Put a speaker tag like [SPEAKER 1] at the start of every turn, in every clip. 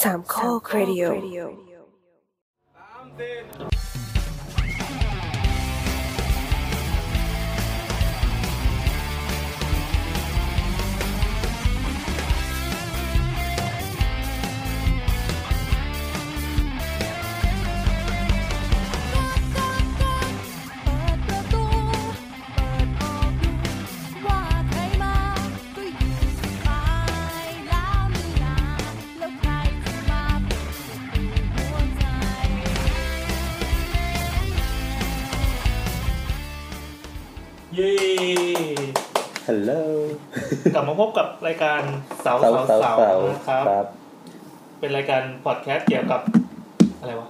[SPEAKER 1] สามข้อครดิโอ
[SPEAKER 2] เย้
[SPEAKER 3] ฮัลโหล
[SPEAKER 2] กลับมาพบกับรายการเสา
[SPEAKER 3] สาว
[SPEAKER 2] เสา
[SPEAKER 3] สาว
[SPEAKER 2] เสา
[SPEAKER 3] สาว
[SPEAKER 2] นะครับ
[SPEAKER 3] ครับ
[SPEAKER 2] เป็นรายการพอดแคสต์เกี่ยวกับอะไรวะ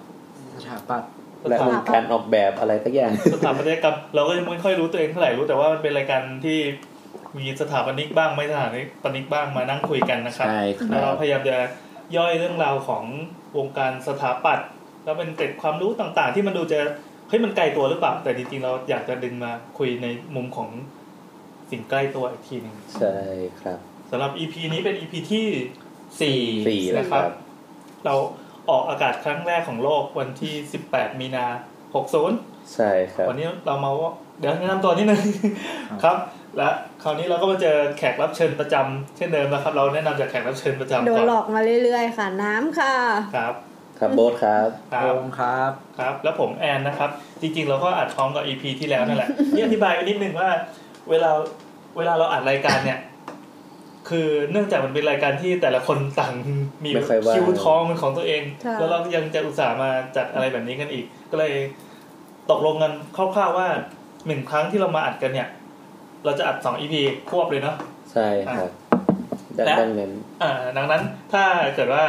[SPEAKER 4] สถาปัตย์
[SPEAKER 3] และวงการออกแบบอะไรสักอย่าง
[SPEAKER 2] สถาปัตยกรรมเราก็ยังไม่ค่อยรู้ตัวเองเท่าไหร่รู้แต่ว่ามันเป็นรายการที่มีสถาปนิกบ้างไม่สถาปนิกบ้างมานั่งคุยกันนะครับ
[SPEAKER 4] ใช่ค
[SPEAKER 2] แล้ว
[SPEAKER 4] รั
[SPEAKER 2] เรา
[SPEAKER 4] บ
[SPEAKER 2] พยายามจะย่อยเรื่องราวของวงการสถาปัตย์แล้วเป็นเกร็ดความรู้ต่างๆ ที่มันดูจะเฮ้ยมันไกลตัวหรือเปล่าแต่จริงๆเราอยากจะดึงมาคุยในมุมของสิ่งใกล้ตัวอีกทีหนึ่ง
[SPEAKER 3] ใช่ครับ
[SPEAKER 2] สำหรับ EP นี้เป็น EP ที่สี่
[SPEAKER 3] สี่แล้วครับ
[SPEAKER 2] เราออกอากาศครั้งแรกของโลกวันที่ 18 มีนา 60
[SPEAKER 3] ใช่ครับ
[SPEAKER 2] วันนี้เรามาว่าเดี๋ยวแนะนำตัวนิดนึง ครับ และคราวนี้เราก็มาเจอแขกรับเชิญประจำเช่นเดิมนะครับ เราแนะนำจากแขกรับเชิญประจำ
[SPEAKER 5] โดน
[SPEAKER 2] ก่อน
[SPEAKER 5] หลอกมาเรื่อยๆ ค่ะ น้ำค่ะ
[SPEAKER 2] ครับ
[SPEAKER 3] ครับโบ๊ทครับ
[SPEAKER 2] ครับ
[SPEAKER 4] โอมครับ
[SPEAKER 2] ครับ แล้วผมแอนนะครับ จริงๆ เราก็อัดพร้อมกับ EP ที่แล้ว นั่นแหละ นี่อธิบายไปนิดนึงว่า เวลาเวลาเราอัดรายการเนี่ย คือเนื่องจากมันเป็นรายการที่แต่ละคนต่างมี
[SPEAKER 3] ไม่ค่อยว่าง
[SPEAKER 2] คิวท้องเป็นของตัวเอง
[SPEAKER 5] ใช่
[SPEAKER 2] แล้วเรายังจะอุตส่าห์มาจัดอะไรแบบนี้กันอีก ก็เลยตกลงกันคร่าวๆว่าหนึ่งครั้งที่เรามาอัดกันเนี่ย เราจะอัดสอง EP ควบเลยเนาะ
[SPEAKER 3] ใช่ครับดัง
[SPEAKER 2] และ
[SPEAKER 3] ดังนั้น
[SPEAKER 2] อ่าดังนั้นถ้าเกิดว่า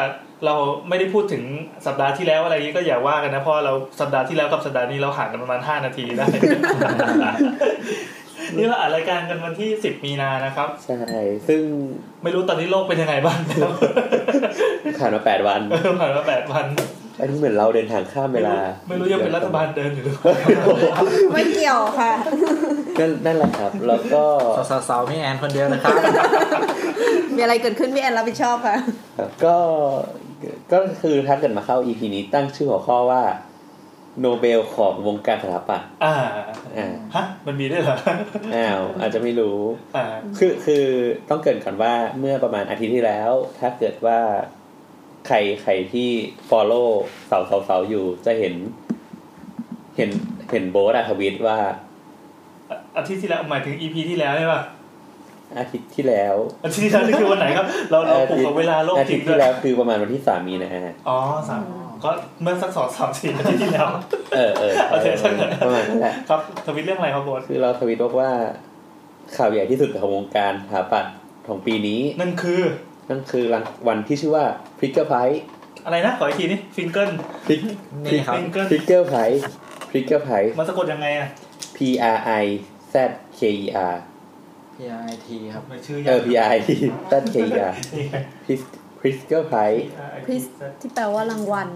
[SPEAKER 2] เราไม่ได้พูดถึงสัปดาห์ที่แล้วอะไรนี้ก็อย่าว่ากันนะเพราะเราสัปดาห์ที่แล้วกับสัปดาห์นี้เราห่างกันประมาณ 5 นาทีได้ นี่เราอัดรายการกันวันที่ 10 มีนานะครับ
[SPEAKER 3] ใช่ ซึ่ง
[SPEAKER 2] ไม่รู้ตอนนี้โลกเป็นยังไง บ้างครับ
[SPEAKER 3] ผ่านมาแปด วัน
[SPEAKER 2] ผ่านมาแปดวัน
[SPEAKER 3] อันนี้เหมือนเราเดินทางข้ามเวลา
[SPEAKER 2] ไม่รู้ยังเป็นรัฐบาลเดินอยู่หรือเปล่า
[SPEAKER 5] ไม่เกี่ยวค่ะ
[SPEAKER 3] ก็นั่นแหละครับ แล้วก็
[SPEAKER 4] สาวๆๆไม่แอนคนเดียวนะครับ
[SPEAKER 5] มีอะไรเกิดขึ้นพี่แอนรับผิดชอบค่ะ
[SPEAKER 3] ก็ก็คือถ้าเกิดมาเข้า EP นี้ตั้งชื่อหัวข้อว่า โนเบลของวงการสถาปัตย์
[SPEAKER 2] อ่า
[SPEAKER 3] อ่า
[SPEAKER 2] ฮะมันมีด้วยเหรอ
[SPEAKER 3] อ้าวอาจจะไม่รู้
[SPEAKER 2] อ่า
[SPEAKER 3] คือคือต้องเกรินก่อนว่าเมื่อประมาณอาทิตย์ที่แล้ว ถ้าเกิดว่าใครใครที่ follow เสาเสาเสาอยู่จะเห็น เห็นเห็นโบสอะทวิตว่า
[SPEAKER 2] อาทิตย์ที่แล้วหมายถึง EP ที่แล้วใช่ป่ะ
[SPEAKER 3] อาทิตย์ที่แล้ว
[SPEAKER 2] อาทิตย์ที่แล้วนี่คือวันไหนครับ เราเราปลุกกับเวลาโลก
[SPEAKER 3] อา
[SPEAKER 2] จ
[SPEAKER 3] ทิ
[SPEAKER 2] ริง
[SPEAKER 3] ตย์
[SPEAKER 2] ด้ว
[SPEAKER 3] ที่
[SPEAKER 2] ย
[SPEAKER 3] แล้วคือประมาณวันที่สามมีนา
[SPEAKER 2] อ๋อสามก็เมื่อสักสองสามสี่อาทิตย์ที่แล้ว
[SPEAKER 3] เออเออ
[SPEAKER 2] โอเคใช่
[SPEAKER 3] ประมาณนั้นแหละ
[SPEAKER 2] ครับทวิตเรื่องอะไรครับโบอส
[SPEAKER 3] คือเราทวิตบอกว่า ข่าวใหญ่ที่สุดของวงการสถาปัตย์ของปีนี้
[SPEAKER 2] นั่นคือ
[SPEAKER 3] นั่นคือรางวันที่ชื่อว่าพริกเกอร์ไพ
[SPEAKER 2] อะไรนะ ขออีกทีนี่ฟิงเกิล
[SPEAKER 3] พริก
[SPEAKER 4] นี่ครับ
[SPEAKER 2] ฟิงเกิล
[SPEAKER 3] พริกเกอร์ไพพริกเกอร์ไพ
[SPEAKER 2] มันสะกดยังไงอ่ะ
[SPEAKER 3] P R I Z K E R
[SPEAKER 4] PIT ครับ
[SPEAKER 2] มันชื่
[SPEAKER 3] เอย
[SPEAKER 2] อา
[SPEAKER 3] อ P R I Z K E R
[SPEAKER 2] นี่ไง
[SPEAKER 3] p r i s k e r Prize
[SPEAKER 5] Prize ที่แปลว่ารางวัล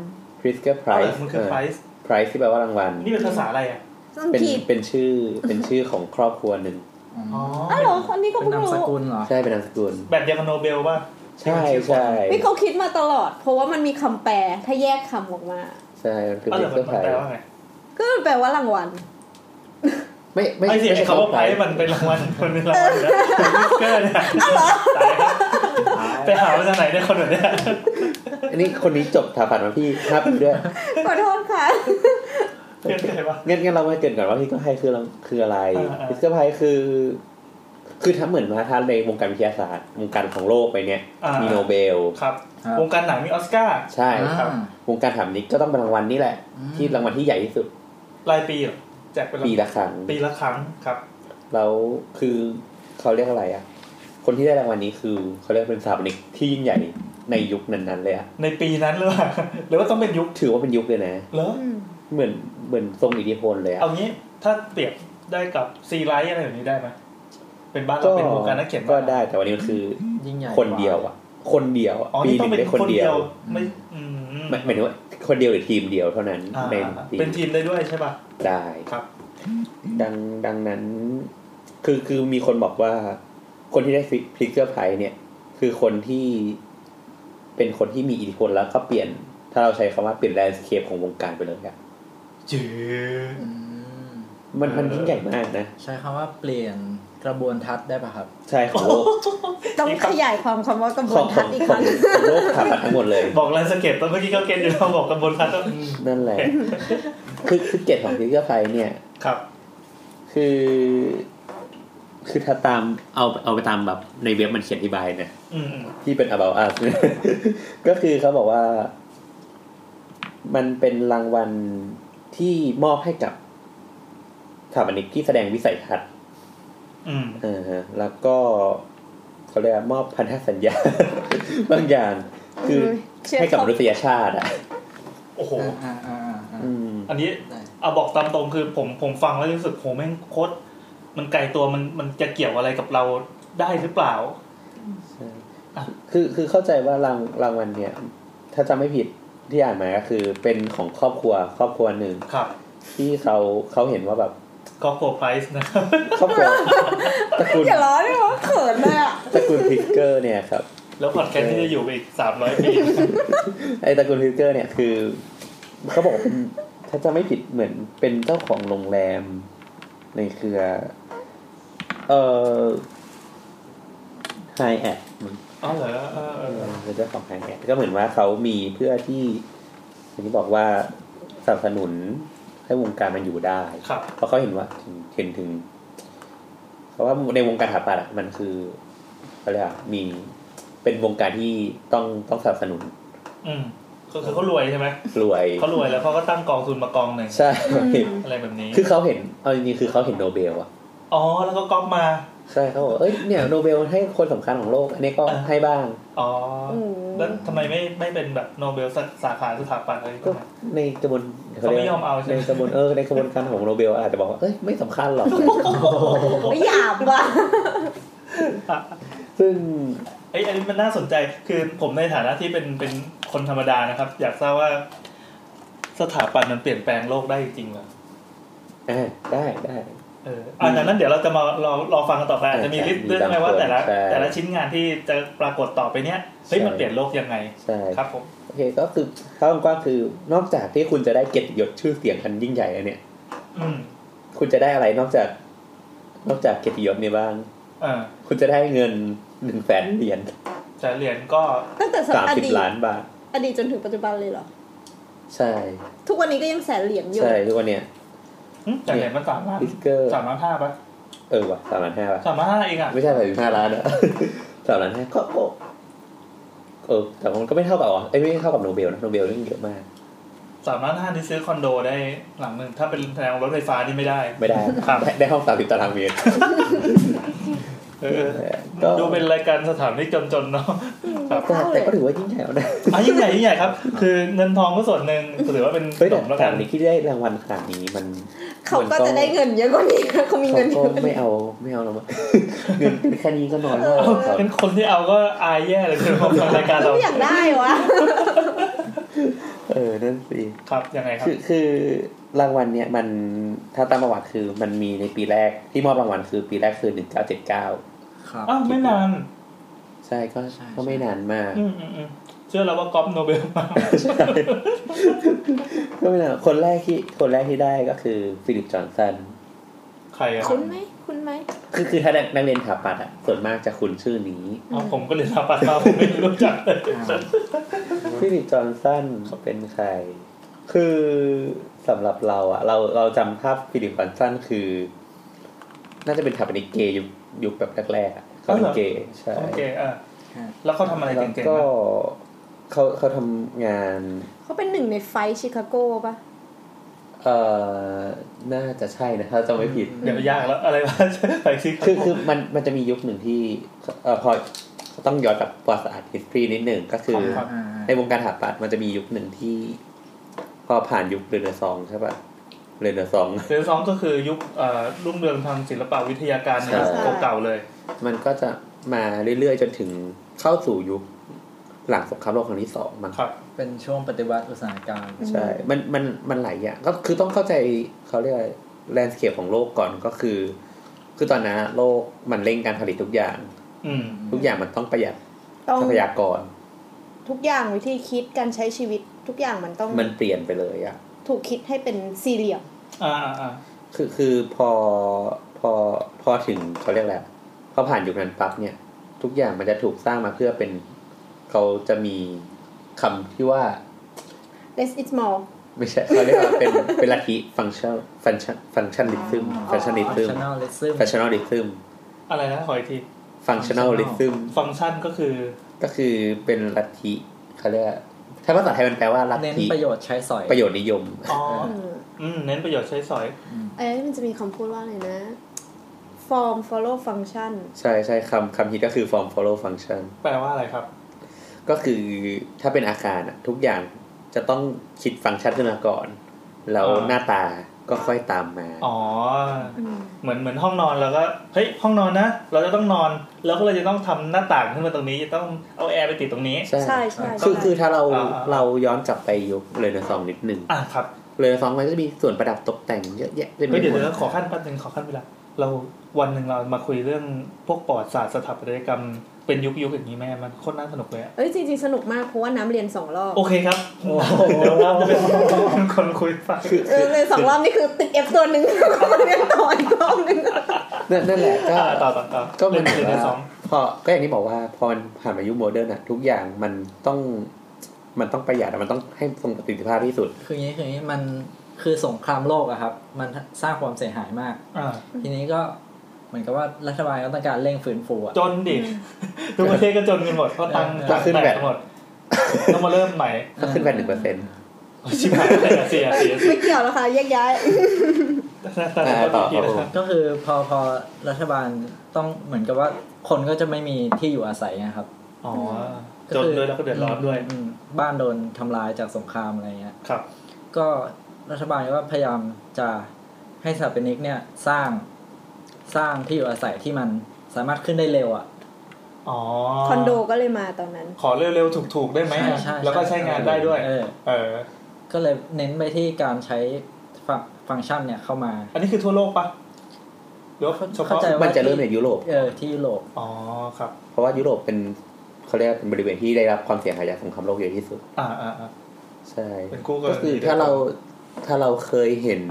[SPEAKER 3] p r i s k e r
[SPEAKER 2] ไพร
[SPEAKER 3] Prize
[SPEAKER 2] มันคือไพรส์
[SPEAKER 3] p r i z e ที่แปลว่ารางวัล
[SPEAKER 2] นี่เป็นภาษาอะไรอ่ะ
[SPEAKER 5] ต้อง
[SPEAKER 3] เป็น
[SPEAKER 5] ขีด
[SPEAKER 3] เป็นชื่อ เป็นชื่อของครอบครัวหนึ่ง
[SPEAKER 2] อ๋อ
[SPEAKER 5] อ้าวเหรออันนี้ก็
[SPEAKER 4] เป็น
[SPEAKER 5] เพิ่ง
[SPEAKER 4] นาม
[SPEAKER 5] รู้
[SPEAKER 4] สกุลเหรอ
[SPEAKER 3] ใช่เป็นนามสกุล
[SPEAKER 2] แบบเดียวกับโนเบลป่ะ
[SPEAKER 3] ใช่ใช่
[SPEAKER 5] นี่เขาคิดมาตลอด เพราะว่ามันมีคำแปลถ้าแยกคำออกมา
[SPEAKER 3] ใช่มันคือ
[SPEAKER 2] ก็
[SPEAKER 3] p
[SPEAKER 2] เห
[SPEAKER 3] r
[SPEAKER 2] รอมัน
[SPEAKER 3] i s k e r
[SPEAKER 2] แปล
[SPEAKER 3] Prize
[SPEAKER 2] ว่าไง
[SPEAKER 5] ก็แปลว่ารางวัล
[SPEAKER 3] ไม่ไม่
[SPEAKER 2] ไอ้เสียง
[SPEAKER 3] ใช่
[SPEAKER 2] เขาว่าไพร
[SPEAKER 3] คำ
[SPEAKER 2] ส์มันเป็นรางวัลมันเป็นรางวัลนะฟิงเกิลเนี่ยตายแล้วไปหามาจากไหนเนี่ยคนแบบเนี้ย
[SPEAKER 3] อันนี้คนนี้จบสถาปัตย์มาพี่ครับด้วย
[SPEAKER 5] ขอโทษค่ะ
[SPEAKER 2] เพื่อนใครวะ
[SPEAKER 3] งั้นงั้นเรามาเกรินก่อนว่าพี่ก็ให้คือรางคืออะไร
[SPEAKER 2] อ่าอ่า
[SPEAKER 3] p r i s k e r Prize คือ คือถ้าเหมือนมาทานในวงการวิทยาศาสตร์วงการของโลกไปเนี่ย
[SPEAKER 2] อ่ามี
[SPEAKER 3] มีโนเบล
[SPEAKER 2] ครับ
[SPEAKER 4] ครับ
[SPEAKER 2] วงการหนังมีออสการ์
[SPEAKER 3] ใช่
[SPEAKER 4] อ่า
[SPEAKER 3] ครับวงการถามนิกก็ต้องเป็นรางวัลนี่แหละ
[SPEAKER 4] อืม
[SPEAKER 3] ที่รางวัลที่ใหญ่ที่สุด
[SPEAKER 2] รายปีเหรอแจกเป็น
[SPEAKER 3] ปีละครั้ง
[SPEAKER 2] ปีละครั้งครับ
[SPEAKER 3] แล้วคือเขาเรียกอะไรอ่ะ คนที่ได้รางวัลนี้คือเขาเรียกเป็นสถาปนิกที่ยิ่งใหญ่ในยุคนั้นๆเลยอ่ะ
[SPEAKER 2] ในปีนั้นหรือเปล่า หรือว่าต้องเป็นยุค
[SPEAKER 3] ถือว่าเป็นยุคเลยนะ
[SPEAKER 2] เหรอ
[SPEAKER 3] เหมือนเหมือนทรงอิทธิพลเลยอ่ะ
[SPEAKER 2] เอางี้ถ้าเปรียบได้กับซีไรส์อะไรแบบนี้ได้ไหมเป็นบ้านเรา
[SPEAKER 3] ก็
[SPEAKER 2] เป็นวงการนักเขียนบ้าน
[SPEAKER 3] ก็ได้แต่วันนี้มันคือ
[SPEAKER 4] ยิ่งใหญ่
[SPEAKER 3] คนเดียวอ่ะ คนเดียวอะ
[SPEAKER 2] อ๋อ
[SPEAKER 3] ปี
[SPEAKER 2] นี่
[SPEAKER 3] ห
[SPEAKER 2] ต้อง
[SPEAKER 3] นึ่ง
[SPEAKER 2] เป็น
[SPEAKER 3] ได้
[SPEAKER 2] ค
[SPEAKER 3] คน น
[SPEAKER 2] เดี
[SPEAKER 3] เดี
[SPEAKER 2] ย
[SPEAKER 3] ยว ว
[SPEAKER 2] ไม่อืม
[SPEAKER 3] หมายหมายถึงว่าคนเดียวหรือทีมเดียวเท่านั้น
[SPEAKER 2] อ่า
[SPEAKER 3] ใน
[SPEAKER 2] เป็นทีมได้ด้วยใช่ป่ะ
[SPEAKER 3] ได้
[SPEAKER 2] ครับ
[SPEAKER 3] ดังดังนั้น คือคือมีคนบอกว่า คนที่ได้พลิกเกอร์ไพรส์เนี่ย คือคนที่ เป็นคนที่มีอิทธิพลแล้วก็เปลี่ยน ถ้าเราใช้คำว่าเปลี่ยนแลนด์สเคปของวงการไปเลยอะ
[SPEAKER 2] จืด
[SPEAKER 4] อืม
[SPEAKER 3] มันมัน
[SPEAKER 2] เออ
[SPEAKER 3] ยิ่งใหญ่มากนะ
[SPEAKER 4] ใช้คำว่าเปลี่ยนกระบวนทัศน์ได้ป่ะครับ
[SPEAKER 3] ใช่ของโล ก
[SPEAKER 5] ต้องขยายความคำว่ากระบ
[SPEAKER 3] ข
[SPEAKER 5] ว
[SPEAKER 3] อน งข
[SPEAKER 5] ทั
[SPEAKER 3] อ
[SPEAKER 5] ศ
[SPEAKER 3] ง
[SPEAKER 5] น์อีก
[SPEAKER 3] ข
[SPEAKER 5] ค
[SPEAKER 3] อ
[SPEAKER 5] รั้
[SPEAKER 3] ง
[SPEAKER 5] ง
[SPEAKER 3] ของโลกสถาปัตย์ทั้งหมดเลย
[SPEAKER 2] บอกแลนด์สเก็ตตอนเมื่อกี้เขาเก็ตอยู่ เราบอกกระบวนการต้องอืม
[SPEAKER 3] นั่นแหละ คือคือเกตของทิกเกอร์ไฟเนี่ย
[SPEAKER 2] ครับ
[SPEAKER 3] คือ คือถ้าตามเอาเอาไปตามแบบในเว็บมันเขียนอธิบายเนี่ย
[SPEAKER 2] อืมอืม
[SPEAKER 3] ที่เป็น about us เนี่ย ก็คือเขาบอกว่า มันเป็นรางวัลที่มอบให้กับสถาปนิกที่แสดงวิสัยทัศน์
[SPEAKER 2] อืม
[SPEAKER 3] อ่าฮะแล้วก็เขาเรียกว่ามอบพันธสัญญา บางอย่าง คือ
[SPEAKER 5] เชื่อ
[SPEAKER 3] ให้กับ
[SPEAKER 5] เขา
[SPEAKER 3] มนุษยชาติอ่ะ
[SPEAKER 2] โอ้โห
[SPEAKER 4] อ่าอ่าอ่าอ่า
[SPEAKER 3] อืม
[SPEAKER 2] อันนี้
[SPEAKER 4] ได้
[SPEAKER 2] เอาบอกตามตรงคือผมผมฟังแล้วรู้สึกโหแม่งโคตรมันไกลตัวมันมันจะเกี่ยวอะไรกับเราได้หรือเปล่า อ่ะ
[SPEAKER 3] คือคือเข้าใจว่ารางรางวัลเนี่ย ถ้าจำไม่ผิดที่อ่านมาก็คือ เป็นของครอบครัวครอบครัวหนึ่ง
[SPEAKER 2] ครับ
[SPEAKER 3] ที่เขาเขาเห็นว่าแบบ
[SPEAKER 2] ก็โคไพรส์นะครับ
[SPEAKER 3] ครอบครัว ตระกูล
[SPEAKER 5] อย่าร้อนเลยว่าเขินเลย อะ
[SPEAKER 3] ตระกูลพิกเกอร์เนี่ยครับ
[SPEAKER 2] แล้วพอดแคสต์ที่จะอยู่ไปอีกสามร้อยปี
[SPEAKER 3] ไอ้ตระกูลพิกเกอร์เนี่ยคือเขาบอกว่าเป็นถ้าจำไม่ผิดเหมือนเป็นเจ้าของโรงแรม ในเครือ เอ่อไฮแอดมัน
[SPEAKER 2] อ๋อเหรอเออเออเออ
[SPEAKER 3] เป็นเจ้าของแผงแอดก็เหมือนว่าเขามีเพื่อที่อย่างที่บอกว่าสนับสนุนให้วงการมันอยู่ได้
[SPEAKER 2] ครับ
[SPEAKER 3] เพราะเขาเห็นว่าถึงเห็นถึง เพราะว่าในวงการสถาปัตย์อะมันคือเขาเรียกว่ามีเป็นวงการที่ต้องต้องสนับสนุน
[SPEAKER 2] อืมก็คือเขารวยใช่ไหม
[SPEAKER 3] รวย
[SPEAKER 2] เขารวยแล้วเขาก็ตั้งกองทุนมากองหนึ่ง
[SPEAKER 3] ใช่
[SPEAKER 2] อะไรแบบนี้
[SPEAKER 3] คือเขาเห็นเอาจริงๆคือเขาเห็นโนเบลอะ
[SPEAKER 2] อ๋อแล้วก็ก๊อปมา
[SPEAKER 3] ใช่เขาบอกเอ้ยเนี่ยโนเบลให้คนสำคัญของโลก อันนี้ก็
[SPEAKER 2] อ่ะ
[SPEAKER 3] ให้บ้าง
[SPEAKER 2] อ๋อ
[SPEAKER 5] อืม
[SPEAKER 2] แล้วทำไมไม่ไม่เป็นแบบโนเบลสาสาขาสถาปัตย์อะไรก็
[SPEAKER 3] ก็ ในกระบวน
[SPEAKER 2] เขาไม่ยอมเอาใช่ไหม
[SPEAKER 3] ในกระบวนเออในกระบวนการของโนเบลอาจจะบอกว่าเอ้ยไม่สำคัญหรอก
[SPEAKER 5] ไม่หยาบว่ะ
[SPEAKER 3] ซึ่ง
[SPEAKER 2] เอ้ยอันนี้มันน่าสนใจ คือผมในฐานะที่เป็นเป็นคนธรรมดานะครับ อยากทราบว่า สถาปัตย์มันเปลี่ยนแปลงโลกได้จริงเหรอ
[SPEAKER 3] อ่าได้ได้
[SPEAKER 2] เอออันนั้นเดี๋ยวเราจะมารอรอฟังกันต่อไปอาจจะมี
[SPEAKER 3] ใช่
[SPEAKER 2] ลิสต์ด้วย
[SPEAKER 3] มี
[SPEAKER 2] ไหมว่า
[SPEAKER 3] บางคน
[SPEAKER 2] แต่ละ
[SPEAKER 3] ใช่
[SPEAKER 2] แต่ละชิ้นงานที่จะปรากฏต่อไปเนี้ยเฮ้ย
[SPEAKER 3] ใช่
[SPEAKER 2] มันเปลี่ยนโลกยังไง
[SPEAKER 3] ใช่
[SPEAKER 2] ครับผม
[SPEAKER 3] โอเคก็คือถ้ากว้างๆคือนอกจากที่คุณจะได้เกียรติยศชื่อเสียงอันยิ่งใหญ่แล้วเนี่ย
[SPEAKER 2] อืม
[SPEAKER 3] คุณจะได้อะไรนอกจาก นอกจากเกียรติยศเนี่ยบ้าง
[SPEAKER 2] เออ
[SPEAKER 3] คุณจะได้เงินหนึ่งแสนเหรียญ
[SPEAKER 2] แต่เหรียญก็
[SPEAKER 5] ตั้งแต่ส
[SPEAKER 3] สาม
[SPEAKER 5] มัยอ
[SPEAKER 3] สิบ
[SPEAKER 5] ดีต
[SPEAKER 3] ล้านบาท
[SPEAKER 5] อดีตจนถึงปัจจุบันเลยเหรอ
[SPEAKER 3] ใช่
[SPEAKER 5] ทุกวันนี้ก็ยังแสนเหรียญอยู่
[SPEAKER 3] ใช่ทุกวันเนี่ย
[SPEAKER 2] หึแต่เหรียญมันสามล้าน
[SPEAKER 3] พิสเกอร์
[SPEAKER 2] สามล้านห้าปะ
[SPEAKER 3] เออว่ะสามล้านห้าป่ะ
[SPEAKER 2] สามล้านห้าเองอ่ะ
[SPEAKER 3] ไม่ใช่สามสิบห้าล้านอะ สามล้านห้าก็ก็เออแต่มันก็ไม่เท่ากับอ๋อเอ้ยไม่เท่ากับโนเบลนะโนเบลนี่เยอะมาก
[SPEAKER 2] สามล้านห้าที่ซื้อคอนโดได้หลังหนึ่งถ้าเป็นแรงรถไฟฟ้านี่ไม่ได้
[SPEAKER 3] ไม่ได้
[SPEAKER 2] ครับ
[SPEAKER 3] ได้ห้องสามสิบตารางเมตร
[SPEAKER 2] เออ
[SPEAKER 3] ก็
[SPEAKER 2] ดูเป็นรายการสถานที่จนๆเนาะ ครับ
[SPEAKER 3] แต่แต่ก็ถือว่ายิ่งใหญ่แล้วนะ
[SPEAKER 2] อ่ะยิ่งใหญ่ยิ่งใหญ่ครับ คือเงินทองก็ส่วนหนึ่งถือว่าเป็น
[SPEAKER 3] เฮ้ย
[SPEAKER 2] ข
[SPEAKER 3] แต่
[SPEAKER 2] นมแล้ว
[SPEAKER 3] สา
[SPEAKER 2] กั
[SPEAKER 3] ม
[SPEAKER 2] น
[SPEAKER 3] นี้ที่ได้รางวัลขนาดนี้มัน
[SPEAKER 5] เขาก็จะได้เงินเยอะกว่านี้ นะเขามีเงินเย
[SPEAKER 3] เขา
[SPEAKER 5] อะ
[SPEAKER 3] ก็ไม่เอาไม่เอาหรอกมั้ง เงินแค่นี้ก็น้อยมากครับ
[SPEAKER 2] เป็นคนที่เอาก็อายแย่เลยคือผมฟังรายการ
[SPEAKER 5] ก็
[SPEAKER 2] เรา
[SPEAKER 5] ไม่อยากได้วะ
[SPEAKER 3] เออนั่นสิ
[SPEAKER 2] ครับยังไงครับ
[SPEAKER 3] คือคือรางวัลเนี่ยมันถ้าตามประวัติคือมันมีในปีแรกที่มอบรางวัลคือปีแรกคือหนึ่งเก้าเจ็ดเก้า
[SPEAKER 4] ครับ
[SPEAKER 2] อ้าวไม่นาน
[SPEAKER 3] ใช่ก็
[SPEAKER 4] ใช่
[SPEAKER 3] ก็ไม่นานมาก
[SPEAKER 2] อืมอืมอืมเชื่อแล้วว่าก๊อปโนเบลมา
[SPEAKER 3] ก็ไม่นานคนแรกที่คนแรกที่ได้ก็คือฟิลิปจอห์นสัน
[SPEAKER 2] ใครอ่ะ
[SPEAKER 5] คุ้นไหมคุ้นไหม
[SPEAKER 3] คือคือถ้านักเรียนถาปัดอ่ะส่วนมากจะคุ้นชื่อนี้
[SPEAKER 2] อ๋อผมก็เรียนสถาปัตย์มาผมไม่รู้จักเลย
[SPEAKER 4] อ่า
[SPEAKER 3] ฟิลิปจอห์นสันเป็นใคร คือสำหรับเราอะเราเราจำภาพฟิลิปจอห์นสันคือ น่าจะเป็นสถาปนิกเกย์ยุคยุคแบบแรกๆอะเขาเป็นเกย์ใช่
[SPEAKER 2] โอเคอ่ะ
[SPEAKER 4] ครับ
[SPEAKER 2] แล้วเขาทำอะไร
[SPEAKER 3] แล้ว
[SPEAKER 2] เก่งๆ
[SPEAKER 3] ก็
[SPEAKER 2] บ้าง
[SPEAKER 3] เขาเขาทำงาน
[SPEAKER 5] เขาเป็นหนึ่งในไฟท์ชิคาโก้ปะ
[SPEAKER 3] เอ่อน่าจะใช่นะถ้าจำไม่ผิด
[SPEAKER 2] เดี๋ยวยากแล้วอะไรวะไปซิรับ
[SPEAKER 3] คือคือมันมันจะมียุคหนึ่งที่เอ่อพอต้องย้อนกลับประวัติศาสตร์ history นิดหนึ่งก็คือ
[SPEAKER 2] ครับ
[SPEAKER 4] อ่าอ่า
[SPEAKER 3] ในวงการถาปัดมันจะมียุคหนึ่งที่ พอผ่านยุคเรเนซองส์ใช่ปะเรเนซองส์
[SPEAKER 2] เซนซองก็คือยุคเอ่อรุ่งเรืองทางศิลปวิทยาการใน
[SPEAKER 3] ใช่
[SPEAKER 2] ยุคเก่าๆเลย
[SPEAKER 3] มันก็จะมาเรื่อยๆ จนถึงเข้าสู่ยุคหลังสงครามโลกครั้งที่สองมัน
[SPEAKER 2] ครับ
[SPEAKER 4] เป็นช่วงปฏิวัติอุตสาหกรรม
[SPEAKER 3] ใช่ มันมันมันหลายอย่างก็คือต้องเข้าใจเขาเรียกแลนด์สเคปของโลกก่อนก็คือ คือตอนนั้นโลกมันเร่งการผลิตทุกอย่าง
[SPEAKER 2] อืม
[SPEAKER 3] ทุกอย่างมันต้องประหยัด
[SPEAKER 5] ต้อง
[SPEAKER 3] ทรัพยากร
[SPEAKER 5] ทุกอย่างวิธีคิดการใช้ชีวิตทุกอย่างมันต้อง
[SPEAKER 3] มันเปลี่ยนไปเลยอะ
[SPEAKER 5] ถูกคิดให้เป็นสี่เหลี่ยม
[SPEAKER 2] อ่าอ่าอ่า
[SPEAKER 3] คือคือพอพอพอถึงเขาเรียกแหละไรพอผ่านยุคนั้นปั๊บเนี่ย ทุกอย่างมันจะถูกสร้างมาเพื่อเป็นเขาจะมีคำที่ว่า
[SPEAKER 5] less is more
[SPEAKER 3] ไม่ใช่เขาเรียกว่าเป็น เป็นลัทธิฟังชั่นฟังชั่นฟังชั่นลิซึมฟังชั่นลิ
[SPEAKER 4] ฟัง
[SPEAKER 3] ซึม
[SPEAKER 4] ชั่นแนลเลซึม
[SPEAKER 3] ฟังชั่นลิซึม
[SPEAKER 2] อะไรนะขออีกที
[SPEAKER 3] ฟังชั่นลิซึม
[SPEAKER 2] ฟังก์ชันก็คือ
[SPEAKER 3] ก็คือเป็นลัทธิเขาเรียกว่าถ้าภาษาไทยมันแปลว่าลัท
[SPEAKER 4] เน้น
[SPEAKER 3] ธิ
[SPEAKER 4] ประโยชน์ใช้สอย
[SPEAKER 3] ประโยชน์นิยม
[SPEAKER 2] อ๋อ
[SPEAKER 5] อืม
[SPEAKER 2] อืมเน้นประโยชน์ใช้สอย
[SPEAKER 5] เอ้ยมันจะมีคำพูดว่าอะไรนะ form follow function
[SPEAKER 3] ใช่ใช่คำคำฮิตก็คือ form follow function
[SPEAKER 2] แปลว่าอะไรครับ
[SPEAKER 3] ก็คือถ้าเป็นอาคารอะทุกอย่างจะต้องคิดฟังก์ชันขึ้นมาก่อน แล้ว
[SPEAKER 2] อ่า
[SPEAKER 3] หน้าตาก็ค่อยตามมา
[SPEAKER 2] อ๋อ
[SPEAKER 5] อืม
[SPEAKER 2] เหมือนเหมือนห้องนอนเราก็เฮ้ยห้องนอนนะ เราจะต้องนอนแล้วก็เราจะต้องทำหน้าต่างขึ้นมาตรงนี้ จะต้องเอาแอร์ไปติดตรงนี้
[SPEAKER 3] ใช่
[SPEAKER 5] ใช่ใช่
[SPEAKER 3] คือ
[SPEAKER 5] ใช่
[SPEAKER 3] คือถ้าเรา
[SPEAKER 2] อ่าอ่า
[SPEAKER 3] เราย้อนกลับไปยุคเลยนะสองนิดหนึ่ง
[SPEAKER 2] อ่ะครับ
[SPEAKER 3] เลยนะสองมันก็จะมีส่วนประดับตกแต่งเยอะแยะเต็มไป
[SPEAKER 2] เฮ้ยเดี๋ยว
[SPEAKER 3] หมด
[SPEAKER 2] เดี๋ยวขอขั้นแป๊บนึงขอขั้นเวลาเราวันหนึ่งเรามาคุยเรื่องพวกปอดศาสตร์สถาปัตยกรรมเป็นยุคยุคๆอย่างนี้แม่มันโคตรน่าสนุกเลยอะ
[SPEAKER 5] เอ้ยจริง ๆ สนุกมากเพราะว่าน้ำเรียนสองรอบ
[SPEAKER 2] โอเคครับเดี๋ยวเราจะเป็น คนคุยฟัง
[SPEAKER 5] เออเรียนสองรอบนี่คือตึกเอฟตัวหนึ่ง เรียนต่ออีกรอบหนึ่ง
[SPEAKER 3] นั่นนั่นแหละก็
[SPEAKER 2] อ่ะต่อต่อต่อ
[SPEAKER 3] ก็มันเห
[SPEAKER 2] เรีย
[SPEAKER 3] มือนน
[SPEAKER 2] เรียนสอ
[SPEAKER 3] ว่าง พอก็อย่างที่บอกว่าพอมันผ่านมายุคโมเดิร์นอะทุกอย่างมันต้องมันต้องประหยัดอะมันต้องให้ทรงประสิทธิภาพที่สุด
[SPEAKER 4] คืออย่างนี้คืออย่างนี้มันคือสงครามโลกอะครับ มันสร้างความเสียหายมาก
[SPEAKER 2] อ่ะ
[SPEAKER 4] ทีนี้ก็เหมือนกับว่ารัฐบาลก็ต้องการเร่งฟื้นฟูอะ
[SPEAKER 2] จนดิทุกประเทศก็จนกันหมดเพราะตังค์
[SPEAKER 4] เออ
[SPEAKER 3] ขึ้นแบบ
[SPEAKER 2] ตกหมดต้องมาเริ่มให ม่
[SPEAKER 3] ก็ขึ้นไปหนึ่งเปอร์เซ็นต์
[SPEAKER 2] ชิบหายเลยอะเสียเสียเสีย
[SPEAKER 5] ไม่เกี่ยวแล้วค่ะแยกย้าย
[SPEAKER 2] ต่
[SPEAKER 3] อ่าต่อครับผม
[SPEAKER 4] ก็คือพอพอรัฐบาลต้องเหมือนกับว่าคนก็จะไม่มีที่อยู่อาศัยนะครับ
[SPEAKER 2] อ๋อ
[SPEAKER 4] ก็
[SPEAKER 2] จน
[SPEAKER 4] คือ
[SPEAKER 2] ด้วยแล้วก็เดือดร้อนด้วย
[SPEAKER 4] มมบ้านโดนทำลายจากสงครามอะไรเงี้ย
[SPEAKER 2] ครับ
[SPEAKER 4] ก็รัฐบาลก็พยายามจะให้สถาปนิกเนี่ยสร้างสร้างที่อยู่อาศัยที่มันสามารถขึ้นได้เร็วอะ
[SPEAKER 2] อ๋อ
[SPEAKER 5] คอนโดก็เลยมาตอนนั้น
[SPEAKER 2] ขอเร็วๆ ถูกๆ ได้ไหม
[SPEAKER 4] ใช่
[SPEAKER 2] อะ
[SPEAKER 4] ใช่
[SPEAKER 2] แล้วก็ใช้งานได้ด้วย
[SPEAKER 4] เออ
[SPEAKER 2] เออ
[SPEAKER 4] ก็เลยเน้นไปที่การใช้ฟังฟังก์ชันเนี่ยเข้ามา
[SPEAKER 2] อันนี้คือทั่วโลกปะหรือว่าเฉ
[SPEAKER 4] เข้า
[SPEAKER 2] พาะ
[SPEAKER 4] ใจ
[SPEAKER 3] มันจะเริ่มในยุโรป
[SPEAKER 4] เออที่ยุโรป
[SPEAKER 2] อ๋อครับ
[SPEAKER 3] เพราะว่ายุโรปเป็นเขาเรียกว่าเป็นบริเวณที่ได้รับความเสียหายจากสงครามโลกเยอะที่สุด
[SPEAKER 2] อ่าอ่าอ่า
[SPEAKER 3] ใช่
[SPEAKER 2] เป็นคู่กรณี
[SPEAKER 3] ก็คือถ้าเราถ้าเราเคยเห็น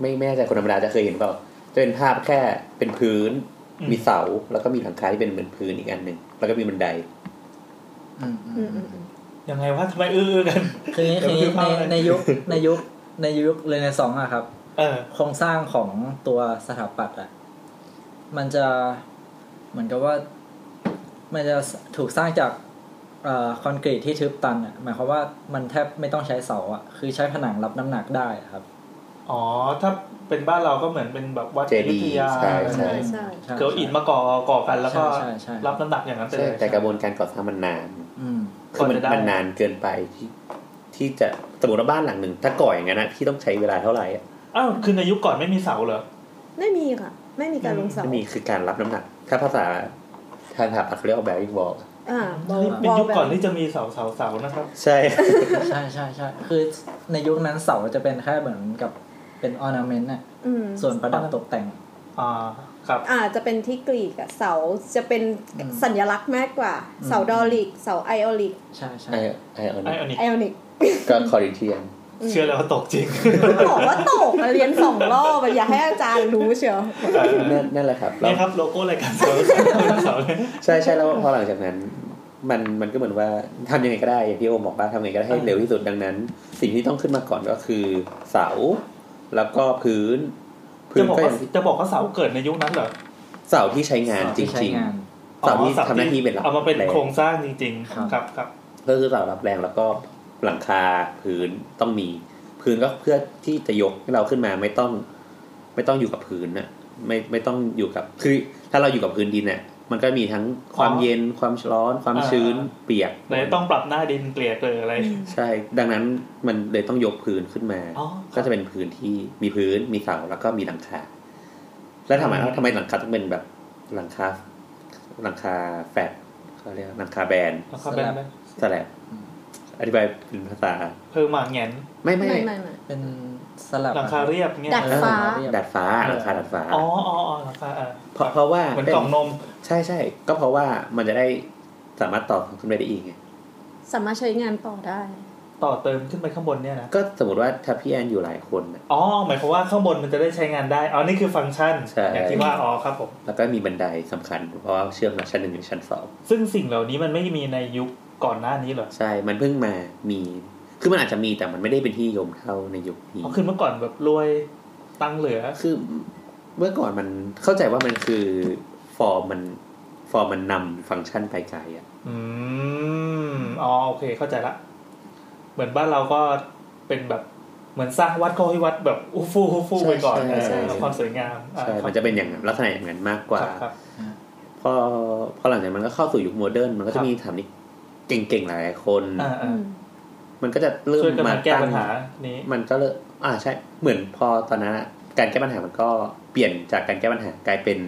[SPEAKER 3] ไม่แม่ใจคนธรรมดาจะเคยเห็นเปล่าจะเป็นภาพแค่เป็นพื้น
[SPEAKER 2] อืม
[SPEAKER 3] มีเสาแล้วก็มีหลังคาที่เป็นเหมือนพื้นอีกอันหนึ่งแล้วก็มีบันได
[SPEAKER 4] อืมอืม
[SPEAKER 5] อืม
[SPEAKER 4] อืม
[SPEAKER 5] ๆ
[SPEAKER 2] ยังไงวะทำไมอื้อๆกัน
[SPEAKER 4] คืออย่างนี้คืออย่างนี้
[SPEAKER 2] เดี๋ยวคือภาพอะไร
[SPEAKER 4] ในในยุคในยุคในยุคเรเนซองส์อะครับ
[SPEAKER 2] เออ
[SPEAKER 4] โครงสร้างของตัวสถาปัตย์อะมันจะเหมือนกับว่า มันจะถูกสร้างจากเอ่อคอนกรีตที่ทึบตันอะหมายความว่ามันแทบไม่ต้องใช้เสาอะคือใช้ผนังรับน้ำหนักได้อะครับ
[SPEAKER 2] อ๋อ ถ้าเป็นบ้านเราก็เหมือนเป็นแบบวัด
[SPEAKER 3] เจ
[SPEAKER 2] อ
[SPEAKER 3] ดี
[SPEAKER 2] ยุ
[SPEAKER 3] ย์
[SPEAKER 2] ธยา
[SPEAKER 3] ใช่
[SPEAKER 5] ๆ
[SPEAKER 3] ใช่
[SPEAKER 5] ใช่ใช่
[SPEAKER 2] เกี่ยวอิฐมาก่อก่อกัน แล้วก็
[SPEAKER 4] ใช่ใช่
[SPEAKER 2] รับน้ำหนักอย่างนั้นไป
[SPEAKER 3] ใช่
[SPEAKER 2] เลย
[SPEAKER 3] แต่กระบวนการก่อสร้างมันนาน
[SPEAKER 4] อืม
[SPEAKER 3] คือมันมันนานเกินไปที่ที่จะสมมติว่าบ้านหลังหนึ่งถ้าก่ออย่างนั้นนะที่ต้องใช้เวลาเท่าไหร่อะ
[SPEAKER 2] อ้าวคือในยุคก่อนไม่มีเสาเหรอ
[SPEAKER 5] ไม่มีค่ะ ไม่มีการลงเสา
[SPEAKER 3] ไม่มีคือการรับน้ำหนัก ถ้าภาษาทางสถาปัตย์เขาเรียกว่าแบริ่งวอล
[SPEAKER 5] อ่าบอล
[SPEAKER 2] นี่เป็นยุคก่อน
[SPEAKER 5] บ
[SPEAKER 2] ที่จะมีเสาเสาเสาๆนะครับ
[SPEAKER 3] ใช่
[SPEAKER 4] ใช่ใช่ใช่คือในยุคนั้นเสาจะเป็นแค่เหมือนกับเป็นออร์นาเมนต์อะ
[SPEAKER 5] อืม
[SPEAKER 4] ส่วนประดับตกแต่ง
[SPEAKER 2] อ่า ครับ
[SPEAKER 5] อาจจะเป็นที่กรีกอะเสาจะเป็น
[SPEAKER 4] อืม
[SPEAKER 5] สัญลักษณ์มากกว่า
[SPEAKER 4] อืม
[SPEAKER 5] เสาดอริก เสาไอออลิก
[SPEAKER 4] ใช่ใช่
[SPEAKER 3] ไอไอออ
[SPEAKER 2] ไอออ
[SPEAKER 3] นิก
[SPEAKER 2] นิก
[SPEAKER 5] ไอออนิก
[SPEAKER 3] ก็คอริเทียน
[SPEAKER 2] เชื่อแล้วว่าตกจริง
[SPEAKER 5] บอกว่าตกอะเรียนสองรอบอะอย่าให้อาจารย์รู้เชียว
[SPEAKER 3] นั่นนั่นแหละครับแล้ว
[SPEAKER 2] นี่ครับโลโก้รายการเสาเสาเสาเนี่ย
[SPEAKER 3] ใช่ใช่แล้วพอหลังจากนั้น มันมันก็เหมือนว่าทำยังไงก็ได้อย่างที่โอมบอกว่าทำยังไงก็ได้ให้เร็วที่สุดดังนั้น สิ่งที่ต้องขึ้นมาก่อนก็คือเสา แล้วก็พื้น พื้
[SPEAKER 2] จะ
[SPEAKER 3] น
[SPEAKER 2] บอก
[SPEAKER 3] ก็อ
[SPEAKER 2] ว่า
[SPEAKER 3] ย่างที่
[SPEAKER 2] จะบอกว่าเสาเกิดในยุคนั้นเหรอ
[SPEAKER 3] เสาที่ใช้งานจ
[SPEAKER 4] ที่ใช้
[SPEAKER 3] ริง
[SPEAKER 4] งาน
[SPEAKER 3] เสาที่
[SPEAKER 2] อ๋อ
[SPEAKER 3] ทำหน้าที่เป็นหลัก
[SPEAKER 2] เอามาเป็นโครงสร้างจริง
[SPEAKER 4] ครับ
[SPEAKER 2] ๆ ครับครับ
[SPEAKER 3] ๆก็คือเสารับแรงแล้วก็หลังคาพื้นต้องมี พื้นก็เพื่อที่จะยกให้เราขึ้นมาไม่ต้อง ไม่ต้องอยู่กับพื้นน่ะไม่ไม่ต้องอยู่กับคือถ้าเราอยู่กับพื้นดินเนี่ยมันก็มีทั้งความเย็นความร้อน ความชื้นเปียก
[SPEAKER 2] ไหนต้องปรับหน้าดินเกลี่ยเกลืออะไร
[SPEAKER 3] ใช่ ดังนั้นมันเลยต้องยกพื้นขึ้นมา
[SPEAKER 2] อ๋อ
[SPEAKER 3] ก็จะเป็นพื้นที่มีพื้น มีเสา แล้วก็มีหลังคา แล้วทำไม
[SPEAKER 2] อืม
[SPEAKER 3] ทำไมหลังคาต้องเป็นแบบหลังคา หลังคาแฟลตเขาเรียกหลังคาแบน
[SPEAKER 2] แล้วก็เป็น
[SPEAKER 4] สลับ
[SPEAKER 3] สแลบ
[SPEAKER 4] อืม
[SPEAKER 3] อธิบายเป็นภาษา
[SPEAKER 2] เพิ่มมาแหงน
[SPEAKER 3] ไม่ไม่
[SPEAKER 5] ไม่ไม่ไม่
[SPEAKER 4] เป็นสลับ
[SPEAKER 2] หลังคาเรียบเงี้ย
[SPEAKER 5] ดัดฟ้า
[SPEAKER 4] เรียบ
[SPEAKER 3] ดัดฟ้า หลังคาดัดฟ้า
[SPEAKER 2] อ๋ออ๋ออ๋อหลังคาอ่ะ
[SPEAKER 3] เพราะเพราะว่า
[SPEAKER 2] เหมือน
[SPEAKER 3] เป็
[SPEAKER 2] กล่องนม
[SPEAKER 3] ใช่ใช่ก็เพราะว่ามันจะได้สามารถต่อขึ้นไปได้อีกไง
[SPEAKER 5] สามารถใช้งานต่อได้
[SPEAKER 2] ต่อเติมขึ้นไปข้างบนเนี่ยนะ
[SPEAKER 3] ก็สมมติว่าถ้าพี่แอนอยู่หลายคนน่ะ
[SPEAKER 2] อ๋อ หมายความว่าข้างบนมันจะได้ใช้งานได้ อ๋อ นี่คือฟังก์ชัน
[SPEAKER 3] ใช่
[SPEAKER 2] อย่างที่ว่า อ๋อครับผม
[SPEAKER 3] แล้วก็มีบันไดสำคัญ เพราะว่าเชื่อมกับชั้นหนึ่งถึงชั้นสอง
[SPEAKER 2] ซึ่งสิ่งเหล่านี้มันไม่มีในยุคก่อนหน้านี้เหรอ
[SPEAKER 3] ใช่ มันเพิ่งมามีคือมันอาจจะมีแต่มันไม่ได้เป็นที่นิยมเท่าในยุคนี้
[SPEAKER 2] อ๋อคือเมื่อก่อนแบบรวยตังค์เหลือ
[SPEAKER 3] คือเมื่อก่อนมันเข้าใจว่ามันคือฟอร์มมันฟอร์มมันนำฟังก์ชันไปไกลอะ
[SPEAKER 2] อืม อ๋อ โอเค เข้าใจละ เหมือนบ้านเราก็เป็นแบบ เหมือนสร้างวัดก็ให้วัดแบบอู้ฟู่อู้ฟู่ไปก่อน
[SPEAKER 5] ใช่
[SPEAKER 2] เอ
[SPEAKER 5] ใช่
[SPEAKER 2] อเอาความสวยงามอ่า
[SPEAKER 3] ใช่ มันจะเป็นอย่างนั้นลักษณะอย่างนั้นมากกว่า
[SPEAKER 2] ครับครับ
[SPEAKER 3] พอพอหลังจากนั้นก็เข้าสู่ยุคโมเดิร์นมันก็
[SPEAKER 2] ครั
[SPEAKER 3] จะ
[SPEAKER 2] บ
[SPEAKER 3] มีสถามนี้เก่งๆหลายๆคน
[SPEAKER 2] อ่าอ่า
[SPEAKER 3] มันก็จะเริ่ม
[SPEAKER 2] ช่วยกัน
[SPEAKER 3] มา
[SPEAKER 2] มาแก้
[SPEAKER 3] ตั้ง
[SPEAKER 2] ปัญหานี้
[SPEAKER 3] มันก็เลยอ่าใช่เหมือนพอตอนนั้นอะการแก้ปัญหามันก็เปลี่ยนจากการแก้ปัญหากลายเป็น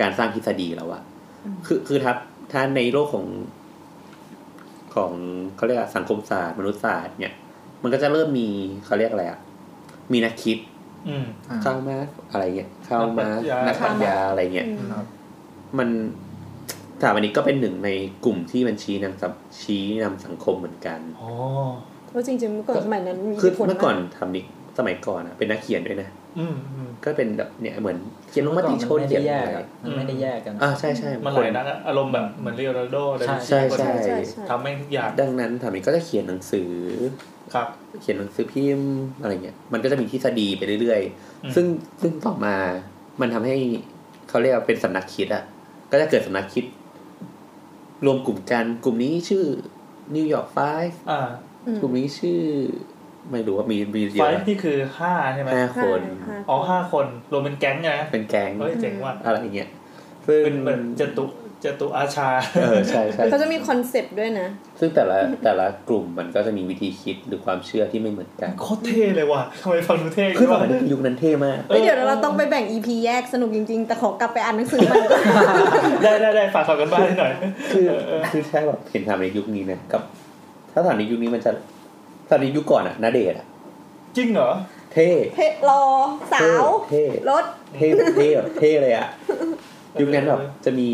[SPEAKER 3] การสร้างทฤษฎีแล้วอะ
[SPEAKER 5] อืม
[SPEAKER 3] คือคือถ้าถ้าในโลกของของเขาเรียกว่าสังคมศาสตร์ มนุษยศาสตร์เนี่ย มันก็จะเริ่มมีเขาเรียกอะไรอะมีนักคิด
[SPEAKER 2] อืม
[SPEAKER 4] อ่า
[SPEAKER 3] เข้ามาอะไรเงี้ยเข้ามา
[SPEAKER 2] นั
[SPEAKER 3] นั
[SPEAKER 2] ก
[SPEAKER 3] ก
[SPEAKER 2] ป
[SPEAKER 3] ป
[SPEAKER 2] รัช
[SPEAKER 3] รั
[SPEAKER 2] ญา
[SPEAKER 3] ชญาอะไรเงี้ย
[SPEAKER 5] อืม
[SPEAKER 4] ครับ
[SPEAKER 3] มันสถาบันนี้ก็เป็นหนึ่งในกลุ่มที่มันชี้นำสังชี้นำสังคมเหมือนกัน
[SPEAKER 2] อ๋อ
[SPEAKER 5] เพราะจริงๆเมื่อก่อนสมัยนั้นมี
[SPEAKER 3] คือ
[SPEAKER 5] ผล
[SPEAKER 3] เมื่อก่อนทำนิกสมัยก่อนอะเป็นนักเขียนด้วยนะ
[SPEAKER 2] อืมอืม
[SPEAKER 3] ก็เป็นแบบเนี่ยเหมือนเขียนลงมติชน
[SPEAKER 4] เมื่อก่อ
[SPEAKER 3] เขียน
[SPEAKER 4] มัไม่ได้แย
[SPEAKER 3] อะ
[SPEAKER 4] ก
[SPEAKER 3] ไร
[SPEAKER 4] อะมันไม่ได้แยกกัน
[SPEAKER 3] อ่าใช่ใช่
[SPEAKER 2] มันห
[SPEAKER 3] ค
[SPEAKER 2] ลายนักอะอารมณ์แบบเหมือนเรียลโดเลย
[SPEAKER 4] ใช่
[SPEAKER 3] ใช่
[SPEAKER 5] ใช่
[SPEAKER 3] ใช่
[SPEAKER 5] ใช่ใช่
[SPEAKER 2] ทำแม่งทุกอย่าง
[SPEAKER 3] ดังนั้นทำนิกก็จะเขียนหนังสือ
[SPEAKER 2] ครับ
[SPEAKER 3] เขียนหนังสือพิมพ์อะไรเงี้ยมันก็จะมีทฤษฎีไปเรื่อย
[SPEAKER 2] อืม
[SPEAKER 3] ๆ ซึ่งซึ่งต่อมา มันทำให้เขาเรียกว่าเป็นสำนักคิดอะก็จะเกิดสำนักคิด รวมกลุ่มกันกลุ่มนี้ชื่อนิวยอร์กไฟ
[SPEAKER 2] อ่า
[SPEAKER 5] อืม
[SPEAKER 3] กลุ่มนี้ชื่อ ไม่รู้ว่ามีมีเย
[SPEAKER 2] ไฟ
[SPEAKER 3] อะ
[SPEAKER 2] นี่คือห้าใช่ไหม
[SPEAKER 3] ห้า
[SPEAKER 5] ห้า
[SPEAKER 3] คน
[SPEAKER 5] ห้า
[SPEAKER 2] อ๋อห้าคนรวมเป็นแก๊งไงนะ
[SPEAKER 3] เป็นแก๊ง
[SPEAKER 2] เฮ้ยเจ๋งว่ะ
[SPEAKER 3] อะไรเงี้ยซึ่ง
[SPEAKER 2] เป็นเหมือนจตุจตุอาชา
[SPEAKER 3] เออใช่ใช่
[SPEAKER 5] เขาจะมีคอนเซปต์ด้วยนะ
[SPEAKER 3] ซึ่งแต่ละแต่ละกลุ่มมันก็จะมีวิธีคิดหรือความเชื่อที่ไม่เหมือนกัน
[SPEAKER 2] โคตรเท่เลยว่ะทำไมฟังดูเท่
[SPEAKER 3] คือ
[SPEAKER 2] วะ
[SPEAKER 3] มันยุคนั้นเท่มาก
[SPEAKER 5] เอ้ยเดี๋ยวเราต้องไปแบ่ง EP แยกสนุกจริงๆ แต่ขอกลับไปอ่านหนังสือมันก่ อน
[SPEAKER 2] ได้ได้ได้ฝากขอกันบ้านให้หน่อย
[SPEAKER 3] คือคือใช่แบบเห็นทำในยุคนี้นะกับ ถ้าถามในยุคนี้มันจะถ้าในยุคก่อนอะนาเดชน์อะ
[SPEAKER 2] จริงเหรอ
[SPEAKER 3] เท่
[SPEAKER 5] เพชรรอสาว
[SPEAKER 3] เท่
[SPEAKER 5] รถ
[SPEAKER 3] เท่เท่แบบเท่เลยอะยุคนั้นแบบจะมี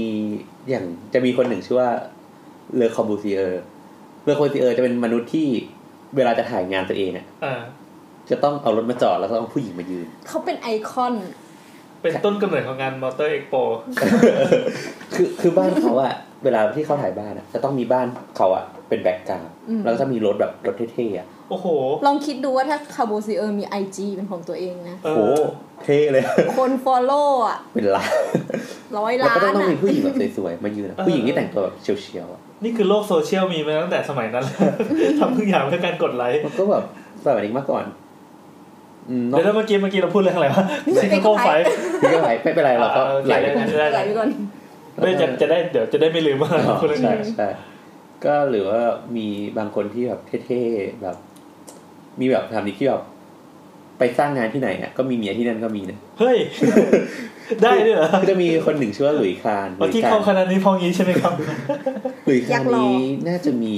[SPEAKER 3] อย่างจะมีคนหนึ่งชื่อว่าเลอคอมบูซีเออร์เลอคอมบูซีเออร์จะเป็นมนุษย์ที่เวลาจะถ่ายงานตัวเองอะ
[SPEAKER 2] อ่า
[SPEAKER 3] จะต้องเอารถมาจอดแล้วก็เอาผู้หญิงมายืน
[SPEAKER 5] เขาเป็นไอคอน
[SPEAKER 2] เป็นต้นกำเนิดของงานมอเตอร์เอ็กโป
[SPEAKER 3] คือคือบ้านเขาอะเวลาที่เขาถ่ายบ้านอะจะต้องมีบ้านเขาอะเป็นแบ็กกราวด์
[SPEAKER 5] อืม
[SPEAKER 3] แล้วก็จะมีรถแบบรถเท่ๆอะ
[SPEAKER 2] โอ้โห
[SPEAKER 5] ลองคิดดูว่าถ้าคาโบซีเออร์มี IG เป็นของตัวเองนะ
[SPEAKER 2] เออ
[SPEAKER 3] โหเท่เลย
[SPEAKER 5] คนฟอลโล่อ่ะ
[SPEAKER 3] เป็นล้าน
[SPEAKER 5] ร้อย
[SPEAKER 3] แล้ว
[SPEAKER 5] ล้า
[SPEAKER 3] ก็ต้อน งต้อง
[SPEAKER 5] อ่ะ
[SPEAKER 3] มีผู้หญิงแบบสวยๆมายืนอะผู้หญิงที่แต่งตัวแบบเฉียวๆอะ
[SPEAKER 2] นี่คือโลกโซเชียลมีมาตั้งแต่สมัย นั้นแล้วทำทุกอย่างเพื่อการกดไลค์
[SPEAKER 3] มันก็แบบสมัยนี้มาก่อนอืมนอ
[SPEAKER 2] เดี๋ยวแล้วเมื่อกี้เมื่อกี้เราพูดเรื่องอะไรวะซิงเกิลไฟว์
[SPEAKER 3] ไม่เป็นไรไม่เป็นไรเราก็
[SPEAKER 2] อ่าโอเค
[SPEAKER 3] ไหลไปก่อน
[SPEAKER 2] ได้
[SPEAKER 5] ไหลไปก่อน
[SPEAKER 2] เพื่อจะจะได้เดี๋ยวจะได้ไม่ลืมว่าเราพูดเรื่อง
[SPEAKER 3] ใช่
[SPEAKER 2] อะไร
[SPEAKER 3] ใช่ก็หรือว่ามีบางคนที่แบบเท่ๆแบบ มีแบบทำนี้ที่แบบไปสร้างงานที่ไหนอ่ะก็มีเมียที่นั่นก็มีนะ
[SPEAKER 2] เฮ้ย ได้ด้วยเหรอ
[SPEAKER 3] ก็จะมีคนหนึ่งชื่อว่าหลุยส์คานห
[SPEAKER 2] เมื่อ
[SPEAKER 3] ลุย
[SPEAKER 2] กี้
[SPEAKER 3] ส์คา
[SPEAKER 2] เข้าน คณะนี้พองี้ใช่ไหมครับ
[SPEAKER 3] หลุยส์คาย
[SPEAKER 5] อาน กลอง
[SPEAKER 3] นี้น่าจะมี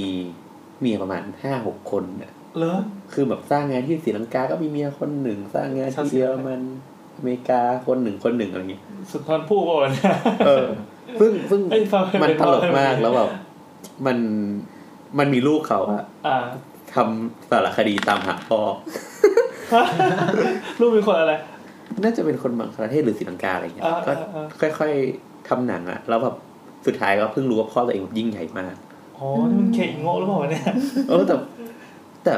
[SPEAKER 3] เมียประมาณห้าหกคนน่ะ
[SPEAKER 2] เหรอ
[SPEAKER 3] คือแบบสร้างงานที่ศรีลังกาก็มีเมียคนหนึ่ง สร้างงาน
[SPEAKER 2] ชาวศรี
[SPEAKER 3] ที่เยอ
[SPEAKER 2] ลั
[SPEAKER 3] รง
[SPEAKER 2] กา
[SPEAKER 3] มันอเมริกาคนหนึ่งคนหนึ่งอะไรเงี้ย
[SPEAKER 2] สุนทรภู่ป่ะวะเนี่ย
[SPEAKER 3] เอ อซึ่งซึ่ง
[SPEAKER 2] เอ้ยฟังไม่เป็น
[SPEAKER 3] มันตลกมาก
[SPEAKER 2] เลย
[SPEAKER 3] แล้วแบบมันมันมีลูกเขาอะ
[SPEAKER 2] อ่า
[SPEAKER 3] ทำสารคดีตามหาพ่อ
[SPEAKER 2] รูปเป็นคนอะไร
[SPEAKER 3] น่าจะเป็นคนบางประเทศหรือศรีลังกาอะไรเงี้ย
[SPEAKER 2] อ่า
[SPEAKER 3] ก็
[SPEAKER 2] อ่าอ่า
[SPEAKER 3] ค่อยๆทำหนังอะแล้วแบบสุดท้ายก็เพิ่งรู้ว่าพ่อตัวเองแบบยิ่งใหญ่มาก
[SPEAKER 2] อ๋อนี่มันเคอิโง่หรือเปล่าวะเนี่ย
[SPEAKER 3] เออแต่ แต่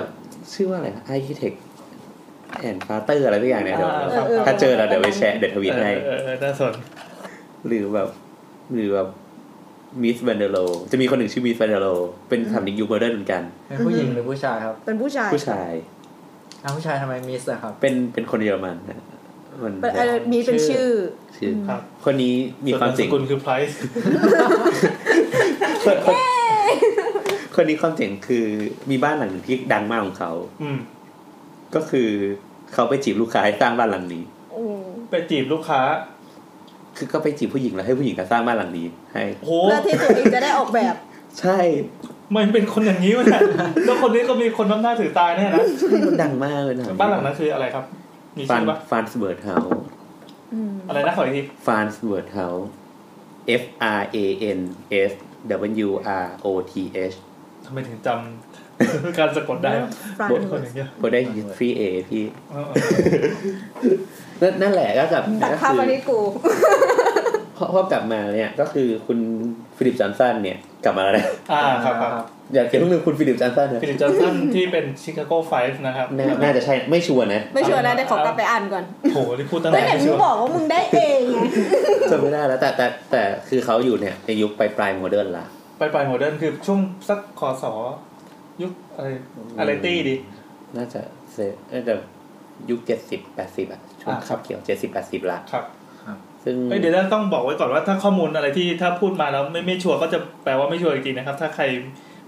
[SPEAKER 3] ชื่อว่าอะไรนะไอคิเทคแอนฟาเตอร์อะไรตัวอย่างเนี่ยเดี๋ยว
[SPEAKER 2] อ่า
[SPEAKER 5] เออเออ
[SPEAKER 3] ถ้าเจอเราเดี๋ยวไปแชร์เดี๋ยวทวิต
[SPEAKER 2] เอ
[SPEAKER 3] ให้
[SPEAKER 2] อเออเออน่าสน
[SPEAKER 3] หรือแบบ หรือแบบมิสแวนเดโลจะมีคนหนึ่งชื่อมิสแวนเดโลเป็นสามนิกยูเบอร์เดนเหมือนกัน
[SPEAKER 4] เป็นผู้หญิงหรือผู้ชายครับ
[SPEAKER 5] เป็นผู้ชาย
[SPEAKER 3] ผู้ชาย
[SPEAKER 4] อ้าวผู้ชายทำไมมิสอะครับ
[SPEAKER 3] เป็นเป็นคนเยอรมันนะมัน
[SPEAKER 5] เป็นเอ่อมีเป็นชื่อ
[SPEAKER 3] ชื่อ
[SPEAKER 2] ครับ
[SPEAKER 3] คนนี้มีความ
[SPEAKER 2] ส่
[SPEAKER 3] เจ๋
[SPEAKER 2] น
[SPEAKER 3] ง
[SPEAKER 2] นามสกุลคือไพรส์
[SPEAKER 3] คนคนคนนี้ความเจ๋งคือมีบ้านหลังหนึ่งที่ดังมากของเขา
[SPEAKER 2] อืม
[SPEAKER 3] ก็คือเขาไปจีบลูกค้าให้สร้างบ้านหลังนี้
[SPEAKER 5] อืม
[SPEAKER 2] ไปจีบลูกค้า
[SPEAKER 3] คือก็ไปจีบผู้หญิงแล้วให้ผู้หญิงมาสร้างบ้านหลังนี้ ให้
[SPEAKER 2] โห
[SPEAKER 5] เพื่อที่ตัวเองจะได้ออกแบบ
[SPEAKER 3] ใช่
[SPEAKER 2] มันเป็นคนอย่างนี้วะเนี่ยแล้วคนนี้ก็มีคนน้ำหน้าถือตาเนี่ย นะ
[SPEAKER 3] ที่มันดังมากเลยนะ
[SPEAKER 2] บ้านหลังนั้นคืออะไรครับ มี
[SPEAKER 3] ฟา
[SPEAKER 2] ชื่
[SPEAKER 3] น
[SPEAKER 2] อปะ
[SPEAKER 3] ฟานสเบิร์ดเฮาส์
[SPEAKER 5] อืม
[SPEAKER 2] อะไรนะขออีกที
[SPEAKER 3] ฟานสเบิร์ดเฮาส์ F R A N S W R O T H
[SPEAKER 2] ทำไมถึงจำ การสะกดได้
[SPEAKER 5] ฟัง
[SPEAKER 2] ทุกคนอย่างเงี้ย
[SPEAKER 3] โบได้ฮิสฟรีเอพี่
[SPEAKER 2] เออ
[SPEAKER 3] นั่นนั่นแหละก็กลับมา
[SPEAKER 5] ตัด
[SPEAKER 3] ก็
[SPEAKER 5] ภาพ
[SPEAKER 3] คือ
[SPEAKER 5] มาที่กู
[SPEAKER 3] พอพอกลับมาเนี่ยก็คือคุณฟิลิปจอห์นสันเนี่ยกลับมาแล้วนะ
[SPEAKER 2] อ่าครับครับ
[SPEAKER 3] อย่าเพิ่งลืมคุณฟิลิปจอห์นสันนะ
[SPEAKER 2] ฟิลิปจอห์นสันที่เป็นชิคาโกไฟฟ์ นะครับ
[SPEAKER 3] น่าน่าจะใช่ไม่ชัวร์นะ
[SPEAKER 5] ไม่ชัวร์นะเดี๋ยวขอกลับไปอ่านก่อน
[SPEAKER 2] โหที่พูดตั้ง
[SPEAKER 5] ไม่
[SPEAKER 2] แต่
[SPEAKER 5] เห็นมึ
[SPEAKER 2] ชั
[SPEAKER 5] ง
[SPEAKER 2] ว
[SPEAKER 5] บอกว่ามึงได้เองไง
[SPEAKER 3] จำไม่ได้แล้วแต่แต่แต่คือเขาอยู่เนี่ยในยุคปลายปลายโมเดิร์นละ
[SPEAKER 2] ไปไปโมเดิร์นคือช่วงสักคอสอยุคอะไรอะไรตี้ดิ
[SPEAKER 3] น่าจะเซน่าจะยุคเจ็ดสิบแปดสิบอะช่วง
[SPEAKER 2] อ่า
[SPEAKER 3] คาบเกี่ยวเจ็ดสิบแปดสิบละ
[SPEAKER 2] ครับ
[SPEAKER 3] ซึ่ง
[SPEAKER 2] เอ้ยเดี๋ยวต้องบอกไว้ก่อนว่าถ้าข้อมูลอะไรที่ถ้าพูดมาแล้วไม่ไม่ชัวร์ก็จะแปลว่าไม่ชัวร์จริงๆนะครับ ถ้าใคร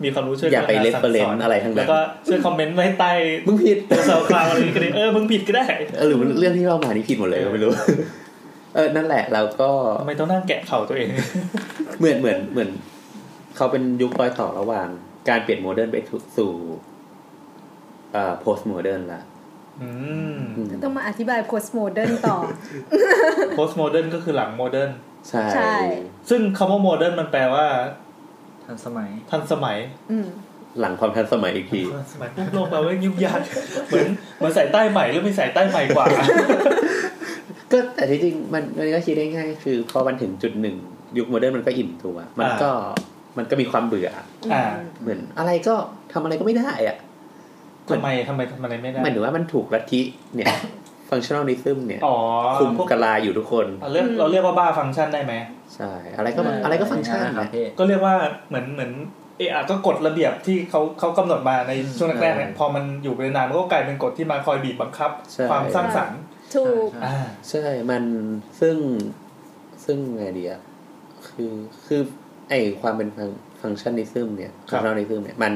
[SPEAKER 2] มีความรู้ช่วย
[SPEAKER 3] อย่าไป
[SPEAKER 2] ก
[SPEAKER 3] เล
[SPEAKER 2] รุ
[SPEAKER 3] ฟ
[SPEAKER 2] ณ
[SPEAKER 3] เฟรน
[SPEAKER 2] สั่งสน
[SPEAKER 3] อะไรทั้ง
[SPEAKER 2] แล้
[SPEAKER 3] นั้
[SPEAKER 2] วน ก็ช่วยคอมเมนต์ไว้ใต้
[SPEAKER 3] มึงผิด
[SPEAKER 2] ตัวสาวคลาวอะไรก็ได้เออมึงผิดก็ได้
[SPEAKER 3] เออหรือเรื่องที่เรามานี่ผิดหมดเลยก็ไม่รู้ เออนั่นแหละเราก็
[SPEAKER 2] ทำไมต้องนั่งแกะเข่าตัวเอง
[SPEAKER 3] เหมือนเหมือนเหมือน เขาเป็นยุครอยต่อระหว่าง การเปลี่ยนโมเดิร์นไปสู่อ่าโพสโมเดิร์นละ
[SPEAKER 2] อืม
[SPEAKER 3] อืม
[SPEAKER 5] ต้องมาอธิบาย postmodern ต่อ
[SPEAKER 2] postmodern ก็คือหลังโมเดิร์น
[SPEAKER 3] ใช่
[SPEAKER 5] ใช่
[SPEAKER 2] ซึ่งคำว่าโมเดิร์นมันแปลว่า
[SPEAKER 4] ทันสมัย
[SPEAKER 2] ทันสมัย
[SPEAKER 5] อืม
[SPEAKER 3] หลังความทันสมัยอีกที
[SPEAKER 2] ทันสมัยปุ๊บโลกเราไม่งยุ่งยาก เหมือนเหมือนสายใต้ใหม่หรือไม่สายใต้ใหม่ กว่า
[SPEAKER 3] ก็แต่ที่จริงมันมันก็คิดได้ง่ายคือพอมันถึงจุดหนึ่ง ยุคโมเดิร์นมันก็อิ่มตัว มันก็มันก็มีความเบื่อ
[SPEAKER 2] อ่า
[SPEAKER 3] เหมือนอะไรก็ทำอะไรก็ไม่ได้อะ
[SPEAKER 2] ทำไมทำไมทำอะไรไม่ได้
[SPEAKER 3] หมายถึงว่ามันถูกลัทธิเนี่ย ฟังชั่นอลนิซึมเนี่ย
[SPEAKER 2] อ๋อ
[SPEAKER 3] คุม
[SPEAKER 2] พวก
[SPEAKER 3] กะลาอยู่ทุกคน
[SPEAKER 2] เราเรียกเราเรียกว่าบ้าฟังก์ชันได้ไหม
[SPEAKER 3] ใช่ อะไรก็มัน
[SPEAKER 4] เอออ
[SPEAKER 3] อะไรก็ฟังก์ชัน
[SPEAKER 4] นะครั
[SPEAKER 3] นะ
[SPEAKER 4] บพี่
[SPEAKER 2] ก็เรียกว่าเหมือนเหมือนเออก็กฎระเบียบที่เขาเขากำหนดมาในช่วงแรกๆเนี่ยพอมันอยู่ไปนานมันก็กลายเป็นกฎที่มาคอยบีบบังคับ ความสร้างสรรค์
[SPEAKER 5] ถูก
[SPEAKER 4] ใช่
[SPEAKER 2] อ่า
[SPEAKER 3] ใช่มันซึ่งซึ่งไงดีอะคือคือไอความเป็นฟังฟังก์ชันนิซึมเนี่ย
[SPEAKER 2] ครับ
[SPEAKER 3] ฟังชั่นอลนิซึมเนี่ยมัน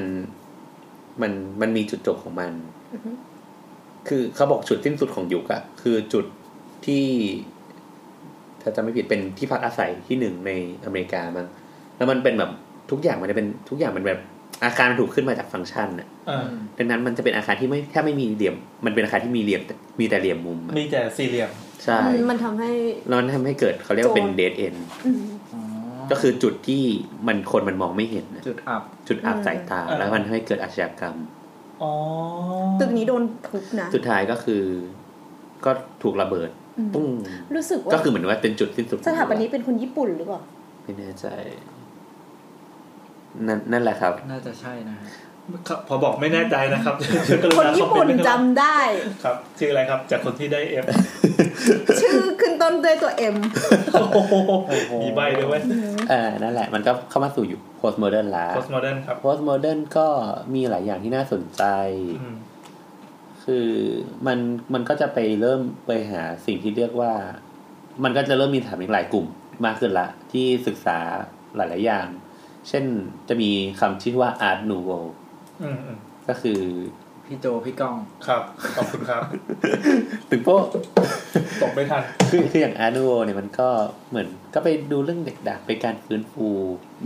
[SPEAKER 3] มันมันมีจุดจบของมัน
[SPEAKER 5] อือฮึ
[SPEAKER 3] คือเขาบอกจุดสิ้นสุดของยุคอะคือจุดที่ ถ้าจำไม่ผิดเป็นที่พักอาศัยที่หนึ่งในอเมริกามั้งแล้วมันเป็นแบบทุกอย่างมันจะเป็นทุกอย่างมันแบบอาคารมันถูกขึ้นมาจากฟังก์ชันอะ
[SPEAKER 2] อ่า
[SPEAKER 3] ดังนั้นมันจะเป็นอาคารที่ไม่แค่ไม่มีเหลี่ยม มันเป็นอาคารที่มีเหลี่ยมแต่มีแต่เหลี่ยมมุมอะ
[SPEAKER 2] มีแต่สี่เหลี่ยม
[SPEAKER 3] ใช่
[SPEAKER 5] มันมันทำให้
[SPEAKER 3] แล้วมันทำให้เกิดเขาเรียกว่าเป็น
[SPEAKER 5] โจร
[SPEAKER 3] เดดเอ็น
[SPEAKER 5] อืม
[SPEAKER 4] อ๋อ
[SPEAKER 3] ก็คือจุดที่มันคนมันมองไม่เห็นอะ
[SPEAKER 4] จุดอับ
[SPEAKER 3] จุดอับ
[SPEAKER 5] อืม
[SPEAKER 3] สายตา
[SPEAKER 2] เออ
[SPEAKER 3] แล้วมันทำให้เกิดอาชญากรรม
[SPEAKER 2] อ๋อ
[SPEAKER 5] ตึกนี้โดนทุบนะ
[SPEAKER 3] สุดท้ายก็คือ ก็ถูกระเบิด
[SPEAKER 5] อืม
[SPEAKER 3] ปุ้ง
[SPEAKER 5] รู้สึก
[SPEAKER 3] ก็
[SPEAKER 5] ว่า
[SPEAKER 3] คือเหมือนว่าเป็นจุดสิ้นสุดของ
[SPEAKER 5] สถาปนิก
[SPEAKER 3] เ
[SPEAKER 5] เป็นคนญี่ปุ่นหรือเปล่า
[SPEAKER 3] วลาไม่แน่ใจนั่นนั่นแหละครับ
[SPEAKER 4] น่าจะใช่นะฮะ
[SPEAKER 2] ครับพอบอกไม่แน่ใจนะครับกรุ
[SPEAKER 5] คน
[SPEAKER 2] ณา
[SPEAKER 5] ญี่ปุ่น
[SPEAKER 2] คอมเมต์ด้วย
[SPEAKER 5] จำ
[SPEAKER 2] รับ
[SPEAKER 5] ได้
[SPEAKER 2] ครับชื่ออะไรครับ จากคนที่ได้ เอฟ
[SPEAKER 5] ชื่อขึ้นต้นด้วยตัวเอ็ม
[SPEAKER 2] มีใบด้วยเว้ย
[SPEAKER 3] เออนั่นแหละมันก็เข้ามาสู่ยุคโพสต์โมเดิร์นละ
[SPEAKER 2] โพสโมเดิร์นครับ
[SPEAKER 3] โพสต์โมเดิร์นก็มีหลายอย่างที่น่าสนใจ
[SPEAKER 2] อืม
[SPEAKER 3] คือมันมันก็จะไปเริ่มไปหาสิ่งที่เรียกว่า มันก็จะเริ่มมีสถาปนิกหลายกลุ่มมากขึ้นละ ที่ศึกษาหลาย ๆ อย่าง เช่นจะมีคำที่ว่า Art Nouveau
[SPEAKER 2] อืมอืม
[SPEAKER 3] ก็คือ
[SPEAKER 4] พี่โจพี่ก้อง
[SPEAKER 2] ครับขอบคุณครับ
[SPEAKER 3] ตึงโป๊ะ
[SPEAKER 2] ตกไม่ทัน
[SPEAKER 3] คือคืออย่างอาร์โนเนี่ยมันก็เหมือนก็ไปดูเรื่องเด็กดักเป็นการฟื้นฟู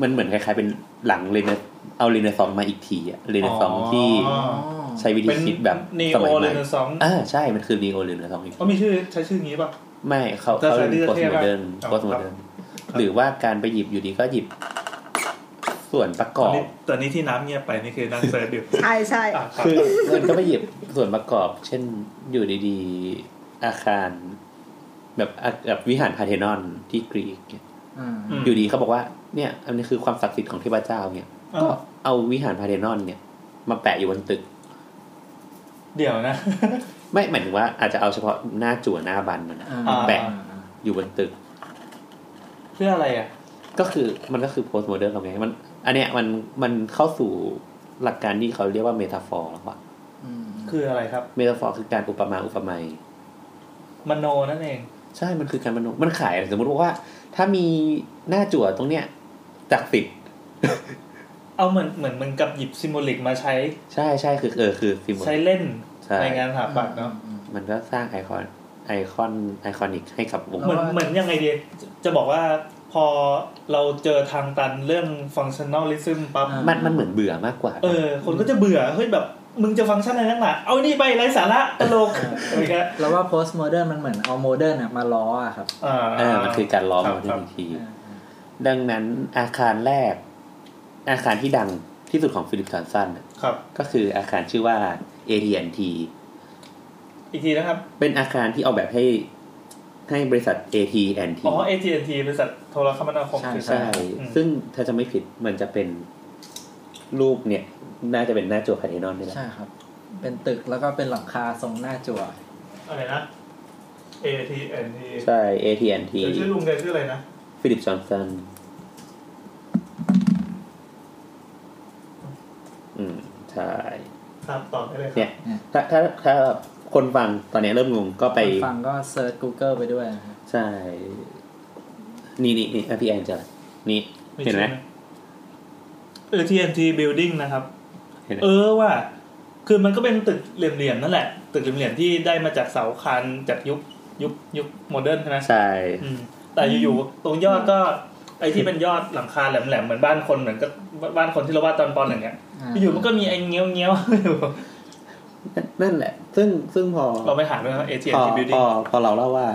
[SPEAKER 3] มันเหมือนคล้ายๆเป็นหลังเรเนเอาเรเนซองส์มาอีกทีอะเรเนซองส์ที่
[SPEAKER 2] อ๋อ
[SPEAKER 3] ใช้วิธี
[SPEAKER 2] เป็น
[SPEAKER 3] คิดแบบ
[SPEAKER 2] นี
[SPEAKER 3] ส
[SPEAKER 2] โอ
[SPEAKER 3] มัยให
[SPEAKER 2] เร
[SPEAKER 3] ม่
[SPEAKER 2] เนซองส์
[SPEAKER 3] อ่าใช่มันคือนีโอเรเนซองส์อีก
[SPEAKER 2] เขามีชื่อใช้ชื่องี้ป่ะ
[SPEAKER 3] ไม่เขา
[SPEAKER 2] แต่
[SPEAKER 3] เขา
[SPEAKER 2] ใช้
[SPEAKER 3] เป็น
[SPEAKER 2] ที่
[SPEAKER 3] โพส
[SPEAKER 2] เทีย
[SPEAKER 3] ต์
[SPEAKER 2] บ
[SPEAKER 3] โมเดิร์น
[SPEAKER 2] ครับ
[SPEAKER 3] โพสต์โมเดิร์น
[SPEAKER 2] ครับ
[SPEAKER 3] หรือว่าการไปหยิบอยู่ดีก็หยิบ ส่วนประก
[SPEAKER 2] ตอ
[SPEAKER 3] อน บ
[SPEAKER 2] นี้ตอนนี้ที่น้ำเงียบไปนี่คือนั่งเซิร์ชอยู่
[SPEAKER 5] ใช่ใช่
[SPEAKER 2] อ่ะรับ
[SPEAKER 3] คือมันก็ไปหยิบส่วนประกอบ เช่นอยู่ดีๆอาคาร แบบอาแบบวิหารพาร์เทนอนที่กรีกเนี่ย
[SPEAKER 4] อืม
[SPEAKER 2] ม
[SPEAKER 3] อยู่ดีเขาบอกว่าเนี่ยอันนี้คือความศักดิ์สิทธิ์ของเทพเจ้าเนี่ย
[SPEAKER 2] อ่ะ
[SPEAKER 3] ก็เอาวิหารพาร์เทนอนเนี่ย มาแปะอยู่บนตึก
[SPEAKER 2] เดี๋ยวนะ
[SPEAKER 3] ไม่หมายถึงว่าอาจจะเอาเฉพาะหน้าจั่วหน้าบันมันนะ
[SPEAKER 2] อ่า
[SPEAKER 3] แปะอยู่บนตึก
[SPEAKER 2] เพื่ออะไรอ่ะ
[SPEAKER 3] ก็คือมันก็คือโพสต์โมเดิร์นเราไงมัน อันเนี้ยมันมันเข้าสู่หลักการที่เขาเรียกว่าเมตาฟอร์แล้วอะ
[SPEAKER 4] อืม
[SPEAKER 2] คืออะไรครับ
[SPEAKER 3] เมตาฟอร์คือการอุปมาอุปไมย
[SPEAKER 2] มโนนั่นเอง
[SPEAKER 3] ใช่มันคือการมโนมันขายอะไรสมมติว่า ถ้ามีหน้าจั่วตรงเนี้ยจากสิบ
[SPEAKER 2] เอาเหมือนเหมือนมึงกับหยิบซิมโบลิกมาใช้
[SPEAKER 3] ใช่ใช่คือเออคือซิมโบล
[SPEAKER 2] ใช้เล่น
[SPEAKER 3] ใช่
[SPEAKER 2] ในงานสถาปัตย์เนาะ
[SPEAKER 4] อืม
[SPEAKER 3] มันก็สร้างไอคอนไอคอนไอคอนิกให้กับวง
[SPEAKER 2] เหมือนเหมือนยังไงดีจะจะบอกว่าพอเราเจอทางตันเรื่องฟังชั่น a ลลิซึมปั๊บ
[SPEAKER 4] อ่า
[SPEAKER 3] มันมันเหมือนเบื่อมากกว่า
[SPEAKER 2] เออ คนก็จะเบื่อ เฮ้ยแบบ มึงจะฟังก์ชันอะไรนักหนาเอานี่ไปไร้สาระตลกอะไรเงี้ย
[SPEAKER 4] แล้วว่า post modern มันเหมือนเอา modern อะมาล้ออะครับ
[SPEAKER 2] อ่า
[SPEAKER 3] เออมันคือการล้อม
[SPEAKER 2] ครับ
[SPEAKER 3] มา
[SPEAKER 2] ครับ
[SPEAKER 3] ทีทีดังนั้นอาคารแรก อาคารที่ดัง ที่สุดของฟิลิปสันสันน่ะ
[SPEAKER 2] ครับ
[SPEAKER 3] ก็คืออาคารชื่อว่า AT&T
[SPEAKER 2] อีกทีนะครับ
[SPEAKER 3] เป็นอาคารที่ออกแบบให้ให้บริษัท AT&T
[SPEAKER 2] อ๋อ AT&T บริษัทโทรคมนาคม
[SPEAKER 4] ใช่
[SPEAKER 2] สื่อสา
[SPEAKER 3] ใช่
[SPEAKER 2] รอืม
[SPEAKER 3] ซึ่งถ้าจะไม่ผิดมันจะเป็นรูปเนี่ย น่าจะเป็นหน้าจั่วไพเทนอนนี่แหละ
[SPEAKER 4] ใช่ครับ เป็นตึกแล้วก็เป็นหลังคาทรงหน้าจั่ว
[SPEAKER 2] อะไรนะ AT&T
[SPEAKER 3] ใช่ AT&T
[SPEAKER 2] เดี๋ยวชื่อลุงแกชื่ออะไรนะ
[SPEAKER 3] ฟิลิปจอห์นสันอืม ใช่
[SPEAKER 2] ครับตอบได้เลยค
[SPEAKER 3] เนี่
[SPEAKER 2] รับ
[SPEAKER 3] ย ถ้าถ้าถ้าคนฟังตอนเนี้ยเริ่มงงก็ไป
[SPEAKER 4] ฟังก็เซิร์ช Google ไปด้วยนะครับ
[SPEAKER 3] ใช่ นี่นี่นี่อ่ะพี่แอนเจอนี่ เห็นไหม
[SPEAKER 2] เออ TNT Building นะครับ
[SPEAKER 3] เห็นไหม
[SPEAKER 2] เออว่า คือมันก็เป็นตึกเหลี่ยมๆนั่นแหละ ตึกเหลี่ยมๆที่ได้มาจากเสาคานจากยุคยุคยุคโมเดิร์นใช่ไหม
[SPEAKER 3] ใช่
[SPEAKER 2] อืมแต่อยู่ๆตรงยอดก็ ไอ้ที่เป็นยอดหลังคาแหลมๆเหมือนบ้านคนเหมือนก็บ้านคนที่เราว่าดตอนปอนหนึ่งเนี่ย
[SPEAKER 4] า
[SPEAKER 2] อยู่ๆมันก็มีไอ้เงี้ยวเงี้ยวๆ อยู่
[SPEAKER 3] นั่นแหละ ซึ่งซึ่งพอ
[SPEAKER 2] เราไปหาด้วยนะ
[SPEAKER 3] พอ
[SPEAKER 2] AT&T
[SPEAKER 3] พอ
[SPEAKER 2] Building
[SPEAKER 3] พอเราเล่าว่า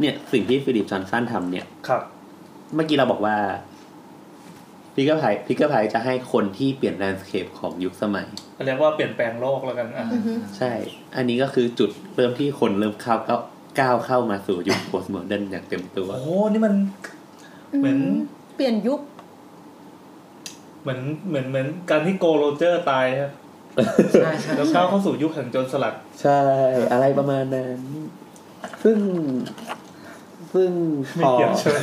[SPEAKER 3] เนี่ยสิ่งที่ฟิลิปจอห์นสันทำเนี่ย
[SPEAKER 2] ครับ
[SPEAKER 3] เมื่อกี้เราบอกว่าพิกเกอร์ไพพิกเกอร์ไพจะให้คนที่เปลี่ยนแลนด์สเคปของยุคสมัย
[SPEAKER 2] เรียกว่าเปลี่ยนแปลงโลกแล้วกัน
[SPEAKER 4] อ่า
[SPEAKER 2] อ่ะ
[SPEAKER 3] ใช่ อันนี้ก็คือจุดเริ่มที่คนเริ่มเข้าก็ก้าวเข้ามาสู่ยุคโพสต์โมเดิร์นอย่างเต็มตัว
[SPEAKER 2] โอ้โหนี่มัน เหมือน
[SPEAKER 5] เปลี่ยนยุค
[SPEAKER 2] เหมือนเหมือนเหมือนการที่โกโรเจอร์ตายครับ
[SPEAKER 4] ใช่ใช่
[SPEAKER 2] แล้ว
[SPEAKER 4] ใช่
[SPEAKER 2] เข้าเข้าสู่ยุคแห่งโจรสลัด
[SPEAKER 3] ใช่ อะไรประมาณนั้น ซึ่ง ซึ่ง
[SPEAKER 2] ไม่
[SPEAKER 3] พอ
[SPEAKER 2] เกี่ยวใช่ไหม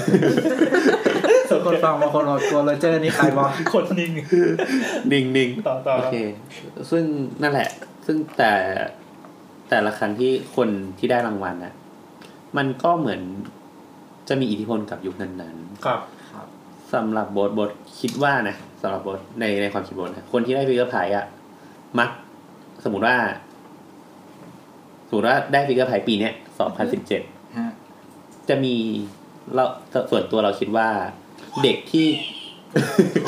[SPEAKER 4] คนฟังบางคนบอกกลัวโรเจอร์นี่ใครวะ
[SPEAKER 2] คนนิ่ง
[SPEAKER 3] นิ่งนิ่งๆ
[SPEAKER 2] ต่อต่อ
[SPEAKER 3] โอ
[SPEAKER 2] ครับ
[SPEAKER 3] เค ซึ่งนั่นแหละ ซึ่งแต่แต่ละครั้งที่คนที่ได้รางวัลนะมันก็เหมือนจะมีอิทธิพลกับยุคนั้น
[SPEAKER 2] ครับ
[SPEAKER 3] ๆสำหรับโบทโบทคิดว่านะสำหรับโบทในในความคิดโบทนะคนที่ได้ฟิกเกอร์ไพอะมัก สมมติว่า สมมติว่าได้ฟิกเกอร์ไพปีเนี้ยสองพันสิบเจ็ด
[SPEAKER 4] ฮะ
[SPEAKER 3] จะมีเราส่วนตัวเราคิดว่า เด็กที่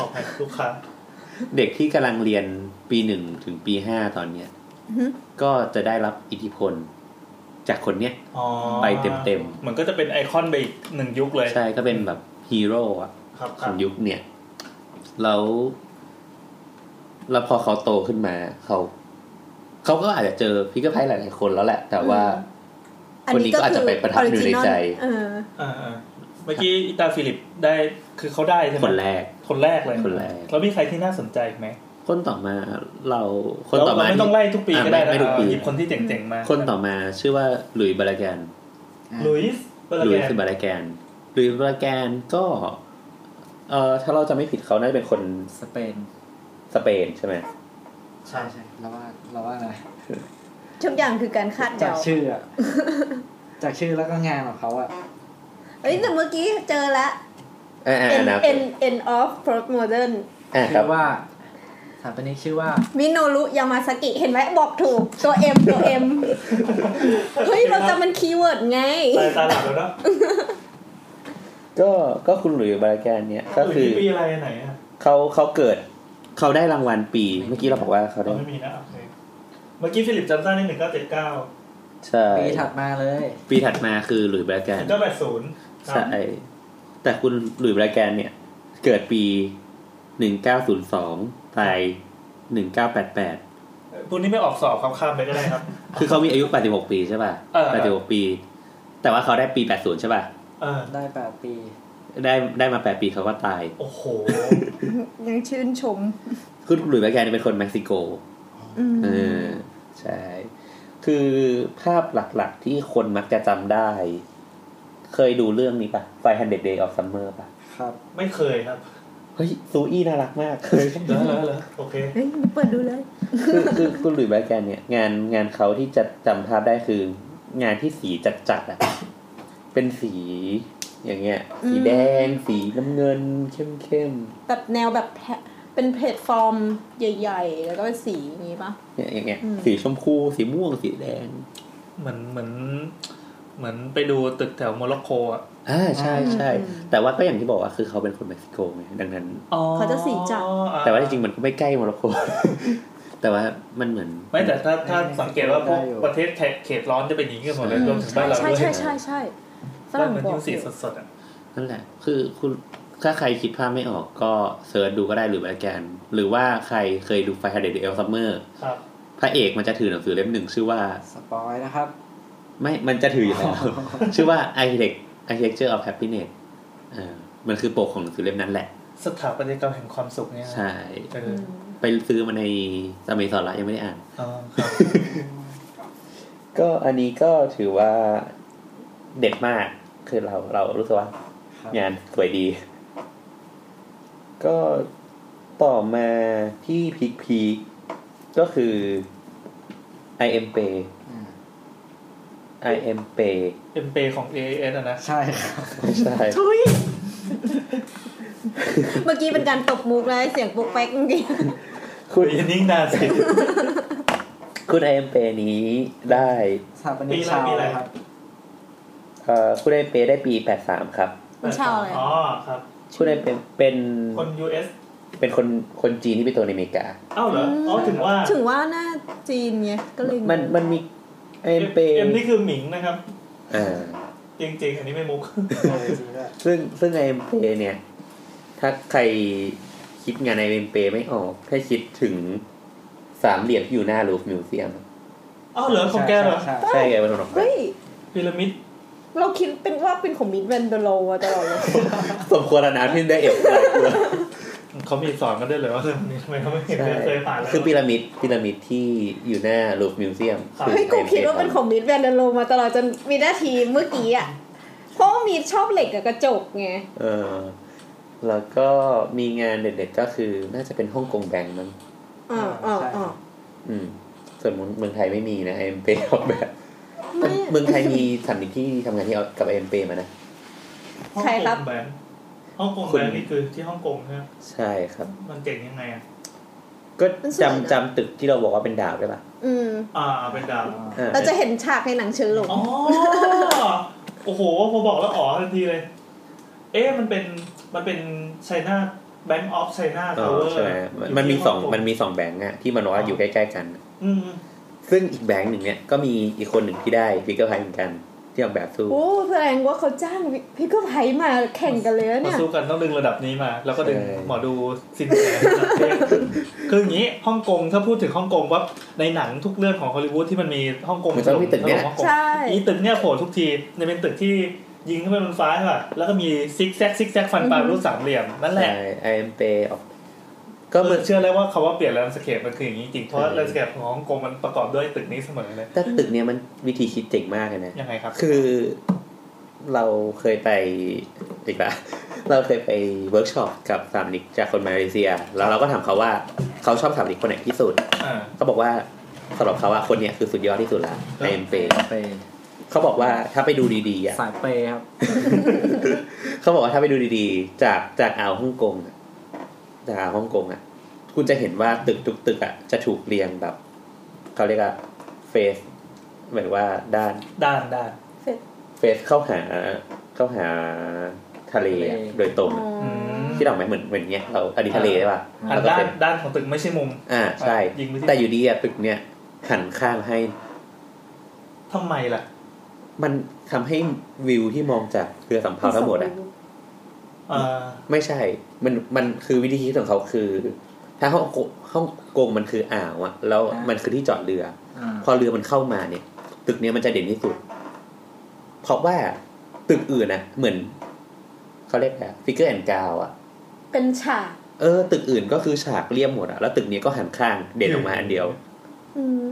[SPEAKER 2] ขอให้ลูกค้า
[SPEAKER 3] เด็กที่กำลังเรียนปีหนึ่งถึงปีห้าตอนเนี้ย
[SPEAKER 5] อือฮึ
[SPEAKER 3] ก็จะได้รับอิทธิพลจากคนเนี้ย
[SPEAKER 2] อ๋อ
[SPEAKER 3] ไปเต็ม
[SPEAKER 2] มันก็จะเป็นไอคอนไปอีกหนึ่งยุคเลย
[SPEAKER 3] ใช่ก็เป็นแบบฮีโร่อะ
[SPEAKER 2] ครับค
[SPEAKER 3] ข
[SPEAKER 2] รั
[SPEAKER 3] อบ งยุคเนี่ยแล้วแล้วพอเขาโตขึ้นมา เขาเขาก็อาจจะเจอพิกเกอร์ไพหลายๆคนแล้วแหละ แต่ว่า คนนี้ก็อาจจะไปประทับอยู่ในใจ
[SPEAKER 5] เออ
[SPEAKER 2] อ่าอ่าเมื่อกี้อิตาฟิลิปได้คือเขาได้ใช่ไหม
[SPEAKER 3] คนแรก
[SPEAKER 2] คนแรกเลย
[SPEAKER 3] คนแรก
[SPEAKER 2] แล้วมีใครที่น่าสนใจอีกไหม
[SPEAKER 3] คนต่อมาเราคนต่อ
[SPEAKER 2] เรา
[SPEAKER 3] มา
[SPEAKER 2] ไม่ต้องไล่ทุกปีก็ได้นะ
[SPEAKER 3] อ่าไม่ไม่ทุกปี
[SPEAKER 2] เอาหยิบคนที่เจ๋งๆมา
[SPEAKER 3] คนต่อมาชื่อว่าหลุยส์บาลาแกน
[SPEAKER 4] อ่า
[SPEAKER 2] ลุยส์เบล
[SPEAKER 3] หลุย
[SPEAKER 2] แกน
[SPEAKER 3] ส์บาลาแกนหลุยส์บาลาแกนก็ เอ่อถ้าเราจะไม่ผิดเขาน่าจะเป็นคน
[SPEAKER 4] สเปน
[SPEAKER 3] สเปนใช่ไหม
[SPEAKER 4] ใช่ใช่เราว่าเราว่าอะไร
[SPEAKER 5] ทุกอย่างคือการคาด
[SPEAKER 4] จาก
[SPEAKER 5] เดา
[SPEAKER 4] ชื่อ อะ จากชื่อแล้วก็งานของเขาอะ
[SPEAKER 5] เอ้ยแต่เมื่อกี้เจอละ
[SPEAKER 3] อ่าอ่า
[SPEAKER 5] เอ็น
[SPEAKER 3] อ่านะ
[SPEAKER 5] เอ็นเอ็นออฟโปรโมเดิร์น
[SPEAKER 3] อ่าครั
[SPEAKER 4] ชื่
[SPEAKER 3] บ
[SPEAKER 4] อว่าสถาปนิกชื่อว่า
[SPEAKER 5] มิโนรุยามาสกิเห็นไหมบอกถูกตัวเอ็มตัวเอ็มเฮ้ย เราจะมันคีย์เวิร์ดไง
[SPEAKER 2] ตายตาหลับแล้วเนาะ
[SPEAKER 3] ก็ก็คุณหลุยส์บาลาแกนเนี่ย ก็คือ
[SPEAKER 2] หลุยส์ปีอะไรอันไหนอ่ะ
[SPEAKER 3] เขาเขาเกิด เขาได้รางวัลปี เมื่อกี้เราบอกว่าเขาได้
[SPEAKER 2] เราไม่มีนะโอเคเมื่อกี้ฟิลิปจำได้หนึ่งเก้าเจ็ดเก้า
[SPEAKER 3] ใช่
[SPEAKER 4] ปีถัดมาเลย
[SPEAKER 3] ปีถัดมาคือหลุยส์บาลาแกน
[SPEAKER 2] เก้าแปดศูนย์
[SPEAKER 3] ใช่แต่คุณหลุยส์บาลาแกนเนี่ย เกิดปีหนึ่งเก้าศูนย์สองตายหนึ่งเก้าแปดแปด
[SPEAKER 2] พวกนี้ไม่ออกสอบครับข้ามไปก็ได้ครับ
[SPEAKER 3] คือเขามีอายุ 86 ปีใช่ป่ะ
[SPEAKER 2] เออ
[SPEAKER 3] 86 ปี แต่ว่าเขาได้ปี 80 ใช่ป่ะ
[SPEAKER 2] เออ
[SPEAKER 4] ได้แปดปี
[SPEAKER 3] ได้ได้มา 8 ปีเขาก็ตาย
[SPEAKER 2] โอ้โห
[SPEAKER 5] ยังชื่นชม
[SPEAKER 3] คือหลุยส์แบแกนเป็นคนเม็กซิโก
[SPEAKER 5] อืม
[SPEAKER 3] เออ ใช่ คือภาพหลักๆที่คนมักจะจำได้ เคยดูเรื่องนี้ป่ะ 500 Day of Summer ป่ะ
[SPEAKER 4] ครับ
[SPEAKER 2] ไม่เคยครับ
[SPEAKER 3] เฮ้ย ซูอี้น่ารักมาก เคย
[SPEAKER 2] เหรอเหรอเหรอโอเค
[SPEAKER 5] เฮ้ยเปิดดูเลย
[SPEAKER 3] คือคือคุณหลุยส์แบแกนเนี่ย งานงานเขาที่จะจำภาพได้คือ งานที่สีจัดๆอะ เป็นสีอย่างเงี้ย สีแดง สีน้ำเงินเข้มๆ
[SPEAKER 5] แบบแนวแบบแพลเป็นเพจฟอร์มใหญ่ ๆ แล้วก็เป็นสีอย่างนี้ปะ
[SPEAKER 3] เนี่ยอย่างเงี้ย
[SPEAKER 5] อืม
[SPEAKER 3] สีชมพูสีม่วงสีแดง
[SPEAKER 2] เหมือนเหมือน เหมือนไปดูตึกแถวโมร็อกโกอ่ะ
[SPEAKER 3] อ่าใช่ใช่
[SPEAKER 5] อืม
[SPEAKER 3] แต่ว่าก็อย่างที่บอกว่าคือเขาเป็นคนเม็กซิโกไงดังนั้น
[SPEAKER 5] เขาจะสีจัด
[SPEAKER 2] อ่
[SPEAKER 3] แต่ว่าจริงๆมันก็ไม่ใกล้โมร็อกโก แต่ว่ามันเหมือน
[SPEAKER 2] ไม่แต่ถ้าถ้า
[SPEAKER 4] ไม่
[SPEAKER 2] สังเกตว่าพวก
[SPEAKER 4] ได้อยู่
[SPEAKER 2] ประเทศแถบเขตร้อนจะเป็นอย่างนี้กันหมดเลย
[SPEAKER 3] ใช่
[SPEAKER 2] รวมถึงบ้านเรา
[SPEAKER 5] ใช่
[SPEAKER 2] ด้วย
[SPEAKER 5] ใช่ใช่ใช่ฝ
[SPEAKER 2] บ้าน
[SPEAKER 5] รั่ง
[SPEAKER 2] มัน
[SPEAKER 5] บอ
[SPEAKER 2] ยู
[SPEAKER 5] ก
[SPEAKER 2] สี
[SPEAKER 5] อยู่
[SPEAKER 2] สดๆอ่ะ
[SPEAKER 3] นั่นแหละ คือคุณ ถ้าใครคิดภาพไม่ออกก็เสิร์ชดูก็ได้หรือแบแกน หรือว่าใครเคยดูไฟฮาเดดเอลซัมเมอร์
[SPEAKER 2] ครับ
[SPEAKER 3] พระเอกมันจะถือหนังสือเล่มหนึ่งชื่อว่า
[SPEAKER 4] สปอยนะครับ
[SPEAKER 3] ไม่ มันจะถืออยู่แล้ว ชื่อว่า Architect Architecture of Happiness เออมันคือปกของหนังสือเล่มนั้นแหละ
[SPEAKER 2] สถาปัตยกรรมแห่งความสุขเนี่ย
[SPEAKER 3] ใช่
[SPEAKER 2] เออ
[SPEAKER 3] ไปซื้อมาในสมัยสอนละยังไม่ได้อ่าน
[SPEAKER 2] อ๋อครับ
[SPEAKER 3] ก็อันนี้ก็ถือว่าเด็ดมาก คือเราเรารู้สึกว่า
[SPEAKER 4] ครับ
[SPEAKER 3] งานสวยดี ก็ต่อมาที่พีคพีคก็คือ I M P
[SPEAKER 4] อ่า
[SPEAKER 3] I M P
[SPEAKER 2] เอ็มเปของ AIS อะนะ
[SPEAKER 4] ใช่ครับ
[SPEAKER 3] ไม่ใช่
[SPEAKER 5] ทุยเมื่อกี้เป็นการตบมุกเลยเสียงปุ๊กแป๊กจริง
[SPEAKER 3] คุณ
[SPEAKER 2] อย่านิ่งนานสิ
[SPEAKER 3] คุณ I M P นี้ได้
[SPEAKER 4] สถาปนิกชาว
[SPEAKER 2] ปีอะไรปีอะไร
[SPEAKER 4] ครับ
[SPEAKER 3] เอ่อคุณ I M P ได้ปี 83 ครับ
[SPEAKER 5] ๆมันเช่าเลย
[SPEAKER 2] อ๋อครับ
[SPEAKER 3] คุณ I M P เป็น
[SPEAKER 2] คน US
[SPEAKER 3] เป็นคนคนจีนที่ไปโตในอเมริกา
[SPEAKER 2] เอ้าเหรออ๋อถึงว่า
[SPEAKER 5] ถึงว่าหน้าจีนไงก็เลย
[SPEAKER 3] มันมันมี I
[SPEAKER 2] เอ็
[SPEAKER 3] M P
[SPEAKER 2] มนี่คือหมิงนะครับ
[SPEAKER 3] อ่า
[SPEAKER 2] จริงๆ อันนี้ไม่มุก
[SPEAKER 3] ซึ่งซึ่งไอเอ็มเปเนี่ย ถ้าใครคิดงานไอเอ็มเปไม่ออกให้คิดถึงสามเหลี่ยมที่อยู่หน้ารูฟมิวเซียม
[SPEAKER 2] เอ้าเหรอของแกเหรอ
[SPEAKER 4] ใช่ใช่
[SPEAKER 3] ใช่ไงมันออกไป
[SPEAKER 5] เฮ้ย
[SPEAKER 2] พีระมิด
[SPEAKER 5] เราคิดเป็นว่าเป็นของมิดแวนเดโลอะตลอดเลย
[SPEAKER 3] สมควรแล้วนะที่ได้เอฟอะไรตัว
[SPEAKER 2] เขามีสอนกันด้วยเลยว่าเรื่องนี้ทำไมเขาไม่เห็น
[SPEAKER 3] ใช่
[SPEAKER 2] เคยผ่านแล้ว
[SPEAKER 3] คือพีระมิดพีระมิดที่อยู่หน้ารูฟมิวเซียม
[SPEAKER 5] เฮ้ยกูคิดว่าเป็นของมิดแวนเดโลมาตลอดจนมีหน้าทีเมื่อกี้อะเพราะว่ามีชอบเหล็กกับกระจกไง
[SPEAKER 3] เออแล้วก็มีงานเด็ดๆก็คือน่าจะเป็นฮ่องกงแบงก์มั้ง
[SPEAKER 5] อ่าอ่าอ่า
[SPEAKER 3] อืม ส่วนเมืองไทยไม่มีนะไอเอ็มเป ออกแบบ
[SPEAKER 5] ไม่
[SPEAKER 3] เมืองไทยมีสำนักที่ทำงานที่เอากับไอเอ็มเปมานะ
[SPEAKER 2] ฮ่องกงแบงค์ฮ่องกงแบงค์นี่คือที่ฮ่องกงใช่ไหม
[SPEAKER 3] ใช่ครับ
[SPEAKER 2] มันเจ๋งยังไงอ่ะ
[SPEAKER 3] ก็จำจำตึกที่เราบอกว่าเป็นดาวได้ปะ
[SPEAKER 5] อืม
[SPEAKER 2] อ่าเป็นดาว
[SPEAKER 3] ออ
[SPEAKER 5] เราจะเห็นฉากในหนังชื้อหลง
[SPEAKER 2] อ๋อ โอ้โห พอบอกแล้วอ๋อทันทีเลย เอ๊ะ มันเป็น มันเป็นไชน่าแบงก์ออฟไชน่า
[SPEAKER 3] เอ
[SPEAKER 2] ทาวเว
[SPEAKER 3] อ
[SPEAKER 2] อร์
[SPEAKER 3] ใช่ไหมมันมันมีสองมันมีสองแบงก์อะที่มันว่าอยู่ใกล้ๆกัน
[SPEAKER 2] อืมอืม
[SPEAKER 3] ซึ่งอีกแบงก์หนึ่งเนี่ยก็มีอีกคนหนึ่งที่ได้ฟิกเกอร์ไพเหมือนกัน ที่ออกแบบสู้
[SPEAKER 5] โอ้แสดงว่าเขาจ้างพี่ก็ไพมาแข่งกันเลยนะ
[SPEAKER 2] มา
[SPEAKER 5] เนี่ย
[SPEAKER 2] สู้กันต้องดึงระดับนี้มา แล้วก็ดึงหมอดูสินแสระดับเทพคืออย่างนี้ ฮ่องกง ถ้าพูดถึงฮ่องกงว่าในหนังทุกเรื่องของฮอลลีวูดที่มันมีฮ่องกง
[SPEAKER 3] มันต้องมีตึกเนี่ย
[SPEAKER 2] ถล่มฮ่องกง
[SPEAKER 5] ใช่
[SPEAKER 2] อีตึกเนี่ยโผล่ทุกทีในเป็นตึกที่ยิงขึ้นไปบนฟ้าใช่ป่ะ แล้วก็มีซิกแซกซิกแซกฟันปลารูปสามเหลี่ยมนั่นแห
[SPEAKER 3] ใช่
[SPEAKER 2] ละ
[SPEAKER 3] ไอเอ็มเปออก ก็
[SPEAKER 2] ก็
[SPEAKER 3] มั
[SPEAKER 2] มัน นเชื่อเลยว่าคำว่าเปลี่ยนแลนด์สเคปมันคืออย่างนี้จริงเพราะ
[SPEAKER 3] ใช่
[SPEAKER 2] แลนด์สเคปของฮ่องกงมันประกอบด้วยตึกนี้เสมอเลย
[SPEAKER 3] แต่ตึกเนี่ยมันวิธีคิดเจ๋งมากเลยนะ
[SPEAKER 2] ยังไงครับ
[SPEAKER 3] คือเราเคยไปอีกละ เราเคยไปเวิร์กช็อปกับสถามนิกจากคนมาเลเซีย แล้วเราก็ถามเขาว่าเขาชอบสถามนิกคนไหนที่สุด
[SPEAKER 2] อ่า
[SPEAKER 3] เขาบอกว่าสำหรับเขาอะคนเนี้ยคือสุดยอดที่สุดละไอเอ็มเป
[SPEAKER 4] ไป
[SPEAKER 3] เขาบอกว่าถ้าไปดูดี ๆอ่ะ
[SPEAKER 4] สายเปย์ครับ
[SPEAKER 3] เขาบอกว่าถ้าไปดูดีๆ จากจากอ่าวฮ่องกงอะจากอ่าวฮ่องกงอ่ะ คุณจะเห็นว่าตึกทุกตึกอ่ะจะถูกเรียงแบบเขาเรียกอะเฟสหมายถึงว่าด้าน
[SPEAKER 2] ด้านด้าน
[SPEAKER 3] เฟสเข้าหาเข้าหาทะเลอะ
[SPEAKER 4] ทะเล
[SPEAKER 3] โดยตรง
[SPEAKER 5] อ๋อ
[SPEAKER 3] อะ
[SPEAKER 5] อ
[SPEAKER 2] ม
[SPEAKER 3] ที่เราไหมเหมือนเหมือนเนี้ยเราอันนี้ทะเลใช่ป่ะ
[SPEAKER 2] หัน
[SPEAKER 3] แล้ว
[SPEAKER 2] ด้าน
[SPEAKER 3] ก็เป็น
[SPEAKER 2] ด้านของตึกไม่ใช่มุม
[SPEAKER 3] อ่าใช่
[SPEAKER 2] ยิงไปที่
[SPEAKER 3] แต่อยู่ดีอ่ะตึกเนี้ยหันข้างให้
[SPEAKER 2] ทำไมล่ะ
[SPEAKER 3] มันทำให้วิวที่มองจากเรือสำเภาทั้งหมดอ่ะ
[SPEAKER 2] เออ
[SPEAKER 3] ไม่ใช่ มัน มันคือวิธีคิดของเขาคือ ถ้าฮ่องกงฮ่องกงมันคืออ่าวอะแล้ว
[SPEAKER 4] อ่ามั
[SPEAKER 3] มันคือที่จอดเรือ
[SPEAKER 4] อ่า
[SPEAKER 3] พอเรือมันเข้ามาเนี่ย ตึกเนี้ยมันจะเด่นที่สุด เพราะว่าตึกอื่นนะเหมือน เขาเรียกอะไรฟิกเกอร์แอนกาวอะ
[SPEAKER 5] เป็นฉาก
[SPEAKER 3] เออ ตึกอื่นก็คือฉากเรียบหมดอะแล้วตึกเนี้ยก็หันข้างเด่นออกมาอันเดียว
[SPEAKER 5] อืม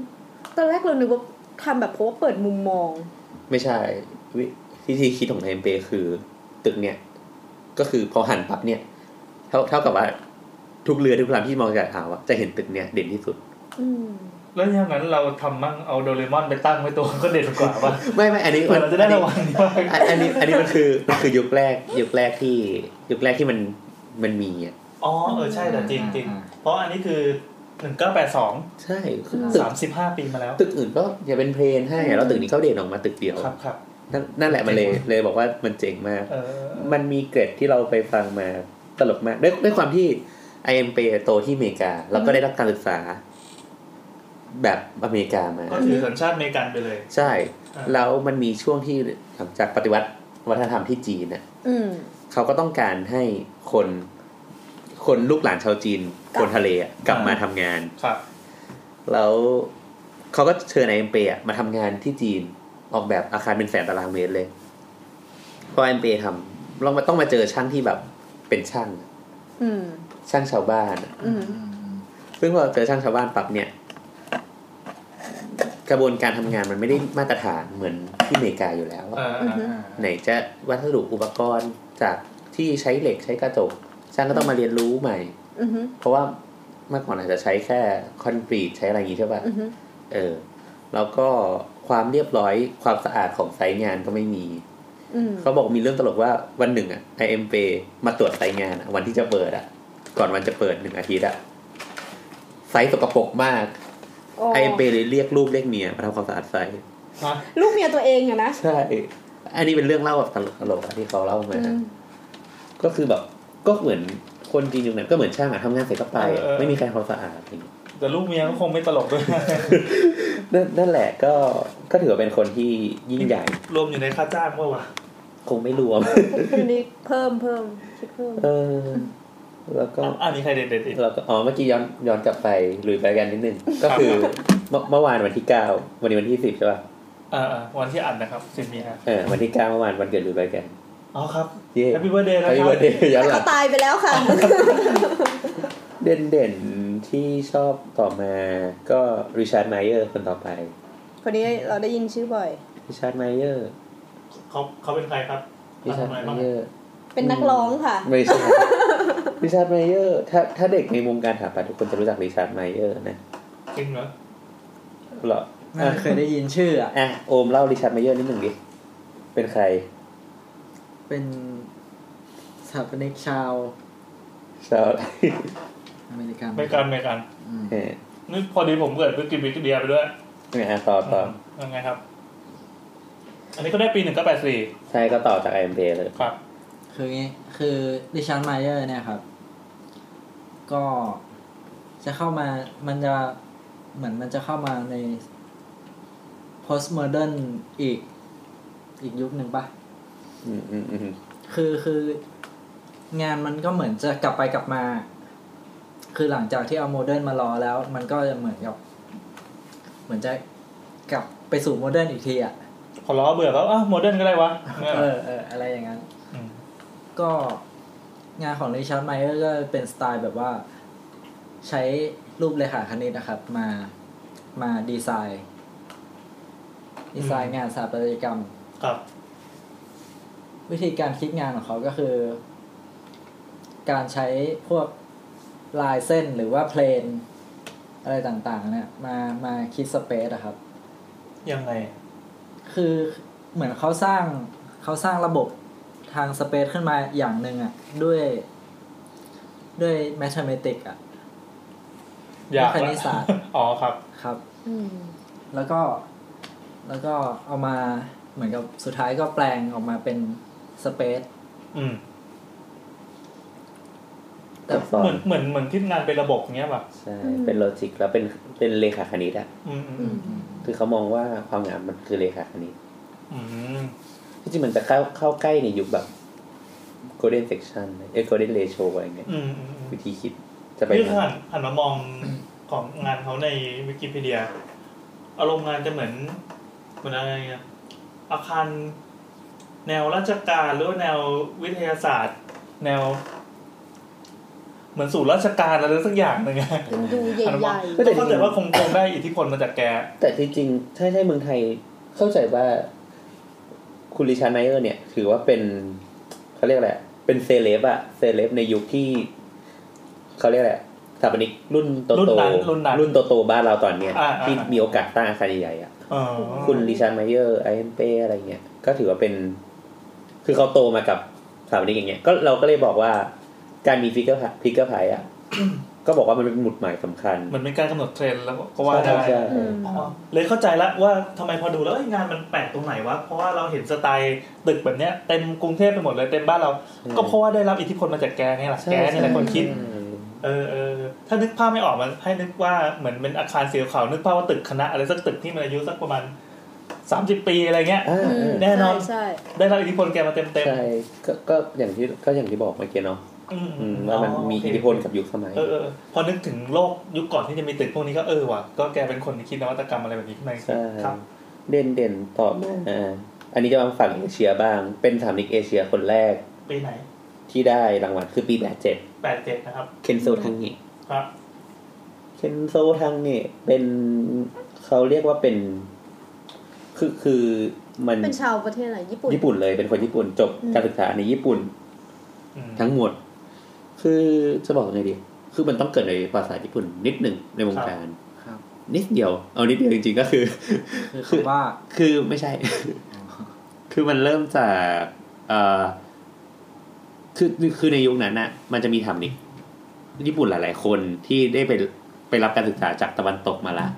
[SPEAKER 5] ตอนแรกเรานึกว่าทำแบบเพราะว่าเปิดมุมมอง
[SPEAKER 3] ไม่ใช่วิวิธีคิดของไทมเปคือ ตึกเนี่ย ก็คือพอหันปั๊บเนี่ย เท่าเท่ากับว่า ทุกเรือทุกลำที่มองจากอ่าวอะจะเห็นตึกเนี่ยเด่นที่สุด
[SPEAKER 5] อืม
[SPEAKER 2] แล้วอย่างนั้นเราทำมั่งเอาโดเรมอนไปตั้งไว้ตัวก็เด่นกว่าป่ะ
[SPEAKER 3] ไม่ไม่อันนี้
[SPEAKER 2] เผื่อเราจะได้ระวังบ้าง
[SPEAKER 3] อันอันนี้ อันนี้มันคือมันคือยุคแรก ยุคแรกที่ ยุคแรกที่มันมันมีอ่ะ
[SPEAKER 2] อ๋อเออใช่แต่จริงจริง
[SPEAKER 4] อ่า
[SPEAKER 2] เพราะอันนี้คือหนึ่งเก้าแปดสอง
[SPEAKER 3] ใช่คือตึก
[SPEAKER 2] สามสิบห้าปีมาแล้ว
[SPEAKER 3] ตึกอื่นก็อย่าเป็นเพลนให้อะแล้วตึกนี้เขาเด่นออกมาตึกเดียว
[SPEAKER 2] ครับครับ
[SPEAKER 3] นั่นนั่นแหละมันเลยเลยบอกว่ามันเจ๋งมาก
[SPEAKER 2] เออ
[SPEAKER 3] มันมีเกร็ดที่เราไปฟังมาตลกมากด้วยด้วยความที่ i m p โตที่อเมริกา แล้วก็ได้รับการศึกษา แบบอเมริกามา
[SPEAKER 2] ก็ถือสัญชาติอเมริกันไปเลย
[SPEAKER 3] ใช่
[SPEAKER 2] อ่า
[SPEAKER 3] แล้วมันมีช่วงที่หลังจากปฏิวัติวัฒนธรรมที่จีนน่ะ
[SPEAKER 5] อืม
[SPEAKER 3] เขาก็ต้องการให้คนคนลูกหลานชาวจีน คนทะเลอะกลับมาทำงาน
[SPEAKER 2] ครับ
[SPEAKER 3] แล้วเขาก็เชิญไอเอ็มเปอะมาทำงานที่จีนออกแบบอาคารเป็นแสนตารางเมตรเลยพอไอเอ็มเปทำเรามาต้องมาเจอช่างที่แบบเป็นช่าง
[SPEAKER 5] อืม
[SPEAKER 3] ช่างชาวบ้านอะ
[SPEAKER 5] อืม
[SPEAKER 3] ซึ่งพอเจอช่างชาวบ้านปั๊บเนี่ย กระบวนการทำงานมันไม่ได้มาตรฐานเหมือนที่อเมริกาอยู่แล้วอะ
[SPEAKER 2] อ่า
[SPEAKER 5] อือฮึ
[SPEAKER 3] ไหนจะวัสดุอุปกรณ์จากที่ใช้เหล็กใช้กระจกช่างก็ต้องมาเรียนรู้ใหม่
[SPEAKER 5] อือฮึ
[SPEAKER 3] เพราะว่าเมื่อก่อนอาจจะใช้แค่คอนกรีตใช้อะไรอย่างนี้ใช่ป่ะ
[SPEAKER 5] อือฮึ
[SPEAKER 3] เออ แล้วก็ความเรียบร้อยความสะอาดของไซต์งานก็ไม่มี
[SPEAKER 5] อืม
[SPEAKER 3] เขาบอกมีเรื่องตลกว่าวันหนึ่งอ่ะไอเอ็มเปมาตรวจไซต์งานอะวันที่จะเปิดอ่ะ ก่อนวันจะเปิดหนึ่งอาทิตย์อ่ะไซต์สกปรกมาก
[SPEAKER 5] โอ้
[SPEAKER 3] ไอเอ็มเปเลยเรียกลูกเรียกเมียมาทำความสะอาดไซต์
[SPEAKER 2] ฮะ
[SPEAKER 5] ลูกเมียตัวเองอะนะ
[SPEAKER 3] ใช่อันนี้เป็นเรื่องเล่าแบบตลกๆอะที่เขาเล่ามา
[SPEAKER 5] อืม
[SPEAKER 3] ก็คือแบบก็เหมือนคนจีนอยู่เนี่ยก็เหมือนช่างอะทำงานเสร็จก็ไปอะไม่มีใครทำความสะอาดอย่างเงี้ย
[SPEAKER 2] แต่ลูกเมียก็คงไม่ตลกด้วย
[SPEAKER 3] นั่นนั่นแหละก็ก็ถือว่าเป็นคนที่ยิ่งใหญ่
[SPEAKER 2] รวมอยู่ในค่าจ้างเปล่าวะ
[SPEAKER 3] คงไม่รวม
[SPEAKER 5] อันนี้เพิ่มเพิ่มคิดเพิ่ม
[SPEAKER 3] เออ แล้วก็
[SPEAKER 2] อ่ามีใครเด็ดๆอีก
[SPEAKER 3] แล้วก็อ๋อเมื่อกี้ย้อนย้อนกลับไปหรือไปกันนิดนึง ก็คือเมื่อเมื่อวานวันที่เก้าวันนี้วันที่สิบใช่ป่ะ
[SPEAKER 2] อ่าๆวันที่อัดนะครับสิบมีนา
[SPEAKER 3] เออวันที่เก้าเมื่อวานวันเกิดหรือไปกัน
[SPEAKER 2] อ๋อครับ
[SPEAKER 3] เย่
[SPEAKER 2] แฮปปี้เบิร์ดเดย์นะ
[SPEAKER 3] ไอ้
[SPEAKER 2] ครับ
[SPEAKER 3] วันเดย์ย้อนหลั
[SPEAKER 5] เขา
[SPEAKER 3] ง
[SPEAKER 5] ตายไปแล้ว ค่ะ
[SPEAKER 3] เด่นเด่นๆที่ชอบต่อมาก็ริชาร์ดไมเออร์คนต่อไป
[SPEAKER 5] คนนี้เราได้ยินชื่อบ่อย
[SPEAKER 3] ริชาร์ดไมเออร์
[SPEAKER 2] เขาเขาเป็นใครครับ
[SPEAKER 3] ริชาร์ด
[SPEAKER 2] ทำ
[SPEAKER 3] ไม
[SPEAKER 2] ไมบ้าง
[SPEAKER 3] เออร์
[SPEAKER 5] เป็นนักร้องค่ะ
[SPEAKER 3] ไม่ใช่ ริชาร์ดไมเยอร์ถ้าถ้าเด็กในวงการถาปัตย์ทุกคนจะรู้จักริชาร์ดไมเยอร์นะ
[SPEAKER 2] จริงเหรอ
[SPEAKER 3] เหรอ
[SPEAKER 4] น่า
[SPEAKER 3] อ่ะ
[SPEAKER 4] จะเคยได้ยินชื่ออ่ะ
[SPEAKER 3] อ่ะโอมเล่าริชาร์ดไมเยอร์นิดหนึ่งดิ เป็นใคร
[SPEAKER 4] เป็นสถาปนิกชาว
[SPEAKER 3] ชาวอะไร
[SPEAKER 4] อเมริกัน
[SPEAKER 2] ไม่กันไม่กัน
[SPEAKER 4] อืม
[SPEAKER 3] เออ
[SPEAKER 2] นี่พอดีผมเกิดวิกิวิกิเดียไปด้วย
[SPEAKER 3] เนี่ยอ่ะต่อต่อ
[SPEAKER 2] ยังไงครับ อันนี้ก็ได้ปีหนึ่งก็แปดสี่
[SPEAKER 3] ใช่ก็ต่อจากไอเอ็มเเลย
[SPEAKER 2] ครับ
[SPEAKER 4] คืองี้คือดิชันไมเยอร์เนี่ยครับ ก็จะเข้ามามันจะเหมือนมันจะเข้ามาใน postmodern อีก อีกยุคหนึ่งปะ
[SPEAKER 3] อืมอืมอืม
[SPEAKER 4] คือคืองานมันก็เหมือนจะกลับไปกลับมา คือหลังจากที่เอาโมเดิร์นมารอแล้ว มันก็จะเหมือนกับเหมือนจะกลับไปสู่โมเดิร์นอีกทีอ่ะ
[SPEAKER 2] ขอล้อเบื่อแล้วอ้าวโมเดิร์นก็ได้วะ
[SPEAKER 4] เออเอออะไรอย่างนั้น
[SPEAKER 2] ม
[SPEAKER 4] ก็งานของริชาร์ดไมเออร์ก็เป็นสไตล์แบบว่า ใช้รูปเลขาคณิตนะครับ มามาดีไซน์ ดีไซน์งานสถาปัตยกรรม
[SPEAKER 2] ครับ
[SPEAKER 4] วิธีการคิดงานของเขาก็คือ การใช้พวกลายเส้นหรือว่าเพลน อะไรต่างๆ เนี่ยมามาคิดสเปซอะครับ
[SPEAKER 2] ยังไง
[SPEAKER 4] คือเหมือนเขาสร้างเขาสร้างระบบทางสเปซขึ้นมาอย่างหนึ่งอะด้วย ด้วยแมทเมติกอะ
[SPEAKER 2] อยาก
[SPEAKER 4] คณิตศาสตร์
[SPEAKER 2] อ๋อครับ
[SPEAKER 4] ครับ
[SPEAKER 5] อืม
[SPEAKER 4] แล้วก็แล้วก็เอามาเหมือนกับสุดท้ายก็แปลงออกมาเป็นสเปซ
[SPEAKER 2] อืม
[SPEAKER 3] ซับซ้อ
[SPEAKER 2] เหมือน นเหมือนเหมือนที่งานเป็นระบบอย่างเงี้ยป่ะ
[SPEAKER 3] ใช่ เป็นโลจิกแล้วเป็นเป็นเลขาคณิตอะ
[SPEAKER 2] อืมอืม
[SPEAKER 5] อื
[SPEAKER 2] อื
[SPEAKER 5] ม
[SPEAKER 2] ม
[SPEAKER 3] คือเขามองว่าความงามมันคือเลขาคณิต
[SPEAKER 2] อืม
[SPEAKER 3] ที่จริงมันจะเข้าเข้าใกล้ในยุคแบบ golden section เอ้ golden ratio อะไรเงี้ย
[SPEAKER 2] อืมอืมอืม
[SPEAKER 3] วิธีคิดจะไป
[SPEAKER 2] นี่
[SPEAKER 3] ทาง
[SPEAKER 2] คือหันหันมามองของงานเขาในวิกิพีเดีย อารมณ์งานจะเหมือนเหมือนอะไรเงี้ยอาคารแนวราชการหรือว่าแนววิทยาศาสตร์ แนว เหมือนศูนย์ราชการอะไรสักอย่างหนึ่งอะ
[SPEAKER 5] มันดูใหญ่
[SPEAKER 2] ก็เข้าใจว่าคงคงได้อิทธิพลมาจากแก
[SPEAKER 3] แต่ที่จริงถ้าใช่เมืองไทยเข้าใจว่าคุณริชาร์ดไมเออร์เนี่ย ถือว่าเป็นเขาเรียกอะไรอะเป็นเซเลบอะเซเลบในยุคที่เขาเรียกอะไรอะสถาปนิกรุ่นโต
[SPEAKER 2] รุ่
[SPEAKER 3] โต
[SPEAKER 2] นนั้นรุ่นนั้น
[SPEAKER 3] รุ่นโตโตบ้านเราตอนเนี้ย
[SPEAKER 2] อ่าอ่า
[SPEAKER 3] ที่มีโอกาสตั้งอาคารใหญ่ๆอะ
[SPEAKER 2] เออ
[SPEAKER 3] คุณริชาร์ดไมเออร์ไอเอ็มเป้อะไรเงี้ยก็ถือว่าเป็น คือเขาโตมากับสถาปนิกอย่างเงี้ยก็เราก็เลยบอกว่าการมีฟิกเกอร์พิกเกอร์ไพ อะก็บอกว่ามันเป็นหมุดหมายสำคัญ
[SPEAKER 2] เหมือนเป็นการกำหนดเทรนด์แล้วก็ว่า
[SPEAKER 3] ใช่
[SPEAKER 2] ได้
[SPEAKER 3] ใช่
[SPEAKER 5] ๆอืม
[SPEAKER 2] อ๋อเลยเข้าใจละว่าทำไมพอดูแล้วเอ้ยงานมันแปลกตรงไหนวะ เพราะว่าเราเห็นสไตล์ตึกแบบเนี้ยเต็มกรุงเทพไปหมดเลยเต็มบ้านเรา ก็เพราะว่าได้รับอิทธิพลมาจากแกไงล่ะ
[SPEAKER 3] ใช่
[SPEAKER 2] แกนี่แหละคนคิด
[SPEAKER 3] ใช่
[SPEAKER 2] เออเออถ้านึกภาพไม่ออกมันให้นึกว่าเหมือนเป็นอาคารสีขาวนึกภาพว่าตึกคณะอะไรสักตึกที่มันอายุสักประมาณ สามสิบปีอะไรเงี้ย
[SPEAKER 3] อ่า
[SPEAKER 5] อืม
[SPEAKER 2] แน่นอน
[SPEAKER 5] ใช่
[SPEAKER 2] ได้รับอิทธิพลแกมาเต็มเต็ม
[SPEAKER 3] ใช่ก็ก็อย่างที่ก็อย่างที่บอกเมื่อกี้เนาะอืมว่ามันมีอิทธิพลกับยุคสมัย
[SPEAKER 2] เออเออพอนึกถึงโลกยุคก่อนที่จะมีตึกพวกนี้ก็เออว่ะก็แกเป็นคนที่คิดนวัตกรรมอะไรแบบนี้ขึ้นมา
[SPEAKER 3] ใช่
[SPEAKER 2] ครับ
[SPEAKER 3] เด่นเด่นๆต่อมาอ่าอันนี้จะมาฝั่งเอเชียบ้าง เป็นสถามนิกเอเชียคนแรก
[SPEAKER 2] ปีไหน
[SPEAKER 3] ที่ได้รางวัลคือปี87
[SPEAKER 2] แปดเจ็ดนะครับ
[SPEAKER 3] เคนโซทังเงะ
[SPEAKER 2] ครับ
[SPEAKER 3] เคนโซทังเงะเป็นเขาเรียกว่าเป็น คือคือมัน
[SPEAKER 5] เป็นชาวประเทศอะไรญี่ปุ่น
[SPEAKER 3] ญี่ปุ่นเลยเป็นคนญี่ปุ่นจบ
[SPEAKER 5] อืม
[SPEAKER 3] การศึกษาในญี่ปุ่น
[SPEAKER 2] อืม
[SPEAKER 3] ทั้งหมด คือจะบอกยังไงดี คือมันต้องเกิดในภาษาญี่ปุ่นนิดหนึ่งในวง
[SPEAKER 2] ครับ
[SPEAKER 3] การ
[SPEAKER 4] ครับ
[SPEAKER 3] นิดเดียว เอานิดเดียวจริงๆก็คือ
[SPEAKER 4] คือคือว่า
[SPEAKER 3] คือไม่ ใช่ คือมันเริ่มจากเอ่อคือคือในยุคนั้นน่ะ มันจะมีถามนิกญี่ปุ่นหลาย ๆ คนที่ได้ไปไปรับการศึกษาจากตะวันตกมาละ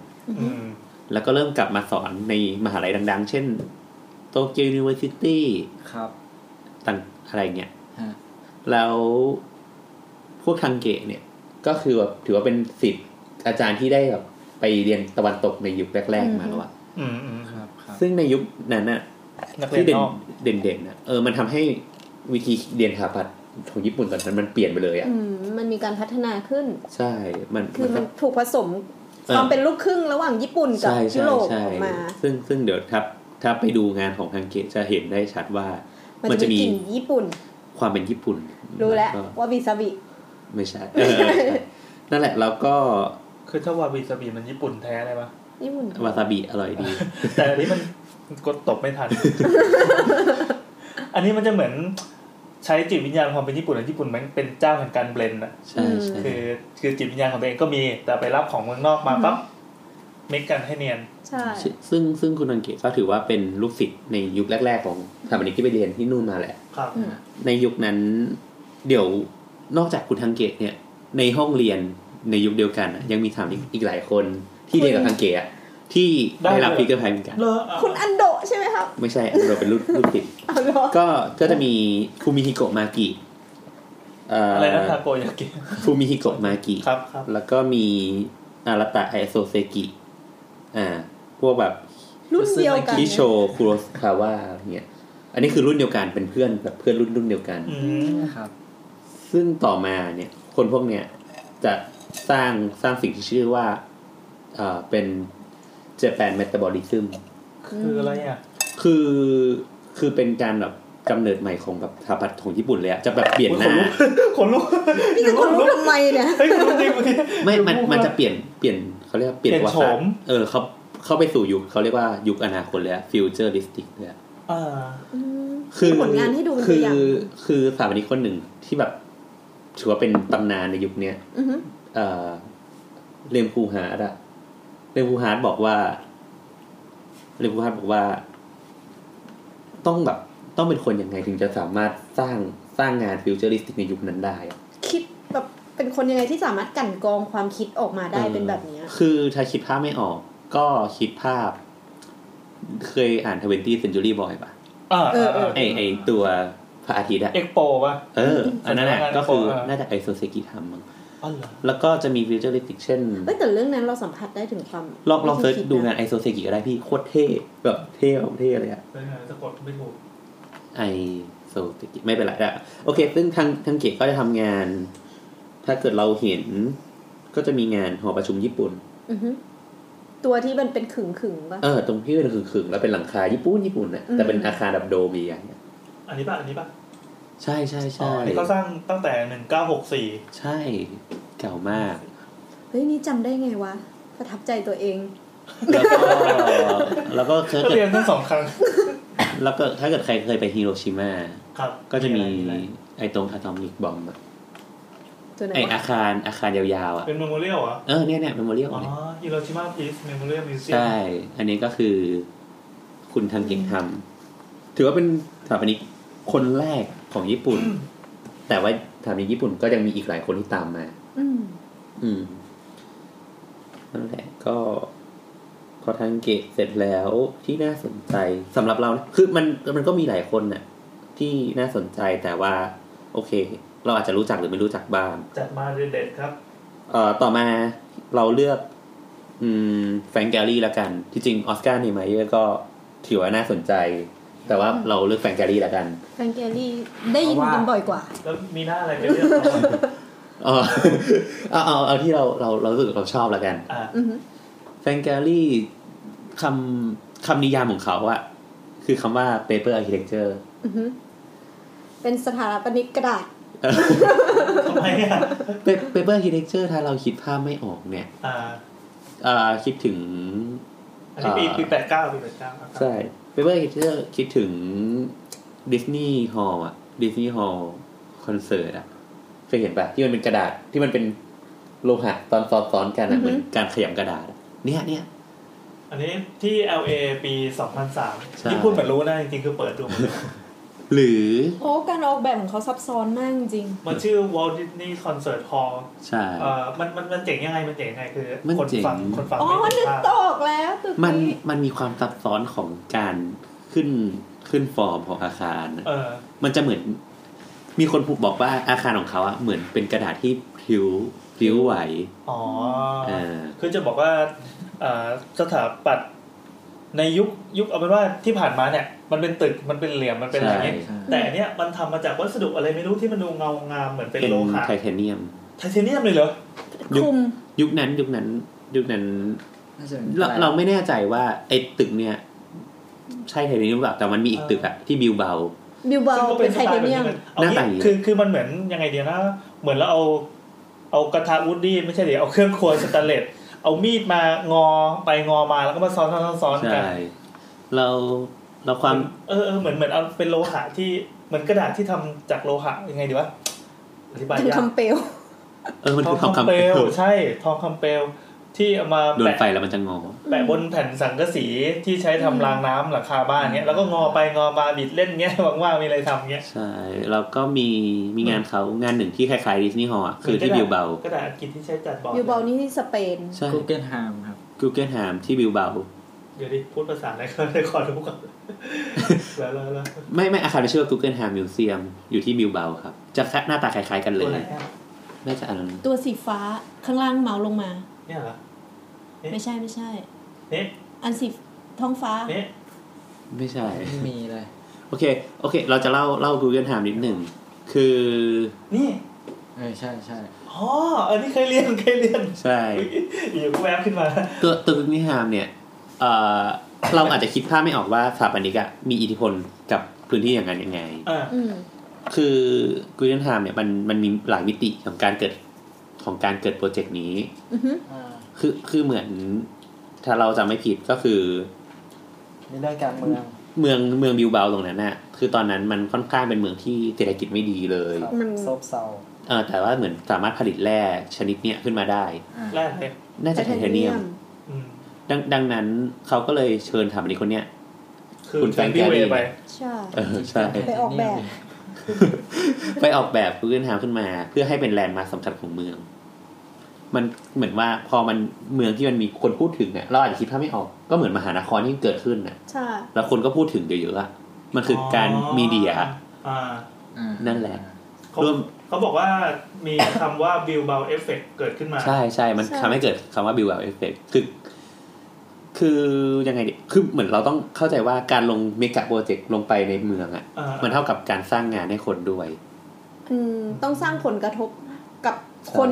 [SPEAKER 2] อืม
[SPEAKER 3] แล้วก็เริ่มกลับมาสอนในมหาลัยดัง ๆ เช่นโตเกียว n i นิเวอร์ซิตี้
[SPEAKER 4] ครับ
[SPEAKER 3] ต่างอะไรเงี้ย
[SPEAKER 4] ฮะ
[SPEAKER 3] แล้วพวกคังเกะเนี่ย ก็คือแบบถือว่าเป็นสิทธิ์อาจารย์ที่ได้แบบไปเรียนตะวันตกในยุคแรก ๆ มาแล้วอะ
[SPEAKER 2] อืมอืม
[SPEAKER 4] ครับครับ
[SPEAKER 3] ซึ่งในยุคนั้นน่ะ
[SPEAKER 2] นักเรีย
[SPEAKER 3] ที่
[SPEAKER 2] น
[SPEAKER 3] เด่น
[SPEAKER 2] นอก
[SPEAKER 3] เด่นๆนะเออมันทำให้วิธีเรียนสถาปัตย์ของญี่ปุ่นตอนนั้นมันเปลี่ยนไปเลยอ่ะ
[SPEAKER 5] อืมมันมีการพัฒนาขึ้น
[SPEAKER 3] ใช่มัน
[SPEAKER 5] คือ
[SPEAKER 3] ก็
[SPEAKER 5] มันถูกผสม
[SPEAKER 3] เออ
[SPEAKER 5] ความเป็นลูกครึ่งระหว่างญี่ปุ่นกับ
[SPEAKER 3] ใช่
[SPEAKER 5] ยุ
[SPEAKER 3] ใช่
[SPEAKER 5] โรป
[SPEAKER 3] ใช่
[SPEAKER 5] ออกมา
[SPEAKER 3] ซึ่งซึ่งเดี๋ยวถ้าถ้าไปดูงานของฮังเกะจะเห็นได้ชัดว่า มั
[SPEAKER 5] มัน น
[SPEAKER 3] จะ
[SPEAKER 5] จะ
[SPEAKER 3] มี
[SPEAKER 5] มีกลิ่นญี่ปุ่น
[SPEAKER 3] ความเป็นญี่ปุ่น
[SPEAKER 5] รู้แล้ว
[SPEAKER 3] ก็
[SPEAKER 5] ว่าบิซาบิ
[SPEAKER 3] ไม่ใช่เออใช่นั่นแหละแล้วก็
[SPEAKER 2] คือถ้าวาบิซาบิมันญี่ปุ่นแท้เลยปะ
[SPEAKER 5] ญี่ปุ่น
[SPEAKER 3] วาซาบิอร่อยดี
[SPEAKER 2] แต่อันนี้มันกดตบไม่ทัน อันนี้มันจะเหมือนใช้จิตวิญญาณความเป็นญี่ปุ่นอะญี่ปุ่นมันเป็นเจ้าแห่งการเบลนด์อะ
[SPEAKER 3] ใช่ใช่
[SPEAKER 2] คือคือจิตวิญญาณของตัวเองก็มี แต่ไปรับของเมืองนอกมาปั๊บเมคกันให้เนียน
[SPEAKER 5] ใช่
[SPEAKER 3] ซึ่งซึ่งซึ่งคุณฮังเกะก็ถือว่าเป็นลูกศิษย์ในยุคแรก ๆ ของสถาปนิกที่ไปเรียนที่นู่นมาแหละ
[SPEAKER 2] ครับ
[SPEAKER 5] อืม
[SPEAKER 3] ในยุคนั้นเดี๋ยวนอกจากคุณทังเกตเนี่ย ในห้องเรียนในยุคเดียวกันน่ะยังมีถามอีกอีกหลายคนที่เรียนกับทังเกตอะที่
[SPEAKER 2] ได้
[SPEAKER 3] ได้รับ
[SPEAKER 2] เลย
[SPEAKER 3] พิกเกอร์พายเหมือนกัน
[SPEAKER 2] เลอ
[SPEAKER 5] คุณอันโดะใช่ไหมครับ
[SPEAKER 3] ไม่ใช่อันเราเป็นรุ่น รุ่นติด
[SPEAKER 5] เอาเหรอ
[SPEAKER 3] ก็ก็จะมีฟูมิฮิโกะมากิเอ่
[SPEAKER 2] อะไรนะ
[SPEAKER 3] อ
[SPEAKER 2] ทาโกยากิ
[SPEAKER 3] ฟูมิฮิโกะมากิ
[SPEAKER 2] ครับครับ
[SPEAKER 3] แล้วก็มีอาราตะไอโซเซกิอ่า พวกแบบ
[SPEAKER 5] รุ่นเดียวกัน
[SPEAKER 3] คิโชคุโรคาวะอะไรเงี้ยอันนี้คือรุ่นเดียวกันเป็นเพื่อนแบบเพื่อนรุ่นรุ่นเดียวกัน
[SPEAKER 2] อืม
[SPEAKER 4] ครับ
[SPEAKER 3] ซึ่งต่อมาเนี่ยคนพวกเนี่ยจะสร้างสร้างสิ่งที่ชื่อว่าเอ่อเป็น Japan Metabolism
[SPEAKER 2] คืออะไรอ่ะ
[SPEAKER 3] คือคือเป็นการแบบกำเนิดใหม่ของแบบสถาปัตย์ของญี่ปุ่นเลยอะจะแบบเปลี่ยนหน้า
[SPEAKER 2] คนลุก
[SPEAKER 5] นี่คือคนรู้ทำไมเนี่ย
[SPEAKER 2] เฮ้ยคนลุกจริงเมื่อกี้
[SPEAKER 3] ไม่มันมันจะเปลี่ยนเปลี่ยนเขาเรียกว่าเปลี่ยน
[SPEAKER 2] เปลี่ยน
[SPEAKER 3] วัฒนธรร
[SPEAKER 2] โฉม
[SPEAKER 3] มเออเขาเข้าไปสู่ยุคเขาเรียกว่ายุคอนาคตเลยอะ futuristic เลยอะ
[SPEAKER 2] อ่า
[SPEAKER 5] อืม
[SPEAKER 3] คือ
[SPEAKER 5] มีผลงานให้ดูเป็น
[SPEAKER 3] คื
[SPEAKER 5] ตัว
[SPEAKER 3] อ
[SPEAKER 5] อย่าง
[SPEAKER 3] คือสถาปนิกคนหนึ่งที่แบบถือว่าเป็นตำนานในยุคเนี้ย
[SPEAKER 5] อหือ
[SPEAKER 3] เอ่อเรมคูฮาร์ดอะเรมคูฮาร์ดบอกว่าเรมคูฮาร์ดบอกว่า ต้องแบบต้องเป็นคนยังไงถึงจะสามารถสร้างสร้างงานฟิวเจอริสติกในยุคนั้นได้อะ
[SPEAKER 5] คิดแบบเป็นคนยังไงที่สามารถกลั่นกรองความคิดออกมาได้เป็นแบบเนี้ย
[SPEAKER 3] คือถ้าคิดภาพไม่ออก ก็คิดภาพ เคยอ่านทเวนตี้เซนจูรี่บอยป่ะ
[SPEAKER 2] อ่า
[SPEAKER 5] เออเออ
[SPEAKER 3] ไอไอตัวพระอาทิตย์อะ
[SPEAKER 2] เอ็กโปป่ะ
[SPEAKER 3] เออ อันนั้นอะ
[SPEAKER 2] สำนักงาน
[SPEAKER 3] ก็คือ
[SPEAKER 2] โปรอะ
[SPEAKER 3] น่าจะไอโซเซกิทำมั้ง
[SPEAKER 2] อ๋อเหรอ
[SPEAKER 3] แล้วก็จะมีฟิวเจอริสติกเช่น
[SPEAKER 5] เอ้ยแต่เรื่องนั้นเราสัมผัสได้ถึงความ
[SPEAKER 3] ลองลองเซิร์ช
[SPEAKER 5] คิะ
[SPEAKER 3] ดูงานไอโซเซกิก็ได้พี่โคตรเท่แบบเท่แบบเท่เลยอะ
[SPEAKER 2] เป็นไงสะกดไม่ถูก
[SPEAKER 3] ไอโซติกิไม่เป็นไรได้โอเค ซึ่งทางทางเกตก็จะทำงาน ถ้าเกิดเราเห็น ก็จะมีงานหอประชุมญี่ปุ่น
[SPEAKER 5] อือหือตัวที่มันเป็นขึงขึงๆป่ะ
[SPEAKER 3] เออ ตรงที่เป็นขึงๆแล้วเป็นหลังคาญี่ปุ่นญี่ปุ่นน่ะ
[SPEAKER 5] อืม
[SPEAKER 3] แต่เป็นอาคารแบบโดมใหญ่ๆอะ
[SPEAKER 2] อันนี้ป่ะอันนี้ป่ะ
[SPEAKER 3] ใช่ใช่
[SPEAKER 2] อ๋อ
[SPEAKER 3] ใช่
[SPEAKER 2] อันนี้เขาสร้างตั้งแต่หนึ่งเก้าหกสี่
[SPEAKER 3] ใช่เก่ามาก
[SPEAKER 5] เฮ้ยนี่จำได้ไงวะประทับใจตัวเอง
[SPEAKER 3] แล้วก็แล้วก็ถ้า
[SPEAKER 2] ก็
[SPEAKER 3] เกิด
[SPEAKER 2] เรียนทั้งสองครั้ง
[SPEAKER 3] แล้วก็ถ้าเกิดใครเคยไปฮิโรชิมา
[SPEAKER 2] ครับ
[SPEAKER 3] ก็จะมี
[SPEAKER 2] อไรอ
[SPEAKER 3] ไอตรงอะตอมิกบอมบ์
[SPEAKER 5] ตัวไหน
[SPEAKER 3] ไอ
[SPEAKER 5] วะ
[SPEAKER 3] อาคารอาคารยาว
[SPEAKER 2] ะ
[SPEAKER 3] ๆอ่ะ
[SPEAKER 2] ไรเป็นโมโมเรียลเหรอ
[SPEAKER 3] เออเนี่ยเนี่ยเป็นโมเรียล
[SPEAKER 2] อ๋อ
[SPEAKER 3] เนี่ย
[SPEAKER 2] ฮิโรชิมาพีซเมมโมเรียลมิวเซียม
[SPEAKER 3] ใช่ อันนี้ก็คือคุณทังเก่งทำถือว่าเป็นสถาปนิกคนแรกของญี่ปุ่น แต่ว่าสถาปนิกญี่ปุ่นก็ยังมีอีกหลายคนที่ตามมา
[SPEAKER 5] อืม
[SPEAKER 3] อืมนั่นแหละก็ พอทังเกะเสร็จแล้วที่น่าสนใจสำหรับเรานะคือมันมันก็มีหลายคนน่ะ ที่น่าสนใจแต่ว่า โอเค เราอาจจะรู้จักหรือไม่รู้จักบ้าง
[SPEAKER 2] จัดมาเด็ดๆครับ
[SPEAKER 3] เอ่อต่อมาเราเลือก อืมแฟรงก์แกลลี่ละกัน ที่จริงออสการ์เนไมเยอร์ก็ ถือว่าน่าสนใจ แต่ว่าเราเลือกแฟนแกรี่ละกัน
[SPEAKER 5] แฟรงเกลลี่ได้ยินกันบ่อยกว่า
[SPEAKER 2] แล้วมีหน้าอะไรไปเลือกเขา
[SPEAKER 3] เออเอาเอาเอาที่เราเราเรารู้สึกเราชอบละกัน
[SPEAKER 2] อ่ะ
[SPEAKER 5] อือฮึ
[SPEAKER 3] แฟนแกรี่คำคำนิยามของเขาอะคือคำว่า paper architecture
[SPEAKER 5] อือฮึเป็นสถาปนิกกระดาษ
[SPEAKER 2] ทำไมอ่ะ
[SPEAKER 3] Pe- paper architecture ถ้าเราคิดภาพไม่ออกเนี่ย
[SPEAKER 2] อ่า
[SPEAKER 3] เอ่อคิดถึง
[SPEAKER 2] อันนี้ปีปีแปดเก้าปีแปดเก้า
[SPEAKER 3] ใช่ paper architecture คิดถึง Disney Hall อะ Disney Hall คอนเสิร์ตอะเคยเห็นปะที่มันเป็นกระดาษที่มันเป็นโลหะตอนซ้อนๆกัน
[SPEAKER 5] อื
[SPEAKER 3] อะ
[SPEAKER 5] อฮึ
[SPEAKER 3] เหมือนการขยำกระดาษอะเนี่ยเนี่ย
[SPEAKER 2] อันนี้ที่ LA ปีสองพันสาม
[SPEAKER 3] ใช่
[SPEAKER 2] ที่พูดเหมือนรู้นะจริงๆคือเปิดดูหมด เลย
[SPEAKER 3] หรือ
[SPEAKER 5] โอ้การออกแบบของเขาซับซ้อนมากจริง
[SPEAKER 2] มันชื่อ Walt Disney Concert Hall
[SPEAKER 3] ใช่
[SPEAKER 2] เอ่อมันมันมันเจ๋งยังไงมันเจ๋งยังไงคือ
[SPEAKER 3] มัน
[SPEAKER 2] คน
[SPEAKER 3] เจ๋ง
[SPEAKER 2] ฟังคนฟัง
[SPEAKER 5] อ๋อ
[SPEAKER 2] ไม่
[SPEAKER 5] นึ
[SPEAKER 2] เห็น
[SPEAKER 5] ก
[SPEAKER 2] ภาพ
[SPEAKER 5] ตออกแล้วตึก
[SPEAKER 3] มัน
[SPEAKER 5] นี้
[SPEAKER 3] มันมีความซับซ้อนของการขึ้นขึ้นฟอร์มของอาคารอะ
[SPEAKER 2] เออ
[SPEAKER 3] มันจะเหมือน มีคนพูดบอกว่าอาคารของเขาอะเหมือนเป็นกระดาษที่พลิ้วพลิ้วไหว
[SPEAKER 2] อ๋ออ
[SPEAKER 3] อ่า
[SPEAKER 2] คือจะบอกว่าเอ่อสถาปัตย์ในยุคยุคเอาเป็นว่าที่ผ่านมาเนี่ย มันเป็นตึกมันเป็นเหลี่ยมมันเป็นอะไรเงี้ย
[SPEAKER 3] ใช่
[SPEAKER 2] แต่อันเนี้ยมันทำมาจากวัสดุอะไรไม่รู้ที่มันดูเงางามเหมือนเป็น
[SPEAKER 3] เป็น
[SPEAKER 2] โลหะ
[SPEAKER 3] ไทเทเนียม
[SPEAKER 2] ไทเทเนียมเลยเหรอ
[SPEAKER 3] ยุค
[SPEAKER 5] คุม
[SPEAKER 3] ยุคนั้นยุคนั้น ยุคนั้น
[SPEAKER 4] น่าจะเป็น
[SPEAKER 3] เราเราไม่แน่ใจว่าไอ้ตึกเนี่ย ใช่ไทเทเนียมหรือเปล่าแต่มันมีอีกตึกอะที่บิวเบา
[SPEAKER 5] บิวเบา
[SPEAKER 2] ซึ่งก็
[SPEAKER 5] เป็นไทเทเนียม
[SPEAKER 2] แบบเอา
[SPEAKER 3] หน้า
[SPEAKER 2] งี้
[SPEAKER 3] ตาอย่างนี้
[SPEAKER 2] คือคือมันเหมือนยังไงเดียวนะ เหมือนเราเอาเอากระทะวูดดี้ไม่ใช่เดี๋ยวเอาเครื่องครัวสแตนเลสเอามีดมางอไปงอมาแล้วก็มาซ้อนซ้อนซ้อน
[SPEAKER 3] ใช่
[SPEAKER 2] กัน
[SPEAKER 3] เราเราความ
[SPEAKER 2] เออเออเหมือนเหมือนเอาเป็นโลหะที่เหมือนกระดาษที่ทำจากโลหะยังไงดีวะอธิบาย
[SPEAKER 5] ถึง
[SPEAKER 2] ยาก
[SPEAKER 5] คำเปลว
[SPEAKER 3] เออมัน
[SPEAKER 2] ทอง
[SPEAKER 3] คือความ
[SPEAKER 2] คำเปลว
[SPEAKER 3] คำ
[SPEAKER 2] ใช่ทองคำเปลวที่เอามา
[SPEAKER 3] โดน
[SPEAKER 2] แปะ
[SPEAKER 3] ไฟแล้วมันจะงอ
[SPEAKER 2] แปะบนแผ่นสังกะสีที่ใช้ทำรางน้ำหลังคาบ้านเนี้ยแล้วก็งอไปงอมาบิดเล่นเงี้ย ว่างๆมีอะไรทำเงี้ย
[SPEAKER 3] ใช่ แล้วก็มีมีงานเขางานหนึ่งที่คล้ายๆดิสนีย์ฮอลคือที่บิวเบา
[SPEAKER 2] กระดาษอังกฤษที่ใช้จัดบอร์ด
[SPEAKER 5] บิวเบานี่ที่สเปน
[SPEAKER 3] ใช่
[SPEAKER 4] กูเกิลไฮมครับ
[SPEAKER 3] กูเกิลแฮมที่บิวเบา
[SPEAKER 2] เดี๋ยวดิพูดภาษาอะไรก็ได้ ขอรู้ ก่อนแล้วแล้วแล้ว
[SPEAKER 3] ไม่ไม่อาคารไม่ชื่อว่ากูเกิลแฮมมิวเซียมอยู่ที่บิวเบาครับ จะหน้าตาคล้ายๆกันเล
[SPEAKER 2] ตัวย ไหนอะ
[SPEAKER 3] น่าจะอันนั้น
[SPEAKER 5] ตัวสีฟ้าข้างล่างเมาลงมา
[SPEAKER 2] เนี่ยเหรอ
[SPEAKER 5] ไม่ใช่ไม่ใช่
[SPEAKER 2] เนี่ย
[SPEAKER 5] อันสีท้องฟ้า
[SPEAKER 2] เนี่ย
[SPEAKER 3] ไม่ใช่
[SPEAKER 4] ไม่มีเลย
[SPEAKER 3] โอเค โอเค เราจะเล่าเล่า Google Time นิดหนึ่ง คือ
[SPEAKER 2] นี่
[SPEAKER 4] เออใช่ใช่
[SPEAKER 2] อ๋ออันนี้เคยเรียนเคยเรียน
[SPEAKER 3] ใช่
[SPEAKER 2] อยู่ก็แวบขึ้นมา
[SPEAKER 3] ตัวตัว Google Time เนี่ยเอ่อเราอาจจะคิดภาพไม่ออกว่าสถาปนิกอะมีอิทธิพลกับพื้นที่อย่างนั้นยังไง
[SPEAKER 2] อ่า
[SPEAKER 5] อืม
[SPEAKER 3] คือ Google Time เนี่ยมันมันมีหลายมิติของการเกิดของการเกิดโปรเจกต์นี้
[SPEAKER 5] อือฮึ
[SPEAKER 4] อ่า
[SPEAKER 3] คือคือเหมือนถ้าเราจำไม่ผิดก็คือ
[SPEAKER 4] มีเรื่องการเมือง
[SPEAKER 3] เมืองเมืองบิวเบาตรงนั้นน่ะ คือตอนนั้นมันค่อนข้างเป็นเมืองที่เศรษฐกิจไม่ดีเลย
[SPEAKER 4] ครับ
[SPEAKER 5] มัน
[SPEAKER 4] โซบเซา
[SPEAKER 3] เออแต่ว่าเหมือนสามารถผลิตแร่ชนิดเนี้ยขึ้นมาได้
[SPEAKER 2] แรกเลย
[SPEAKER 3] น่าจะไทเทเนียม
[SPEAKER 2] อืม
[SPEAKER 3] ดังดังนั้นเขาก็เลยเชิญถามอันนี้คนเนี้ย
[SPEAKER 2] คือ
[SPEAKER 3] คุณแฟน
[SPEAKER 2] พี่เวย์
[SPEAKER 3] แกรี่
[SPEAKER 2] ไป
[SPEAKER 5] ใช่
[SPEAKER 3] เออใช่
[SPEAKER 5] ไปออกแบบ
[SPEAKER 3] ไปออกแบบพื้นทางขึ้นมา เพื่อให้เป็นแลนด์มาร์คสำคัญของเมือง มันเหมือนว่าพอมันเมืองที่มันมีคนพูดถึงเนี่ยเราอาจจะคิดภาพไม่ออกก็เหมือนมหานครที่เกิดขึ้นน่ะ
[SPEAKER 5] ใช่
[SPEAKER 3] แล้วคนก็พูดถึงเยอะๆอะมันคือการมีเดีย
[SPEAKER 2] อ่า
[SPEAKER 4] อ่า
[SPEAKER 3] นั่นแหละ
[SPEAKER 2] เขา
[SPEAKER 3] ร่วม
[SPEAKER 2] เขาบอกว่ามี คำว่า บิลเบลเอฟเฟกเกิดขึ้นมา
[SPEAKER 3] ใช่ใช่ มันทำให้เกิดคำว่า build up effect คือ คือยังไงดี คือเหมือนเราต้องเข้าใจว่าการลงเมกะโปรเจกต์ลงไปในเมืองอะ
[SPEAKER 2] เออ
[SPEAKER 3] มันเท่ากับการสร้างงานให้คนด้วย
[SPEAKER 5] อืมต้องสร้างผลกระทบกับคน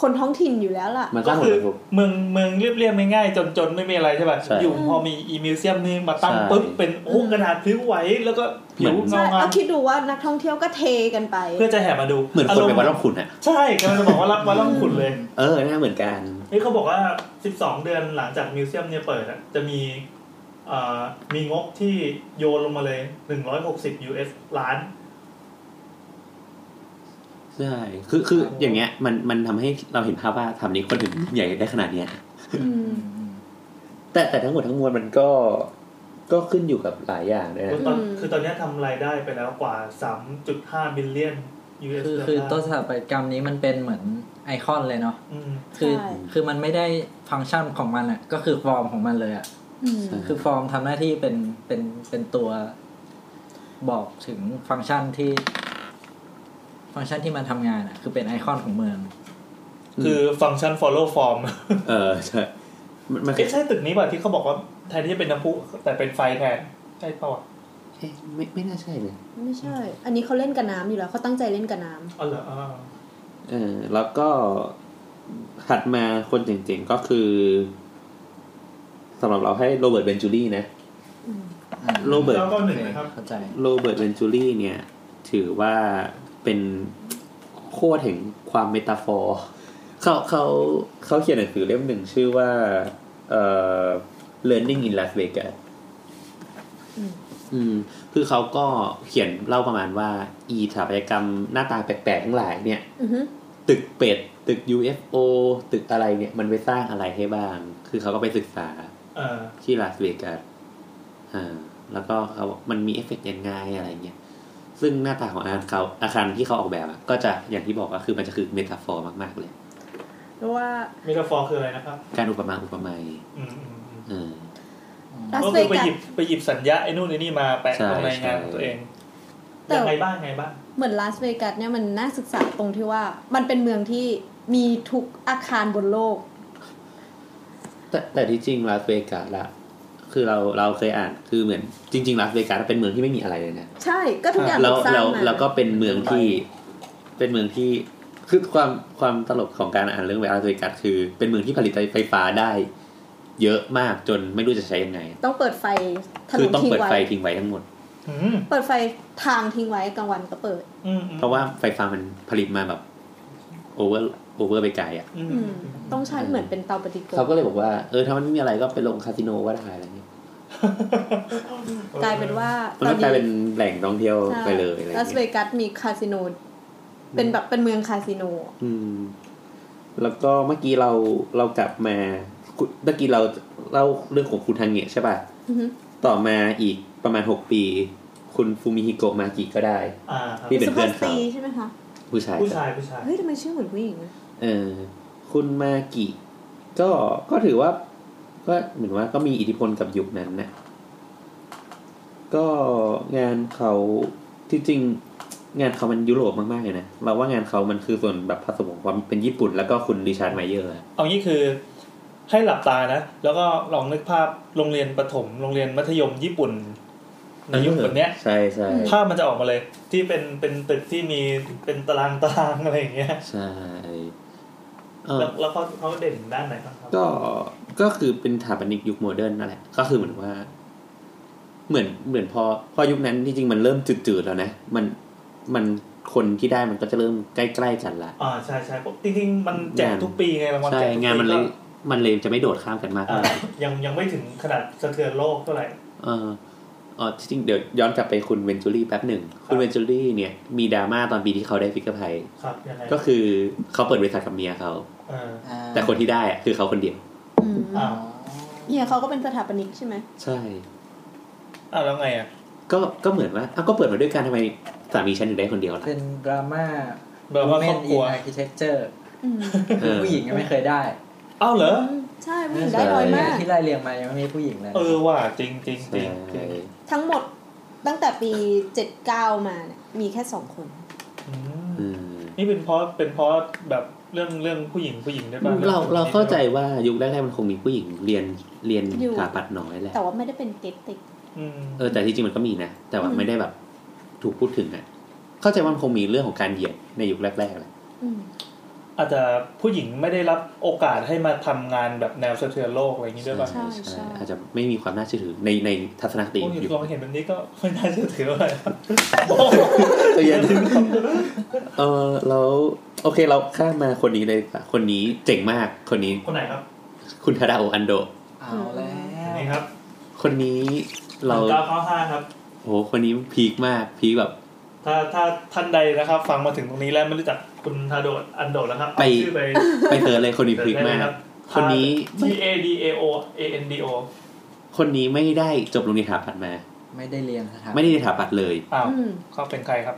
[SPEAKER 5] คนท้องถิ่นอยู่แล้วล่ะ
[SPEAKER 3] มันส
[SPEAKER 2] ก็
[SPEAKER 3] ร้างผ
[SPEAKER 2] คื
[SPEAKER 3] ล
[SPEAKER 2] อก
[SPEAKER 3] ระทบ
[SPEAKER 2] เมืองเมืองเรียบเรียบๆง่ายๆจนจนไม่มีอะไรใช่ป่ะ
[SPEAKER 3] ใช่
[SPEAKER 2] อยู่พอมีอีมิวเซียมนี่มาตั้ง
[SPEAKER 3] ใช่
[SPEAKER 2] ปุ๊บเป็นโอ้
[SPEAKER 5] อืม
[SPEAKER 2] กระดาษพลิ้วไหวแล้วก็ผิว
[SPEAKER 3] เหมือน
[SPEAKER 5] ใช่
[SPEAKER 2] เงางา
[SPEAKER 5] เอา
[SPEAKER 2] ม
[SPEAKER 5] คิดดูว่านักท่องเที่ยวก็เทกันไป
[SPEAKER 2] เพื่อจะแห่มาดู
[SPEAKER 3] เหมือนคนไปวัดร่องขุนอะ
[SPEAKER 2] ใช่กำลังจะบอกว่ารับวัดร่องขุนเลย
[SPEAKER 3] เออน่าเหมือนกัน
[SPEAKER 2] นี่เขาบอกว่า 12 เดือนหลังจากมิวเซียมเนี่ยเปิดอะจะมีเอ่อมีงบที่โยนลงมาเลย 160 US ล้าน
[SPEAKER 3] ใช่ คือ คือ อย่างเงี้ย มัน มันทำให้เราเห็นภาพว่าทำนี้คนถึงใหญ่ได้ขนาดเนี้ย
[SPEAKER 5] อืม
[SPEAKER 4] อืม
[SPEAKER 3] แต่ แต่ทั้งหมดทั้งมวลมันก็ ก็ขึ้นอยู่กับหลายอย่างด้วย
[SPEAKER 2] คือ
[SPEAKER 3] นะ
[SPEAKER 2] ตอน
[SPEAKER 5] อืม
[SPEAKER 2] คือตอนเนี้ยทำรายได้ไปแล้วกว่า 3.5 บิลเลียน US
[SPEAKER 4] คือ
[SPEAKER 2] ดอลลาร์
[SPEAKER 4] คือต้นสถาปัตยกรรมนี้มันเป็นเหมือนไอคอนเลยเนาะ
[SPEAKER 2] อืม
[SPEAKER 4] คือ
[SPEAKER 5] ใช่
[SPEAKER 4] คือมันไม่ได้ฟังก์ชันของมันอ่ะก็คือฟอร์มของมันเลยอ่ะ
[SPEAKER 5] อืม
[SPEAKER 4] คือฟอร์มทำหน้าที่เป็นเป็นเป็นตัวบอกถึงฟังก์ชันที่ ฟังก์ชันที่มันทำงานอ่ะคือเป็นไอคอนของเมือง
[SPEAKER 2] คือฟังก์ชัน follow form
[SPEAKER 3] เออ ใช่ มันมันคื
[SPEAKER 2] เอ๊ะ
[SPEAKER 3] อ
[SPEAKER 2] ใช่ตึกนี้ป่ะที่เขาบอกว่าแทนที่จะเป็นน้ำพุแต่เป็นไฟแทนใช่ป่ะวะ
[SPEAKER 3] เอ๊ะไม่ไม่น่าใช่เลย
[SPEAKER 5] ไม่ใช่ อันนี้เขาเล่นกับน้ำอยู่แล้วเขาตั้งใจเล่นกับน้ำ
[SPEAKER 2] อ๋อเหรออ่า
[SPEAKER 3] เออแล้วก็ถัดมาคนเจ๋งๆก็คือสำหรับเราให้โรเบิร์ตเบนจูรี่นะ
[SPEAKER 5] อืม
[SPEAKER 3] โรเบิร์ต
[SPEAKER 2] แล้วก็หนึ่ง
[SPEAKER 4] โอ
[SPEAKER 2] นะครับ
[SPEAKER 4] เคเข้าใจ
[SPEAKER 3] โรเบิร์ตเบนจูรี่เนี่ย ถือว่าเป็นโคตรแห่งความเมตาฟอร์ เขาเขาเขาเขียนหนังสือเล่มหนึ่งชื่อว่าเอ่อ learning in Las Vegas
[SPEAKER 5] อืม
[SPEAKER 3] อืมคือเขาก็เขียนเล่าประมาณว่า อีสถาปัตยกรรมหน้าตาแปลกๆทั้งหลายเนี่ย
[SPEAKER 5] อือฮึ
[SPEAKER 3] ตึกเป็ด ตึก UFO ตึกอะไรเนี่ย มันไปสร้างอะไรให้บ้าง คือเขาก็ไปศึกษา
[SPEAKER 2] เออ
[SPEAKER 3] ที่ลาสเวกัสอ่าแล้วก็เขาบอกมันมีเอฟเฟกต์ยังไงอะไรเงี้ยซึ่งหน้าตาของอาคารเขาอาคารที่เขาออกแบบอะก็จะอย่างที่บอกก็คือมันจะคือเมตาฟอร์มาก ๆ เลย
[SPEAKER 5] เพราะว่า
[SPEAKER 2] เมตาฟอร์คืออะไรนะครับ
[SPEAKER 3] การอุปมาอุปไมย
[SPEAKER 2] อืมอืมอืม
[SPEAKER 3] เออ
[SPEAKER 5] ลาส
[SPEAKER 2] ก็
[SPEAKER 5] เว
[SPEAKER 2] คือไป
[SPEAKER 5] กั
[SPEAKER 2] ห
[SPEAKER 5] ส
[SPEAKER 2] ยิบไปหยิบสัญญาไอ้นู่นไอ้นี่มาแปะ
[SPEAKER 3] ใช่
[SPEAKER 2] ลงในงาน
[SPEAKER 3] ใช่
[SPEAKER 2] ของตัวเอง
[SPEAKER 5] แต่
[SPEAKER 2] ยังไงบ้างไงบ้าง
[SPEAKER 5] เหมือนลาสเวกัสเนี่ยมันน่าศึกษาตรงที่ว่า มันเป็นเมืองที่มีทุกอาคารบนโลก
[SPEAKER 3] แต่แต่ที่จริงลาสเวกัสละคือเราเราเคยอ่านคือเหมือนจริงๆลาสเวกัสเป็นเมืองที่ไม่มีอะไรเลยนะ
[SPEAKER 5] ใช่ก็ทุกอย่าง
[SPEAKER 3] แล้ว
[SPEAKER 5] ถูกสร้าง
[SPEAKER 3] แล้ว
[SPEAKER 5] มา
[SPEAKER 3] แล้วก็เป็นเมืองที่เป็นเมืองที่คือความความตลกของการอ่านเรื่องเวลาสวิกัดคือ เป็นเมืองที่ผลิตไฟฟ้าได้ เยอะมากจนไม่รู้จะใช้ยังไง
[SPEAKER 5] ต้องเปิดไฟถน
[SPEAKER 3] คือน ต้อง
[SPEAKER 5] ทิ้ง
[SPEAKER 3] เปิด
[SPEAKER 5] ไว้
[SPEAKER 3] ไฟทิ้งไว้ทั้งหมด
[SPEAKER 2] อืม
[SPEAKER 5] เปิดไฟทางทิ้งไว้กลางวันก็เปิด
[SPEAKER 2] อืมอืม
[SPEAKER 3] เพราะว่าไฟฟ้ามันผลิตมาแบบโอเวอร์โอเวอร์ไปไกลอ่ะ
[SPEAKER 2] อืม
[SPEAKER 5] อืม ต้องใช้เหมือนเป็นเตาปฏิกร
[SPEAKER 3] เขา
[SPEAKER 5] ณ์
[SPEAKER 3] ก็เลยบอกว่าเออถ้ามันไม่มีอะไรก็ไปลงคาสิโนว่าได้อะไรเงี้ย
[SPEAKER 5] กลายเป็นว่า
[SPEAKER 3] มันก็กลายเป็นแหล่งท่องเที่ยว
[SPEAKER 5] ใช่
[SPEAKER 3] ไปเลยอะไร
[SPEAKER 5] ลาสเว
[SPEAKER 3] เงี้ย
[SPEAKER 5] กัสมีคาสิโน เป็นแบบเป็นเมืองคาสิโน
[SPEAKER 3] อืม แล้วก็เมื่อกี้เราเรากลับมาคุณเมื่อกี้เราเล่าเรื่องของคุณทางเงะใช่ป่ะ
[SPEAKER 5] อือฮึ
[SPEAKER 3] ต่อมาอีกประมาณหกปี คุณฟูมิฮิโกะมากิก็ได้
[SPEAKER 2] อ่าครับ
[SPEAKER 3] ที่เป็น
[SPEAKER 5] สุ
[SPEAKER 3] เพื่
[SPEAKER 5] ภา
[SPEAKER 3] อ
[SPEAKER 5] พ
[SPEAKER 3] น
[SPEAKER 5] ส
[SPEAKER 3] เขา
[SPEAKER 5] ตรีใช่ไหมคะ
[SPEAKER 3] ผู้ชาย
[SPEAKER 2] ผู้ชายผู้ชาย
[SPEAKER 5] เฮ้ยทำไมชื่อเหมือนผู้หญิงอะ
[SPEAKER 3] เออคุณมากิ ก็ก็ถือว่า ก็เหมือนว่าก็มีอิทธิพลกับยุคนั้นนะก็งานเขาที่จริง งานเขามันยุโรปมากๆเลยนะเราว่างานเขามันคือส่วนแบบผสมของความเป็นญี่ปุ่น แล้วก็คุณดิชาร์ดไมเยอร์อะ
[SPEAKER 2] เอางี้คือให้หลับตานะ แล้วก็ลองนึกภาพโรงเรียนประถม โรงเรียนมัธยมญี่ปุ่นในยุคแบบเนี้ย
[SPEAKER 3] ใช่ใช่
[SPEAKER 2] ภาพมันจะออกมาเลย ที่เป็นเป็นตึกที่มีเป็นตารางตารางอะไรอย่างเงี้ย
[SPEAKER 3] ใช่เออ
[SPEAKER 2] แล้วแล้วเขาเขาเด่นด้านไหนบ้างครับ
[SPEAKER 3] ก็ ก็คือเป็นสถาปนิกยุคโมเดิร์นนั่นแหละ ก็คือเหมือนว่า เหมือน เหมือนพอ พอยุคนั้นจริงๆมันเริ่มจืดๆแล้วนะ มัน มันคนที่ได้มันก็จะเริ่มใกล้ๆกันละ
[SPEAKER 2] อ่าใช่ใช่ผมจริงๆ มันแจกทุกปีไงรางวัล
[SPEAKER 3] ใช่
[SPEAKER 2] แจกทุกปี
[SPEAKER 3] งานมันเลย
[SPEAKER 2] ก็
[SPEAKER 3] มันเลยจะไม่โดดข้ามกันมาก
[SPEAKER 2] อ่า
[SPEAKER 3] เท่าไหร่
[SPEAKER 2] ยังยังไม่ถึงขนาดสะเทือนโลกเท่าไหร่
[SPEAKER 3] เอออ๋อจริงๆเดี๋ยวย้อนกลับไปคุณเวนจูรี่แป๊บหนึ่ง
[SPEAKER 2] ค
[SPEAKER 3] คุ
[SPEAKER 2] รั
[SPEAKER 3] ณ
[SPEAKER 2] บ
[SPEAKER 3] เวนจูรี่เนี่ย มีดราม่าตอนปีที่เขาได้ฟิกเกอร์ไพรส์
[SPEAKER 2] ครับยังไง
[SPEAKER 3] ก็คือเขาเปิดบริษัทกับเมียเขา
[SPEAKER 2] เออ
[SPEAKER 3] แต่คนที่ได้อะคือเขาคนเดียว
[SPEAKER 5] อืม
[SPEAKER 2] อ่า
[SPEAKER 5] เฮียเขาก็เป็นสถาปนิกใช่ไหม
[SPEAKER 3] ใช่
[SPEAKER 2] อ้าวแล้วไงอ่ะ
[SPEAKER 3] ก็ ก็เหมือนว่าอ้าวก็เปิดมาด้วยกันทำไมสามีฉันถึงได้คนเดียวล่ะ
[SPEAKER 4] เป็นดราม่า
[SPEAKER 2] แบบว่าครอบครัว
[SPEAKER 4] Women in Architecture
[SPEAKER 5] อืม
[SPEAKER 4] คือผู้หญิงยังไม่เคยได้
[SPEAKER 2] อ้าวเหรอ
[SPEAKER 5] ใช่ผู้หญิงได้น้อยมาก
[SPEAKER 4] ที่ไล่เรียงมายังไม่มีผู้หญิงเลย
[SPEAKER 2] เออว่ะจริงจริงจริงจริ
[SPEAKER 3] ใช่
[SPEAKER 2] ง
[SPEAKER 5] ทั้งหมดตั้งแต่ปี 79 มาเนี่ยมีแค่สองคน
[SPEAKER 2] อืม
[SPEAKER 3] อืม
[SPEAKER 2] นี่เป็นเพราะเป็นเพราะแบบเรื่องเรื่องผู้หญิงผู้หญิงด้วยป่ะ
[SPEAKER 3] เราเราเข้าใจว่ายุคแรกๆมันคงมีผู้หญิงเรียนเรียน
[SPEAKER 5] อยู่
[SPEAKER 3] สถาปัตย์น้อยแหละ
[SPEAKER 5] แต่ว่าไม่ได้เป็นเกติก
[SPEAKER 2] อืม
[SPEAKER 3] เออแต่ที่จริงมันก็มีนะ แต่ว่า
[SPEAKER 5] อืม
[SPEAKER 3] ไม่ได้แบบถูกพูดถึงอ่ะเข้าใจว่ามันคงมีเรื่องของการเหยียดในยุคแรกๆแหละ
[SPEAKER 5] อืม
[SPEAKER 2] อาจจะผู้หญิงไม่ได้รับโอกาสให้มาทำงานแบบแนวสะเทือนโลกอะไรอย่างนี้ด้วยป่ะ
[SPEAKER 3] ใช่ใช่อาจจะไม่มีความน่าเชื่อถือในในทัศนคติ
[SPEAKER 2] โอ้ย
[SPEAKER 3] ยุค
[SPEAKER 2] ลองเห็นแบบนี้ก็ไม่น่าเชื่อถือเลย
[SPEAKER 3] เรียนเออแล้วโอเคเราข้ามมาคนนี้เลยดีกว่าคนนี้เจ๋งมากคนนี้
[SPEAKER 2] คนไหนครับ
[SPEAKER 3] คุณทาดาโออันโดะ
[SPEAKER 4] เอาแล้ว
[SPEAKER 2] นี่ครับ
[SPEAKER 3] คนนี้
[SPEAKER 2] ห
[SPEAKER 3] เรา
[SPEAKER 2] นึ่งเก้าเก้าห้าครับ
[SPEAKER 3] โหคนนี้พีคมากพีคแบบ
[SPEAKER 2] ถ้าถ้าท่านใดนะครับ ฟังมาถึงตรงนี้แล้วไม่รู้จักคุณทาโดดอันโดดแล้วครับ
[SPEAKER 3] ไป
[SPEAKER 2] เอาชื่อไป
[SPEAKER 3] ไปเจอเลยคนนี้พีค
[SPEAKER 2] ได้เล
[SPEAKER 3] มาย ก
[SPEAKER 2] ครับ
[SPEAKER 3] คนนี้
[SPEAKER 2] T A D A O A N D O
[SPEAKER 3] คนนี้ไม่ได้จบโรงเรียนสถาปัตย์มา
[SPEAKER 4] ไม่ได้เรียนสถา
[SPEAKER 3] ไม่ได้เรียนสถาปัตย์เลย
[SPEAKER 2] อ้าว
[SPEAKER 5] อืม
[SPEAKER 2] เขาเป็นใครครับ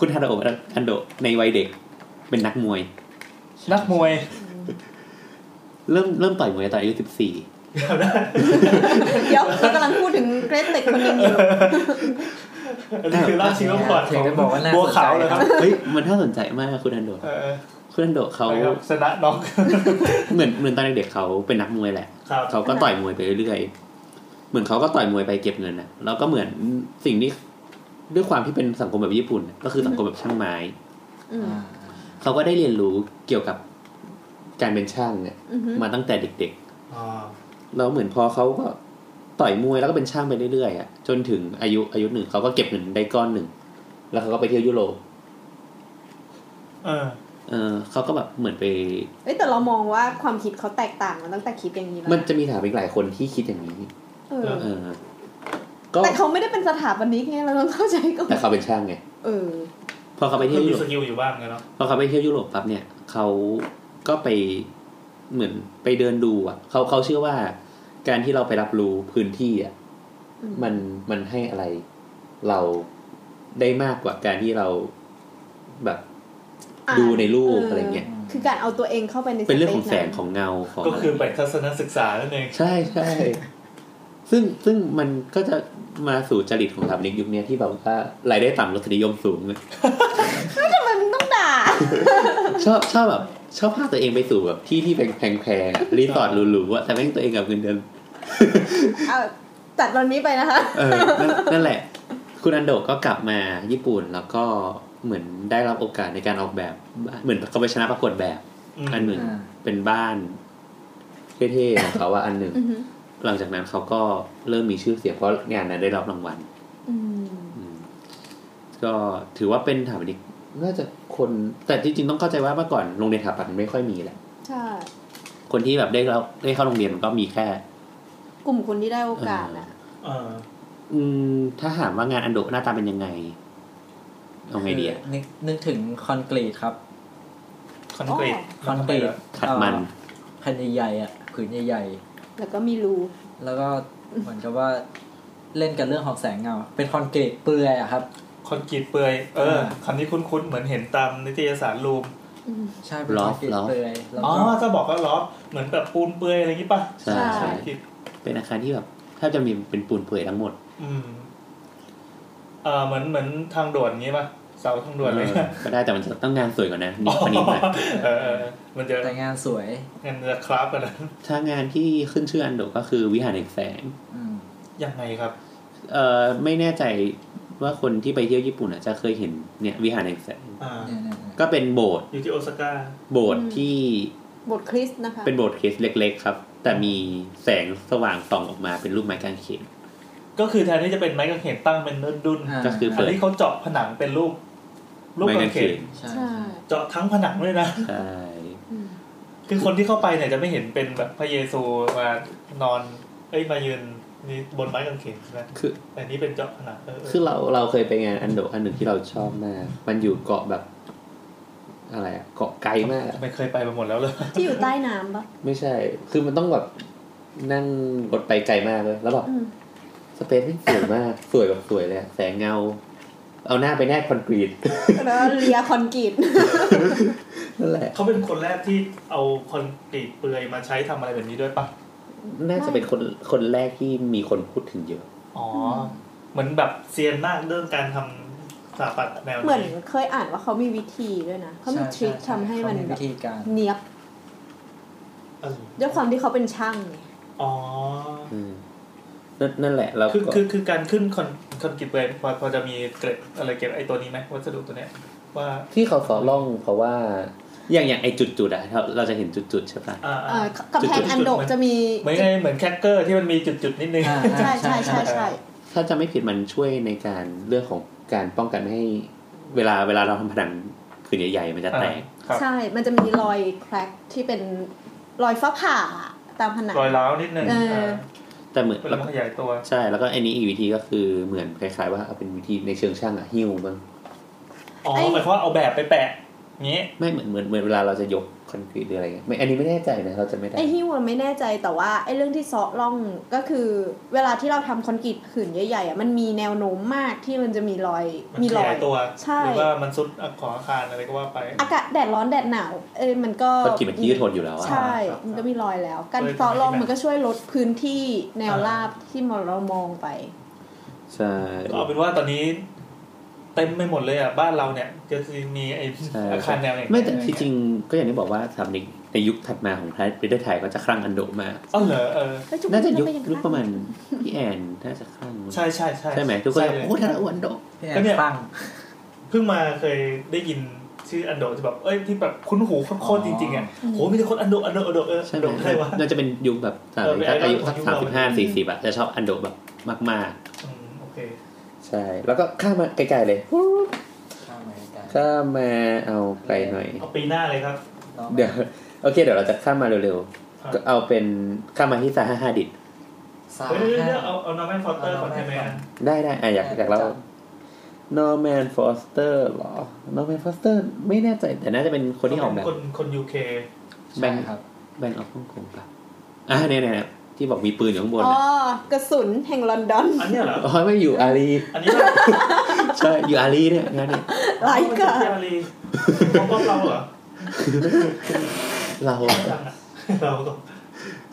[SPEAKER 3] คุณทาโดะอันโดะในวัยเด็ก เป็นนักมวย
[SPEAKER 2] นักมวย
[SPEAKER 3] เริ่มเริ่มต่อยมวยตอนอายุสิบสี่
[SPEAKER 2] เดี๋ยวนะ
[SPEAKER 5] เดี๋ยว เรากำลังพูดถึงเกรติกคนหนึงอยู่
[SPEAKER 2] อันนี้คือราชชีวประวัติ
[SPEAKER 4] ถึ
[SPEAKER 2] ขอ
[SPEAKER 4] ง
[SPEAKER 2] ง
[SPEAKER 4] ได้บอกว่าน่า
[SPEAKER 2] บัว
[SPEAKER 4] สนใจ
[SPEAKER 2] ขาวเลยครับ
[SPEAKER 3] เฮ้ยมันน่าสนใจมากคุณอันโดะ
[SPEAKER 2] เออ
[SPEAKER 3] คุณอันโดะเขา
[SPEAKER 2] ไปครับชนะน้อง
[SPEAKER 3] เหมือนเหมือนตอนเด็กๆเขาเป็นนักมวยแหละ
[SPEAKER 2] ครับ
[SPEAKER 3] เขาก็ต่อยมวยไปเรื่อยๆ เหมือนเขาก็ต่อยมวยไปเก็บเงินนะแล้วก็เหมือนสิ่งที่ด้วยความที่เป็นสังคมแบบญี่ปุ่นน่ะก็คือสังคมแบบช่างไม้
[SPEAKER 5] อืม
[SPEAKER 4] อ่า
[SPEAKER 3] เขาก็ได้เรียนรู้เกี่ยวกับการเป็นช่างเนี่ย
[SPEAKER 5] อือฮึ
[SPEAKER 3] มาตั้งแต่เด็ก
[SPEAKER 2] อ่า
[SPEAKER 3] ๆ แล้วเหมือนพอเขาก็ต่อยมวยแล้วก็เป็นช่างไปเรื่อยๆอะจนถึงอายุอายุหนึ่งเขาก็เก็บเงินได้ก้อนหนึ่ง แล้วเขาก็ไปเที่ยวยุโรป
[SPEAKER 2] เออ
[SPEAKER 3] เออเขาก็แบบเหมือนไป
[SPEAKER 5] เอ้ยแต่เรามองว่าความคิดเขาแตกต่างมาตั้งแต่คิดอย่างนี้แล้ว
[SPEAKER 3] มันจะมีถามอีกหลายคนที่คิดอย่างนี้
[SPEAKER 5] เออ
[SPEAKER 3] เออ ก็
[SPEAKER 5] แต่เขาไม่ได้เป็นสถาปนิกไงเราต้องเข้าใจก่อน
[SPEAKER 3] แต่เขาเป็นช่างไง
[SPEAKER 5] เออ
[SPEAKER 3] พอเขาไปเที่
[SPEAKER 2] ก็
[SPEAKER 3] ยว
[SPEAKER 2] มี
[SPEAKER 3] ยุโรป
[SPEAKER 2] สกิลอยู่บ้างไงเนาะ
[SPEAKER 3] พอเขาไปเที่ยวยุโรปปั๊บเนี่ยเขาก็ไปเหมือนไปเดินดูอ่ะเขาเขาเชื่อว่าการที่เราไปรับรู้พื้นที่อ่ะ
[SPEAKER 5] อืม
[SPEAKER 3] มันมันให้อะไรเราได้มากกว่าการที่เราแบบ
[SPEAKER 5] อ่ะ
[SPEAKER 3] ดูในรูป
[SPEAKER 5] เ
[SPEAKER 3] อะไรเงี้ย
[SPEAKER 5] คือการเอาตัวเองเข้าไปใน
[SPEAKER 3] เป็นเรื่องของ
[SPEAKER 5] ปซ
[SPEAKER 3] แสงของเงาของ
[SPEAKER 2] ก็คือไปทัศนศึกษานั่นเอง
[SPEAKER 3] ใช่ใช่ ซึ่งซึ่งมันก็จะมาสู่จริตของสถาปนิกยุคเนี้ยที่แบบว่ารายได้ต่ำรสนิยมสูงอะ
[SPEAKER 5] ทำไมมึงต้องด่า
[SPEAKER 3] ชอบชอบแบบชอบพาตัวเองไปสู่แบบที่ที่แพงแพงแพงๆอะรีสอร์ทหรูๆอะแต่แม่งตัวเองกับเงินเดือน
[SPEAKER 5] เอาตัดวันนี้ไปนะคะ
[SPEAKER 3] เออนั่นนั่นแหละ คุณอันโดะก็กลับมาญี่ปุ่นแล้วก็เหมือนได้รับโอกาสในการออกแบบ เหมือนเขาไปชนะประกวดแบบ
[SPEAKER 2] อืม
[SPEAKER 3] อันหนึ่ง
[SPEAKER 4] อ่า
[SPEAKER 3] เป็นบ้านเท่ๆของเขาว่าอันหนึ่ง
[SPEAKER 5] อือหือ
[SPEAKER 3] หลังจากนั้นเขาก็เริ่มมีชื่อเสียงเพราะงานนั้นได้รับรางวัล
[SPEAKER 5] อืม
[SPEAKER 3] อืมก็ถือว่าเป็นสถาปนิกน่าจะคนแต่ที่จริงต้องเข้าใจว่าเมื่อก่อนโรงเรียนสถาปัตย์มันไม่ค่อยมีแหละ
[SPEAKER 5] ใช่
[SPEAKER 3] คนที่แบบได้เราได้เข้าโรงเรียนมันก็มีแค่
[SPEAKER 5] กลุ่มคนที่ได้โอกาสอ่ะ
[SPEAKER 2] เออ
[SPEAKER 3] อืม ถ้าถามว่างานอันโดะหน้าตาเป็นยังไงเอาไงดีอะ
[SPEAKER 4] นึกนึกถึงคอนกรีตครับ
[SPEAKER 2] คอนกรีต
[SPEAKER 4] คอนกรีต
[SPEAKER 3] ขัดมัน
[SPEAKER 4] เอ่อแผ่นใหญ่ๆอ่ะผืนใหญ่
[SPEAKER 5] แล้วก็มีรู
[SPEAKER 4] ๆ แล้วก็เหมือนกับว่าเล่นกับเรื่องของแสงเงา เป็นคอนกรีตเปลือยอะครับ
[SPEAKER 2] คอนกรีตเปลือย เออคำนี้คุ้นๆ เหมือนเห็นตามนิตยสารรูม
[SPEAKER 5] อืม
[SPEAKER 4] ใช่เป็น
[SPEAKER 3] ล็
[SPEAKER 4] ค
[SPEAKER 3] อ
[SPEAKER 4] อก นกรีต
[SPEAKER 3] ล็อก
[SPEAKER 4] เปลือยแล้ว
[SPEAKER 2] อ๋อ
[SPEAKER 4] ก็
[SPEAKER 2] จะบอกก็ล้อเหมือนแบบปูนเปลือยอะไรอย่างงี้ป่ะ
[SPEAKER 3] ใช่
[SPEAKER 5] ใช่
[SPEAKER 3] ใช่
[SPEAKER 2] คอนกรีต
[SPEAKER 3] เป็นอาคารที่แบบแทบจะมีเป็นปูนเปื่อยทั้งหมด
[SPEAKER 2] อืมเออเหมือนเหมือนทางด่วนอย่างงี้ป่ะเสาทางด่วนเลย
[SPEAKER 3] เออก็ได้แต่มันจะต้องงานสวยกว่านั้นนิดกว่านิดหน่อย
[SPEAKER 2] เออเออ มันจะ
[SPEAKER 4] แต่งานสวย
[SPEAKER 2] งานจะคราฟกันนะ
[SPEAKER 3] ถ้างานที่ขึ้นชื่ออันโดก็คือวิหารแห่งแสง
[SPEAKER 4] อืม
[SPEAKER 2] ยังไงครับ
[SPEAKER 3] เอ่อไม่แน่ใจว่าคนที่ไปเที่ยวญี่ปุ่นอ่ะจะเคยเห็นเนี่ยวิหารแห่งแสง
[SPEAKER 2] อ่า
[SPEAKER 4] เนี่ยๆ
[SPEAKER 3] ก็เป็นโบสถ์
[SPEAKER 2] อยู่ที่โอซาก้า
[SPEAKER 3] โบสถ์ที่
[SPEAKER 5] บทคริสต์นะคะ
[SPEAKER 3] เป็นโบสถ์เคสเล็ก ๆ ครับ แต่มีแสงสว่างส่องออกมาเป็นรูปไม้กางเขน
[SPEAKER 2] ก็คือแทนที่จะเป็นไม้กางเขนตั้งเป็นดุนๆ
[SPEAKER 4] ๆ
[SPEAKER 3] ก็คือ
[SPEAKER 2] อันนี้เขาเจาะผนังเป็นรูปรูปกาก
[SPEAKER 3] ไม้าง ง
[SPEAKER 2] เข
[SPEAKER 3] เข
[SPEAKER 2] น
[SPEAKER 3] น
[SPEAKER 4] ใช่
[SPEAKER 5] ใช่
[SPEAKER 2] เจาะทั้งผนังเลยนะ
[SPEAKER 3] ใช่
[SPEAKER 5] อืม
[SPEAKER 2] คือคนที่เข้าไปเนี่ยจะไม่เห็นเป็นแบบพระเยซูมานอน เอ้ยมายืนนี่บนไม้กางเขนใช่ไหม
[SPEAKER 3] คือ
[SPEAKER 2] แต่นี่เป็นเจาะผนังเออเอ
[SPEAKER 3] คือ
[SPEAKER 2] อ
[SPEAKER 3] เราเราเคยไปงานอันโดอันหนึ่งที่เราชอบมาก มันอยู่เกาะแบบ อะไรอะเกาะไกลมากอะ
[SPEAKER 2] ไม่เคยไปมาหมดแล้วเลย
[SPEAKER 5] ที่อยู่ใต้น้ำปะ
[SPEAKER 3] ไม่ใช่ คือมันต้องแบบนั่งรถไปไกลมากเลย แล้วแบบ
[SPEAKER 5] อืม
[SPEAKER 3] สเปซมันสวยมาก สวยแบบสวยเลยอะแสงเงา เอาหน้าไปแนบคอนกรีต
[SPEAKER 5] แล้วเลียคอนกรีต
[SPEAKER 3] นั่นแหละ
[SPEAKER 2] เขาเป็นคนแรกที่เอาคอนกรีตเปลือยมาใช้ทำอะไรแบบนี้ด้วยปะ
[SPEAKER 3] น่าจะเป็นคนคนแรกที่มีคนพูดถึงเยอะ
[SPEAKER 2] อ๋ออเหมือนแบบเซียนมากเรื่องการทำสถาปัตย์แนว
[SPEAKER 5] เหมือน
[SPEAKER 2] นี้
[SPEAKER 5] เคยอ่านว่าเขามีวิธีด้วยนะเขามีทริคทำให้มัน
[SPEAKER 4] เขา
[SPEAKER 5] แบ
[SPEAKER 4] วิ
[SPEAKER 5] บ
[SPEAKER 4] ธีการ
[SPEAKER 5] เนียบ
[SPEAKER 2] เออ
[SPEAKER 5] ด้วยความที่เขาเป็นช่างไง
[SPEAKER 2] อ๋อ
[SPEAKER 3] อืมนั่นนั่นแหละเรา
[SPEAKER 2] คือ
[SPEAKER 3] ก็
[SPEAKER 2] คือคือการขึ้นคอนคอนกรีตเปลือยพอพอจะมีเกร็ดอะไรเก็บไอ้ตัวนี้ไหมวัสดุตัวเนี้ยว่า
[SPEAKER 3] ที่เขาสอล่องเพราะว่า อย่างอย่างไอจุดจุดๆอะเราเราจะเห็นจุดจุดๆใช่ปะ
[SPEAKER 2] อ่า
[SPEAKER 5] เอ่
[SPEAKER 2] อ่า
[SPEAKER 5] อกำแพงอันโดกจะมี
[SPEAKER 2] เหมือนไงเหมือนแคคเกอร์ที่มันมีจุดๆนิดนึง
[SPEAKER 4] อ่า
[SPEAKER 5] ใช่ใช่ใช่ใช่
[SPEAKER 3] ถ้าจะไม่ผิดมันช่วยในการเรื่องของการป้องกันไม่ให้เวลาเวลาเราทำผนังผืนใหญ่ๆมันจะแต
[SPEAKER 2] อ่
[SPEAKER 3] ก
[SPEAKER 2] าครับ
[SPEAKER 5] ใช่ มันจะมีรอยแครกที่เป็นรอยฟ้าผ่าตามผนัง
[SPEAKER 2] รอยร้าวนิดนึง
[SPEAKER 5] เออ
[SPEAKER 2] เออ
[SPEAKER 3] แต่เหมือน
[SPEAKER 2] เป็น
[SPEAKER 3] แล้ว
[SPEAKER 2] มันขยายตัว
[SPEAKER 3] ใช่แล้วก็อันนี้อีกวิธีก็คือเหมือนคล้ายๆว่าเอาเป็นวิธีในเชิงช่างอะหิ้วบ้าง
[SPEAKER 2] อ๋อ
[SPEAKER 5] ไอ้
[SPEAKER 2] หมายความว่าเอาแบบไปแปะอย่างงี้
[SPEAKER 3] ไม่เหมือนเหมือนเหมือนเวลาเราจะยกคอนกรีตหรืออะไรเงี้ยไม่อันนี้ไม่แน่ใจนะเราจะไม่ได้
[SPEAKER 5] ไอ้ฮิวอะไม่แน่ใจแต่ว่าไอ้เรื่องที่เซาะร่องก็คือ เวลาที่เราทำคอนกรีตขืนใหญ่ๆอ่ะมันมีแนวโน้มมากที่มันจะมีรอย
[SPEAKER 2] มัน
[SPEAKER 5] มีรอย
[SPEAKER 2] ขาย ยตัว
[SPEAKER 5] ใช่
[SPEAKER 2] หรือว่ามันซุดของอาคารอะไรก็ว่าไป
[SPEAKER 5] อากาศแดดร้อนแดดหนาวเอ้ยมันก็
[SPEAKER 3] คอนกรีตมันยืดทนอยู่แล้วอะ
[SPEAKER 5] ใช่
[SPEAKER 2] ครับ
[SPEAKER 5] มันก็มีรอยแล้ว
[SPEAKER 2] เคย
[SPEAKER 5] การเซาะร่อง
[SPEAKER 2] เคยเห็น
[SPEAKER 5] มันก็ช่วยลดพื้นที่แนวราบที่เรามองไป
[SPEAKER 3] ใช่
[SPEAKER 2] ก็เอาเป็นว่าตอนนี้ เต็มไปหมดเลยอ่ะบ้านเราเนี่ยจะมีไอ
[SPEAKER 3] ใช่
[SPEAKER 2] อาคารแนวอย่าง
[SPEAKER 3] ไม่
[SPEAKER 2] เงี้ย
[SPEAKER 3] แต่ที่จริงก็อย่างที่บอกว่าสถาปนิกในยุคถัดมาของไทยประเทศไทยก็จะคลั่งอันโดมาก
[SPEAKER 2] อ๋อเหรอเออ
[SPEAKER 5] เฮ้ยจุก
[SPEAKER 3] น่าจะ
[SPEAKER 5] ก็
[SPEAKER 3] ยุค
[SPEAKER 5] ง
[SPEAKER 3] ยุคประมาณพี่แอนน่าจะคลั่ง
[SPEAKER 2] ใช่ใช่ใช่
[SPEAKER 3] ใช่ไหมทุกคน
[SPEAKER 2] ใช่
[SPEAKER 3] จะ
[SPEAKER 2] เลย
[SPEAKER 3] โอ้ธนาอ้วนโด
[SPEAKER 4] พี่แอ
[SPEAKER 2] ก็
[SPEAKER 4] น
[SPEAKER 2] เนี่ย
[SPEAKER 4] ตั้ง
[SPEAKER 2] เพิ่งมาเคยได้ยินชื่ออันโดะจะแบบเอ้ยที่แบบคุ้นหูโคตรจริงๆอ่ะโหมีแต่คนอันโดะอันโดะอันโดะเออ
[SPEAKER 3] ใช่
[SPEAKER 2] อัน
[SPEAKER 3] ไหม
[SPEAKER 2] โดะใครวะ
[SPEAKER 3] น่าจะเป็นยุคแบบสาม
[SPEAKER 2] เออ
[SPEAKER 3] สิ
[SPEAKER 2] เป็น
[SPEAKER 3] บอายุ
[SPEAKER 2] ไอดอลของยุคเรา
[SPEAKER 3] สามสิบห้าสี่สิบอะจะชอบอันโดแบบมาก
[SPEAKER 2] อืมโอเค
[SPEAKER 3] ๆ ใช่ แล้วก็ข้ามมาไกลๆเลย
[SPEAKER 4] ข้ามมาไกล
[SPEAKER 3] ข้ามมาเอาไกลหน่อย
[SPEAKER 2] เอาปีหน้าเลยครับ
[SPEAKER 4] ๆต่อมา
[SPEAKER 3] เดี๋ยวโอเคเดี๋ยวเราจะข้ามมาเร็ว
[SPEAKER 2] อ่ะ
[SPEAKER 3] ๆก็เอาเป็นข้ามมาที่ซาฮาฮาดิด
[SPEAKER 4] สาม
[SPEAKER 2] เฮ้ยเดี๋ยวเดี๋ยว
[SPEAKER 4] ห้า
[SPEAKER 2] เอาเอานอร์แมนฟอสเตอร์ก่อนใช่ไหมอ่ะ
[SPEAKER 3] ได้ได้อ่ะอยากอยากเล่า
[SPEAKER 4] จ
[SPEAKER 3] นอร์แมนฟอสเตอร์หรอ นอร์แมนฟอสเตอร์ไม่แน่ใจแต่น่าจะเป็นคนที่ออกแบบ
[SPEAKER 2] คนคนยูเค
[SPEAKER 3] แบ่ง
[SPEAKER 4] ใช่ครับ
[SPEAKER 3] แบงออกฮ่องกงปะอ่ะเนี่ยเนี่ยเนี่ยที่บอกมีปืนอยู่ข้างบน
[SPEAKER 5] อ๋อ
[SPEAKER 3] น่ะ
[SPEAKER 5] กระสุนแห่งลอนดอน
[SPEAKER 2] อันเนี้ ยเหรอ
[SPEAKER 3] อ๋อไม่อยู่อารี
[SPEAKER 2] อันนี้ป่ะ
[SPEAKER 3] ใช่อยู่อารีเนี่ยงานเนี่ย
[SPEAKER 5] ไลายกา
[SPEAKER 2] เจ
[SPEAKER 5] ด
[SPEAKER 2] อารีของพวกเราเห รอ
[SPEAKER 3] เราอะ
[SPEAKER 2] จังอะเราก็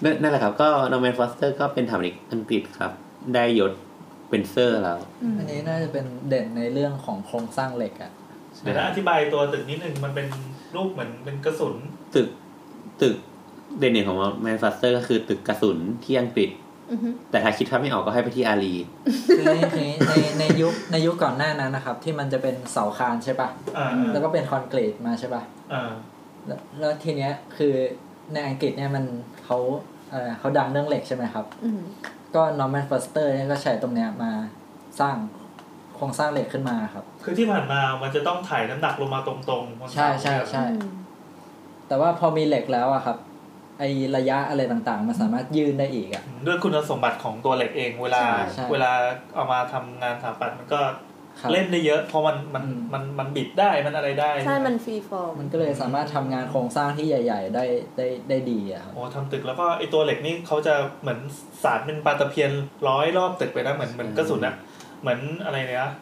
[SPEAKER 3] นั่นนั่นแหละครับ ก็นอร์แมนฟอสเตอร์ก็เป็นถามนิกอังกฤษครับ ได้ยศเป็นเซอร์แล้ว
[SPEAKER 5] อืม
[SPEAKER 4] อันนี้น่าจะเป็นเด่นในเรื่องของโครงสร้างเหล็ก อ่ะ
[SPEAKER 2] เดี๋ยวนะอธิบายตัวตึกนิดนึงมันเป็นรูปเหมือนเป็นกระสุน
[SPEAKER 3] ตึกตึกเด่นเด่นของแมนฟอสเตอร์ก็คือตึกกระสุนที่อังกฤษ
[SPEAKER 5] อือฮึ
[SPEAKER 3] แต่ถ้าคิดภาพไม่ออกก็ให้ไปที่อารี
[SPEAKER 4] คือในในในยุคในยุคก่อนหน้านั้นนะครับ ที่มันจะเป็นเสาคานใช่ปะ
[SPEAKER 2] อ่า
[SPEAKER 4] แล้วก็เป็นคอนกรีตมาใช่ปะ
[SPEAKER 2] อ่า
[SPEAKER 4] แล้วแล้วทีเนี้ยคือในอังกฤษเนี่ยมันเขาเออเขาดังเรื่องเหล็กใช่ไหมครับ
[SPEAKER 5] อืม
[SPEAKER 4] ก็ Norman Foster เนี่ยก็ใช้ตรงเนี้ยมาสร้างโครงสร้างเหล็กขึ้นมาครับ
[SPEAKER 2] คือที่ผ่านมามันจะต้องถ่ายน้ำหนักลงมาตรงๆบนเสา
[SPEAKER 4] ใช่ใช่ใช่
[SPEAKER 5] อืม
[SPEAKER 4] แต่ว่าพอมีเหล็กแล้วอะครับ ไอระยะอะไรต่างๆ มันสามารถยืนได้อีกอะ
[SPEAKER 2] ด้วยคุณสมบัติของตัวเหล็กเองเวลา
[SPEAKER 4] ใช่ใช่
[SPEAKER 2] เวลาเอามาทำงานสถาปัตย์มันก็
[SPEAKER 4] ครับ
[SPEAKER 2] เล่นได้เยอะ เพราะมันมัน
[SPEAKER 4] อืม
[SPEAKER 2] มันมันบิดได้มันอะไรได้
[SPEAKER 5] ใช่มันฟรีฟอร์ม
[SPEAKER 4] มันก็เลยสามารถทำงานโครงสร้างที่ใหญ่ ๆ ได้ได้ได้ดีอะครับ
[SPEAKER 2] โอ้ทำตึกแล้วก็ไอตัวเหล็กนี่เขาจะเหมือนสารเป็นปลาตะเพียนร้อยรอบตึกไปนะเหมือนเหมือน
[SPEAKER 3] ใช่
[SPEAKER 2] กระสุนอะเหมือนอะไรเนี่ยนะ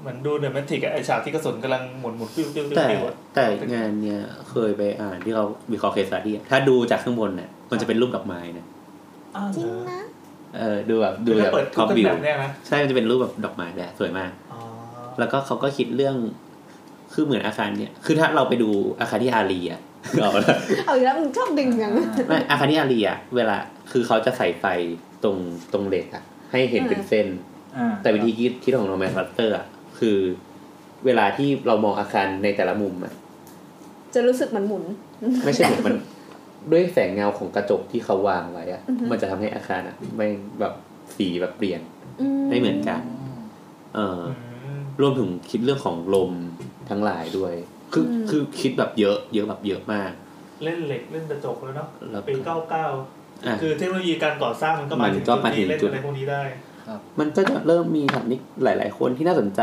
[SPEAKER 2] เหมือนดูเดอะแมทริกไอฉากที่กระสุนกำลังหมุนหมุนปิ้วปิ้วปิ้ว
[SPEAKER 3] แต่
[SPEAKER 2] ปิ้วอะ
[SPEAKER 3] แต่งานเนี่ยเคยไปอ่านที่เขาวิเคราะห์เคสสตาดี้อะถ้าดูจากข้างบนเนี่ยมันจะเป็นรูปดอกไม้นะ
[SPEAKER 2] อ้าว
[SPEAKER 5] จริง
[SPEAKER 2] เหรอ
[SPEAKER 5] นะ
[SPEAKER 3] เออดูแบบดู
[SPEAKER 2] คือถ้า
[SPEAKER 3] แบบ
[SPEAKER 2] เปิด
[SPEAKER 3] คอม
[SPEAKER 2] คุก
[SPEAKER 3] วิว
[SPEAKER 2] แบบเนี้ยนะ
[SPEAKER 3] ใช่มันจะเป็นรูปแบบดอกไม้แหละสวยมาก
[SPEAKER 2] อ๋อ
[SPEAKER 3] แล้วก็เขาก็คิดเรื่องคือเหมือนอาคารเนี่ยคือถ้าเราไปดูอาคารที่อารีอะ เอาละ
[SPEAKER 5] เอาอีกแล้วมึงชอบดึงอย่างนั้น
[SPEAKER 3] ไม่อาคารที่อารีอะเวลาคือเขาจะใส่ไฟตรงตรงเหล็กอะให้เห็นเป็นเส้น
[SPEAKER 4] อ่า
[SPEAKER 3] แต่วิธีคิดคิดของโนแมนฟัตเตอร์อะคือ เวลาที่เรามองอาคารในแต่ละมุมอะ
[SPEAKER 5] จะรู้สึกเหมือนหมุน
[SPEAKER 3] ไม่ใช่เหมือนมันด้วยแสงเงาของกระจกที่เขาวางไว้อะ
[SPEAKER 5] อือฮึ
[SPEAKER 3] มันจะทำให้อาคารอะไม่แบบสีแบบเปลี่ยน
[SPEAKER 5] ม
[SPEAKER 3] ไม่เหมือนกัน เออ
[SPEAKER 2] อืม
[SPEAKER 3] รวมถึงคิดเรื่องของลมทั้งหลายด้วย คืออคือคิดแบบเยอะ เยอะแบบเยอะมาก
[SPEAKER 2] เล่นเหล็กเล่นกระจกแล้วเนาะ
[SPEAKER 3] แล้ว
[SPEAKER 2] ปีเก้าเก้า
[SPEAKER 3] อ่ะ
[SPEAKER 2] คือเทคโนโลยีการก่อสร้างมันก็
[SPEAKER 3] มั
[SPEAKER 2] มาน ถึง
[SPEAKER 3] ก็มาถึ
[SPEAKER 2] จุดนี้
[SPEAKER 3] ง
[SPEAKER 2] เล่น
[SPEAKER 3] จุด
[SPEAKER 2] อะไรพวกนี้ได้
[SPEAKER 3] มันก็จะเริ่มมีทับนิกหลาย ๆ คนที่น่าสนใจ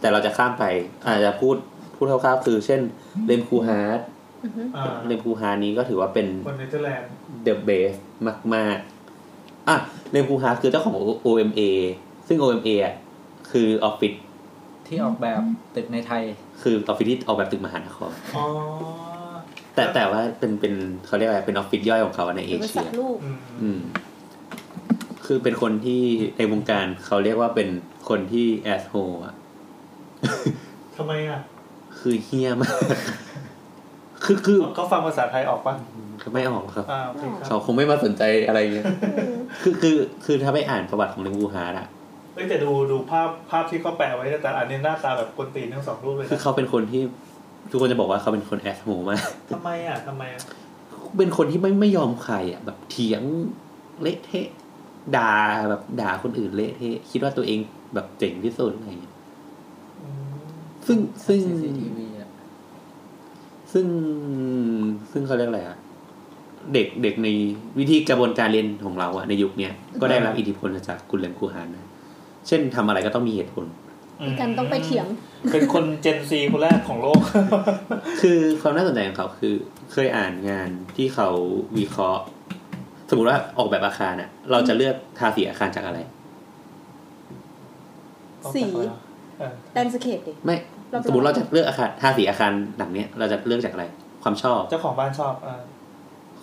[SPEAKER 3] แต่เราจะข้ามไป อาจจะพูดพูดคร่าวๆคือ เช่นเลมคูฮาร์ด
[SPEAKER 5] อือฮึ
[SPEAKER 2] อ่า
[SPEAKER 3] เลมคูฮาร์ดนี้ก็ถือว่าเป็น
[SPEAKER 2] คนเนเธอร์แลนด์
[SPEAKER 3] เดอะเบสมาก ๆ อ่ะเรนคูฮาร์คือเจ้าของ OMA ซึ่ง OMA อ่ะคือออฟฟิศ
[SPEAKER 4] ที่ออกแบบตึกในไทย
[SPEAKER 3] คือออฟฟิศที่ออกแบบตึกมหานคร
[SPEAKER 2] อ๋อ
[SPEAKER 3] แต่แต่ว่าเป็นเป็นเขาเรียกอะไรเป็นออฟฟิศย่อยของเขาในเอ
[SPEAKER 5] เป็นบริ
[SPEAKER 3] เชี
[SPEAKER 5] ษัท
[SPEAKER 3] ย
[SPEAKER 5] ลูก
[SPEAKER 2] อืม
[SPEAKER 3] อืม คือเป็นคนที่ในวงการเขาเรียกว่าเป็นคนที่แอสโฮอ่ะ
[SPEAKER 2] ทำไมอ่ะ
[SPEAKER 3] คือเฮี้ยมาก คือคือ
[SPEAKER 2] เขาฟังภาษาไทยออกปะ
[SPEAKER 3] คือไม่ออกครับ
[SPEAKER 2] อ่าโอเคครั
[SPEAKER 3] เขา
[SPEAKER 2] บ
[SPEAKER 3] คงไม่มาสนใจอะไรเงี้ย คือคือคือถ้าไปอ่านประวัติของเรนคูฮาร์อ่ะ
[SPEAKER 2] เอ้ยแต่ดูดูภาพภาพที่เขาแปะไว้แต่อันนี้หน้าตาแบบกวนตีนทั้งสองรูปเลย
[SPEAKER 3] คือ
[SPEAKER 2] นะ
[SPEAKER 3] เขาเป็นคนที่ทุกคนจะบอกว่าเขาเป็นคนแอสโหมาก
[SPEAKER 2] ทำไมอ่ะทำไมอ่ะ
[SPEAKER 3] เป็นคนที่ไม่ไม่ยอมใครอ่ะ แบบเถียงเละเทะด่าแบบด่าคนอื่นเละเทะคิดว่าตัวเองแบบเจ๋งที่สุดอะไรอย่างเงี้ย
[SPEAKER 2] อืม
[SPEAKER 3] ซึ่งซึ่ง
[SPEAKER 4] CCTV อะ
[SPEAKER 3] ซึ่งซึ่งเขาเรียกอะไรอ่ะ เด็กเด็กในวิธีกระบวนการเรียนของเราอะในยุคเนี้ยก็ได้รับอิทธิพลมาจากคุณเลนคูฮานนะเช่นทำอะไรก็ต้องมีเหตุผล
[SPEAKER 5] กันต้องไปเถียง
[SPEAKER 2] เป็นคนเจนซีคนแรกของโลก
[SPEAKER 3] คือความน่าสนใจของเขาคือเคยอ่านงานที่เขาวิเคราะห์ สมมติว่าออกแบบอาคารอะเราจะเลือกทาสีอาคารจากอะไร
[SPEAKER 5] สี
[SPEAKER 2] เออ
[SPEAKER 5] แลนด์สเคปดิ
[SPEAKER 3] ไม่
[SPEAKER 5] เราจะ
[SPEAKER 3] สมมติเราจะเลือกอาคารทาสีอาคารหลังเนี้ยเราจะเลือกจากอะไร ความชอบ
[SPEAKER 2] เจ้าของบ้านชอบอ่า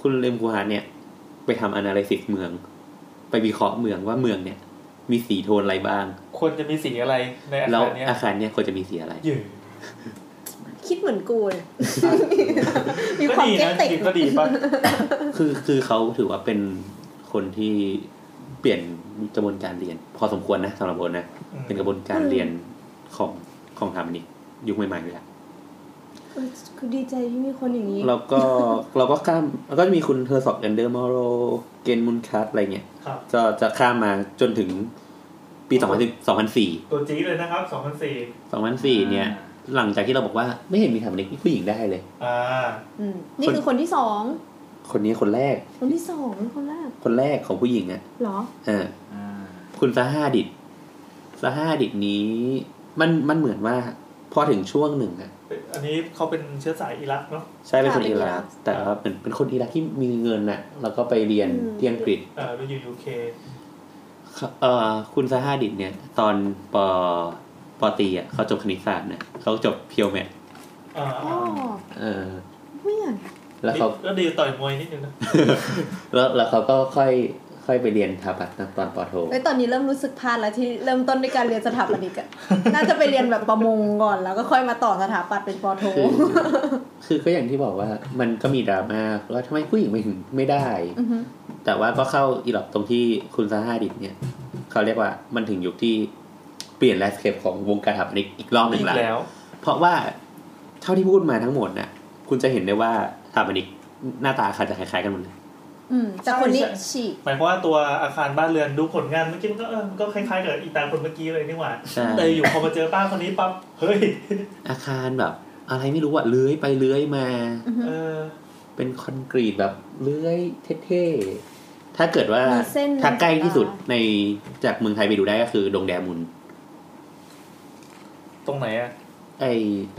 [SPEAKER 3] คุณเลมกูฮานเนี่ย ไปทำ analysis เมือง ไปวิเคราะห์เมืองว่าเมืองเนี่ย มีสีโทนอะไรบ้าง
[SPEAKER 2] ควรจะมีสีอะไรในอา
[SPEAKER 3] แล้ว
[SPEAKER 2] คารเนี้ย
[SPEAKER 3] อาคารเนี้ยควรจะมีสีอะไร
[SPEAKER 2] ยืด
[SPEAKER 5] คิดเหมือนกูเลยมีค
[SPEAKER 2] ก็
[SPEAKER 5] วาม
[SPEAKER 2] ดี
[SPEAKER 5] เก็ต
[SPEAKER 2] นะ
[SPEAKER 5] ติก
[SPEAKER 2] ดีก็ดีป่ะ
[SPEAKER 3] คือคือเขาถือว่าเป็นคนที่เปลี่ยนกระบวนการเรียน พอสมควรนะสำหรับโบนะ เป็นกระบวนการเรียนของของสถาปนิกยุคใหม่ๆเลยละ
[SPEAKER 5] เออคือดีใจที่มีคนอย่างนี้
[SPEAKER 3] แล้วก็ เราก็ข้ามแล้วก็จะมีคุณเฮอร์ซอกเอนเดอร์มอโรเกนมุนคัสอะไรเงี้ย
[SPEAKER 2] ครับ
[SPEAKER 3] จะจะข้ามมาจนถึงปี2 0 1 0 2004
[SPEAKER 2] ตัวจีดเลยนะครับ 2004
[SPEAKER 3] 2004เนี่ย หลังจากที่เราบอกว่าไม่เห็นมีสถาปนิกผู้หญิงได้เลย
[SPEAKER 2] อ่า
[SPEAKER 5] อืมนี่คือคนที่สอง
[SPEAKER 3] คนนี้คนแรก
[SPEAKER 5] คนที่สองคนแรก
[SPEAKER 3] คนแรกของผู้หญิงอ่ะ
[SPEAKER 5] เหรอ
[SPEAKER 3] อ่า
[SPEAKER 4] อ่า
[SPEAKER 3] คุณซาฮาดิดซาฮาดิดนี้ มันมันเหมือนว่า พอถึงช่วงหนึ่งอะ
[SPEAKER 2] อันนี้เขาเป็นเชื้อสายอิรักเนาะ
[SPEAKER 3] ใช่เป็นคน
[SPEAKER 5] ค่ะเป็น
[SPEAKER 3] อิ
[SPEAKER 5] อิรั
[SPEAKER 3] รั
[SPEAKER 5] ก
[SPEAKER 3] กแต่ว่าเป็นเป็นคนอิรักที่มีเงินอะแล้วก็ไปเรียน
[SPEAKER 5] อืม
[SPEAKER 3] ที่อังกฤษ
[SPEAKER 2] เอ่อไปอยู่ยูเค
[SPEAKER 3] เอ่อคุณซาฮาดิดเนี่ย ตอนปปตรีอะเขาจบคณิตศาสตร์นะเขาจบเพียวแมท
[SPEAKER 2] อ่า
[SPEAKER 5] อ๋อ
[SPEAKER 3] เออ
[SPEAKER 5] ไม่อยาก
[SPEAKER 3] แล้วเขา
[SPEAKER 2] ก็ดีต่อยมวยนิดนึงนะ
[SPEAKER 3] แล้วแล้วเขาก็ค่อยค่อยไปเรียนสถาปัตย์นะตอนปอโท
[SPEAKER 5] เอ้ยตอนนี้เริ่มรู้สึกพลาดแล้วที่เริ่มต้นด้วยการเรียนสถาปนิกอะ น่าจะไปเรียนแบบประมงก่อนแล้วก็ค่อยมาต่อสถาปัตย์เป็นปอโท
[SPEAKER 3] คือคือก็อย่างที่บอกว่ามันก็มีดราม่าว่าทำไมผู้หญิงไม่ถึงไม่ได้
[SPEAKER 5] อือฮึ
[SPEAKER 3] แต่ว่าก็เข้าอีหลอบตรงที่คุณซาฮาดิดเนี่ย เขาเรียกว่ามันถึงยุคที่เปลี่ยนแลสเคปของวงการสถาปนิกอีกรอบหนึ่
[SPEAKER 2] อี
[SPEAKER 3] ง
[SPEAKER 2] ก
[SPEAKER 3] ละ
[SPEAKER 2] แล้ว
[SPEAKER 3] เพราะว่าเท่าที่พูดมาทั้งหมดน่ะ คุณจะเห็นได้ว่าสถาปนิกหน้าตาอาคารจะคล้ายๆกันหมดเลย
[SPEAKER 5] อืมแต่คนนี้
[SPEAKER 2] ใช่
[SPEAKER 5] ฉีก
[SPEAKER 2] หมายความว่าตัวอาคารบ้านเรือนดูผลงานเมื่อกี้มันก็เออมันก็คล้ายๆกับอีตาคนเมื่อกี้เลยนี่หว่า
[SPEAKER 3] ใช่
[SPEAKER 2] แต่อยู่พอมาเจอป้าคนนี้ปั๊บ เฮ้ย
[SPEAKER 3] อาคารแบบ อะไรไม่รู้อะเลื้อยไปเลื้อยมา
[SPEAKER 5] อือฮึ
[SPEAKER 2] เออ
[SPEAKER 3] เป็นคอนกรีตแบบเลื้อยเท่ๆถ้าเกิดว่า
[SPEAKER 5] มีเส้น
[SPEAKER 3] ถ้าใกล้ที่สุดในจากเมืองไทยไปดูได้ก็คือดงแดมุน
[SPEAKER 2] ตรงไหนอะ
[SPEAKER 3] ไอ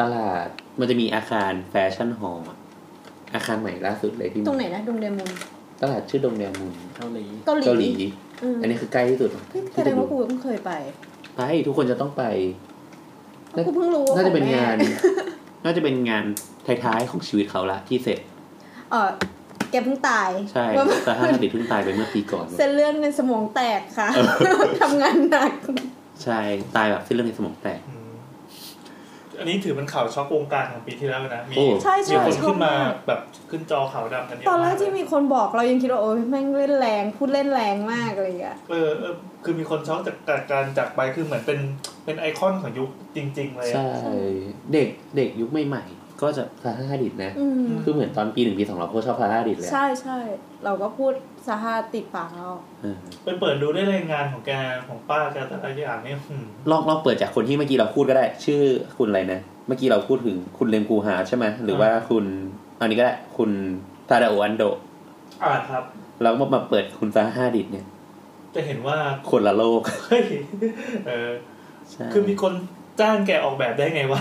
[SPEAKER 3] ตลาดมันจะมีอาคารแฟชั่นฮอลล์อะอาคารใหม่ล่าสุดเลยที่
[SPEAKER 5] ตรงไหนนะดงเดมุน
[SPEAKER 3] ตลาดชื่อดงแดมุน
[SPEAKER 4] เกาหลี
[SPEAKER 5] เกาหลี
[SPEAKER 3] เกาหลี
[SPEAKER 5] อืม
[SPEAKER 3] อันนี้คือใกล้ที่สุด
[SPEAKER 5] เฮ้ยแสดงว่ากูเพิ่งเคยไป
[SPEAKER 3] ไปทุกคนจะต้องไป น่า
[SPEAKER 5] กูเพิ่งรู้ว่
[SPEAKER 3] น่าจะเป็น
[SPEAKER 5] ของแม่
[SPEAKER 3] งาน น่าจะเป็นงานท้ายๆของชีวิตเขาละที่เสร็จ
[SPEAKER 5] เออแกเพิ่งตาย
[SPEAKER 3] ใช่
[SPEAKER 5] ว่า
[SPEAKER 3] สหาดิตเพิ่งตายไปเมื่อปีก่อน
[SPEAKER 5] เส้นเลือดในสมองแตกค่ะ ทำงานหนัก
[SPEAKER 3] ใช่ตายแบบเส้นเลือดในสมองแตก
[SPEAKER 2] อืมอันนี้ถือเป็นข่าวช็อกวงการของปีที่แล้วนะ มี
[SPEAKER 3] โอ้
[SPEAKER 5] ใช่
[SPEAKER 2] มี
[SPEAKER 5] ใช่
[SPEAKER 2] คน
[SPEAKER 5] ชอบ
[SPEAKER 2] ขึ้นมาม
[SPEAKER 5] าก
[SPEAKER 2] แบบขึ้นจอขาวดำกันเยอะ
[SPEAKER 5] ตอนแร
[SPEAKER 2] มาก ก
[SPEAKER 5] ที่มีคนบอกเรายังคิดว่าโอ้ยแม่งเล่นแรงพูดเล่นแรงมากอะไรอย่างเงี้ย
[SPEAKER 2] เออเออคือมีคนช็อกจากการจากไปคือเหมือนเป็นเป็นไอคอนของยุคจริง ๆ เลยอะ
[SPEAKER 3] ใช่ เด็กเด็กยุคใหม่ๆก็จะสหาดิตนะ
[SPEAKER 5] อืม
[SPEAKER 3] คือเหมือนตอนปีหนึ่งปีสองเราก็ชอบสหาดิตแล้ว
[SPEAKER 5] ใช่ใช่เราก็พูดสาหาติดปากเรา
[SPEAKER 3] เออ
[SPEAKER 2] ไปเปิดดูได้เลยงานของแกของป้าแกแต่ละอย่างนี่หืม
[SPEAKER 3] ลองลองเปิดจากคนที่เมื่อกี้เราพูดก็ได้ ชื่อคุณอะไรนะ เมื่อกี้เราพูดถึงคุณเลมกูฮาร์ดใช่ไหมหรือว่าคุณอันนี้ก็ได้คุณทาดาโออันโด
[SPEAKER 2] อ่าครับ
[SPEAKER 3] แล้วมามาเปิดคุณซาฮาดิดเนี่ย
[SPEAKER 2] จะเห็นว่า
[SPEAKER 3] คนละโลก
[SPEAKER 2] เฮ้ยเออ
[SPEAKER 3] ใช่
[SPEAKER 2] คือมีคนจ้างแกออกแบบได้ไง วะ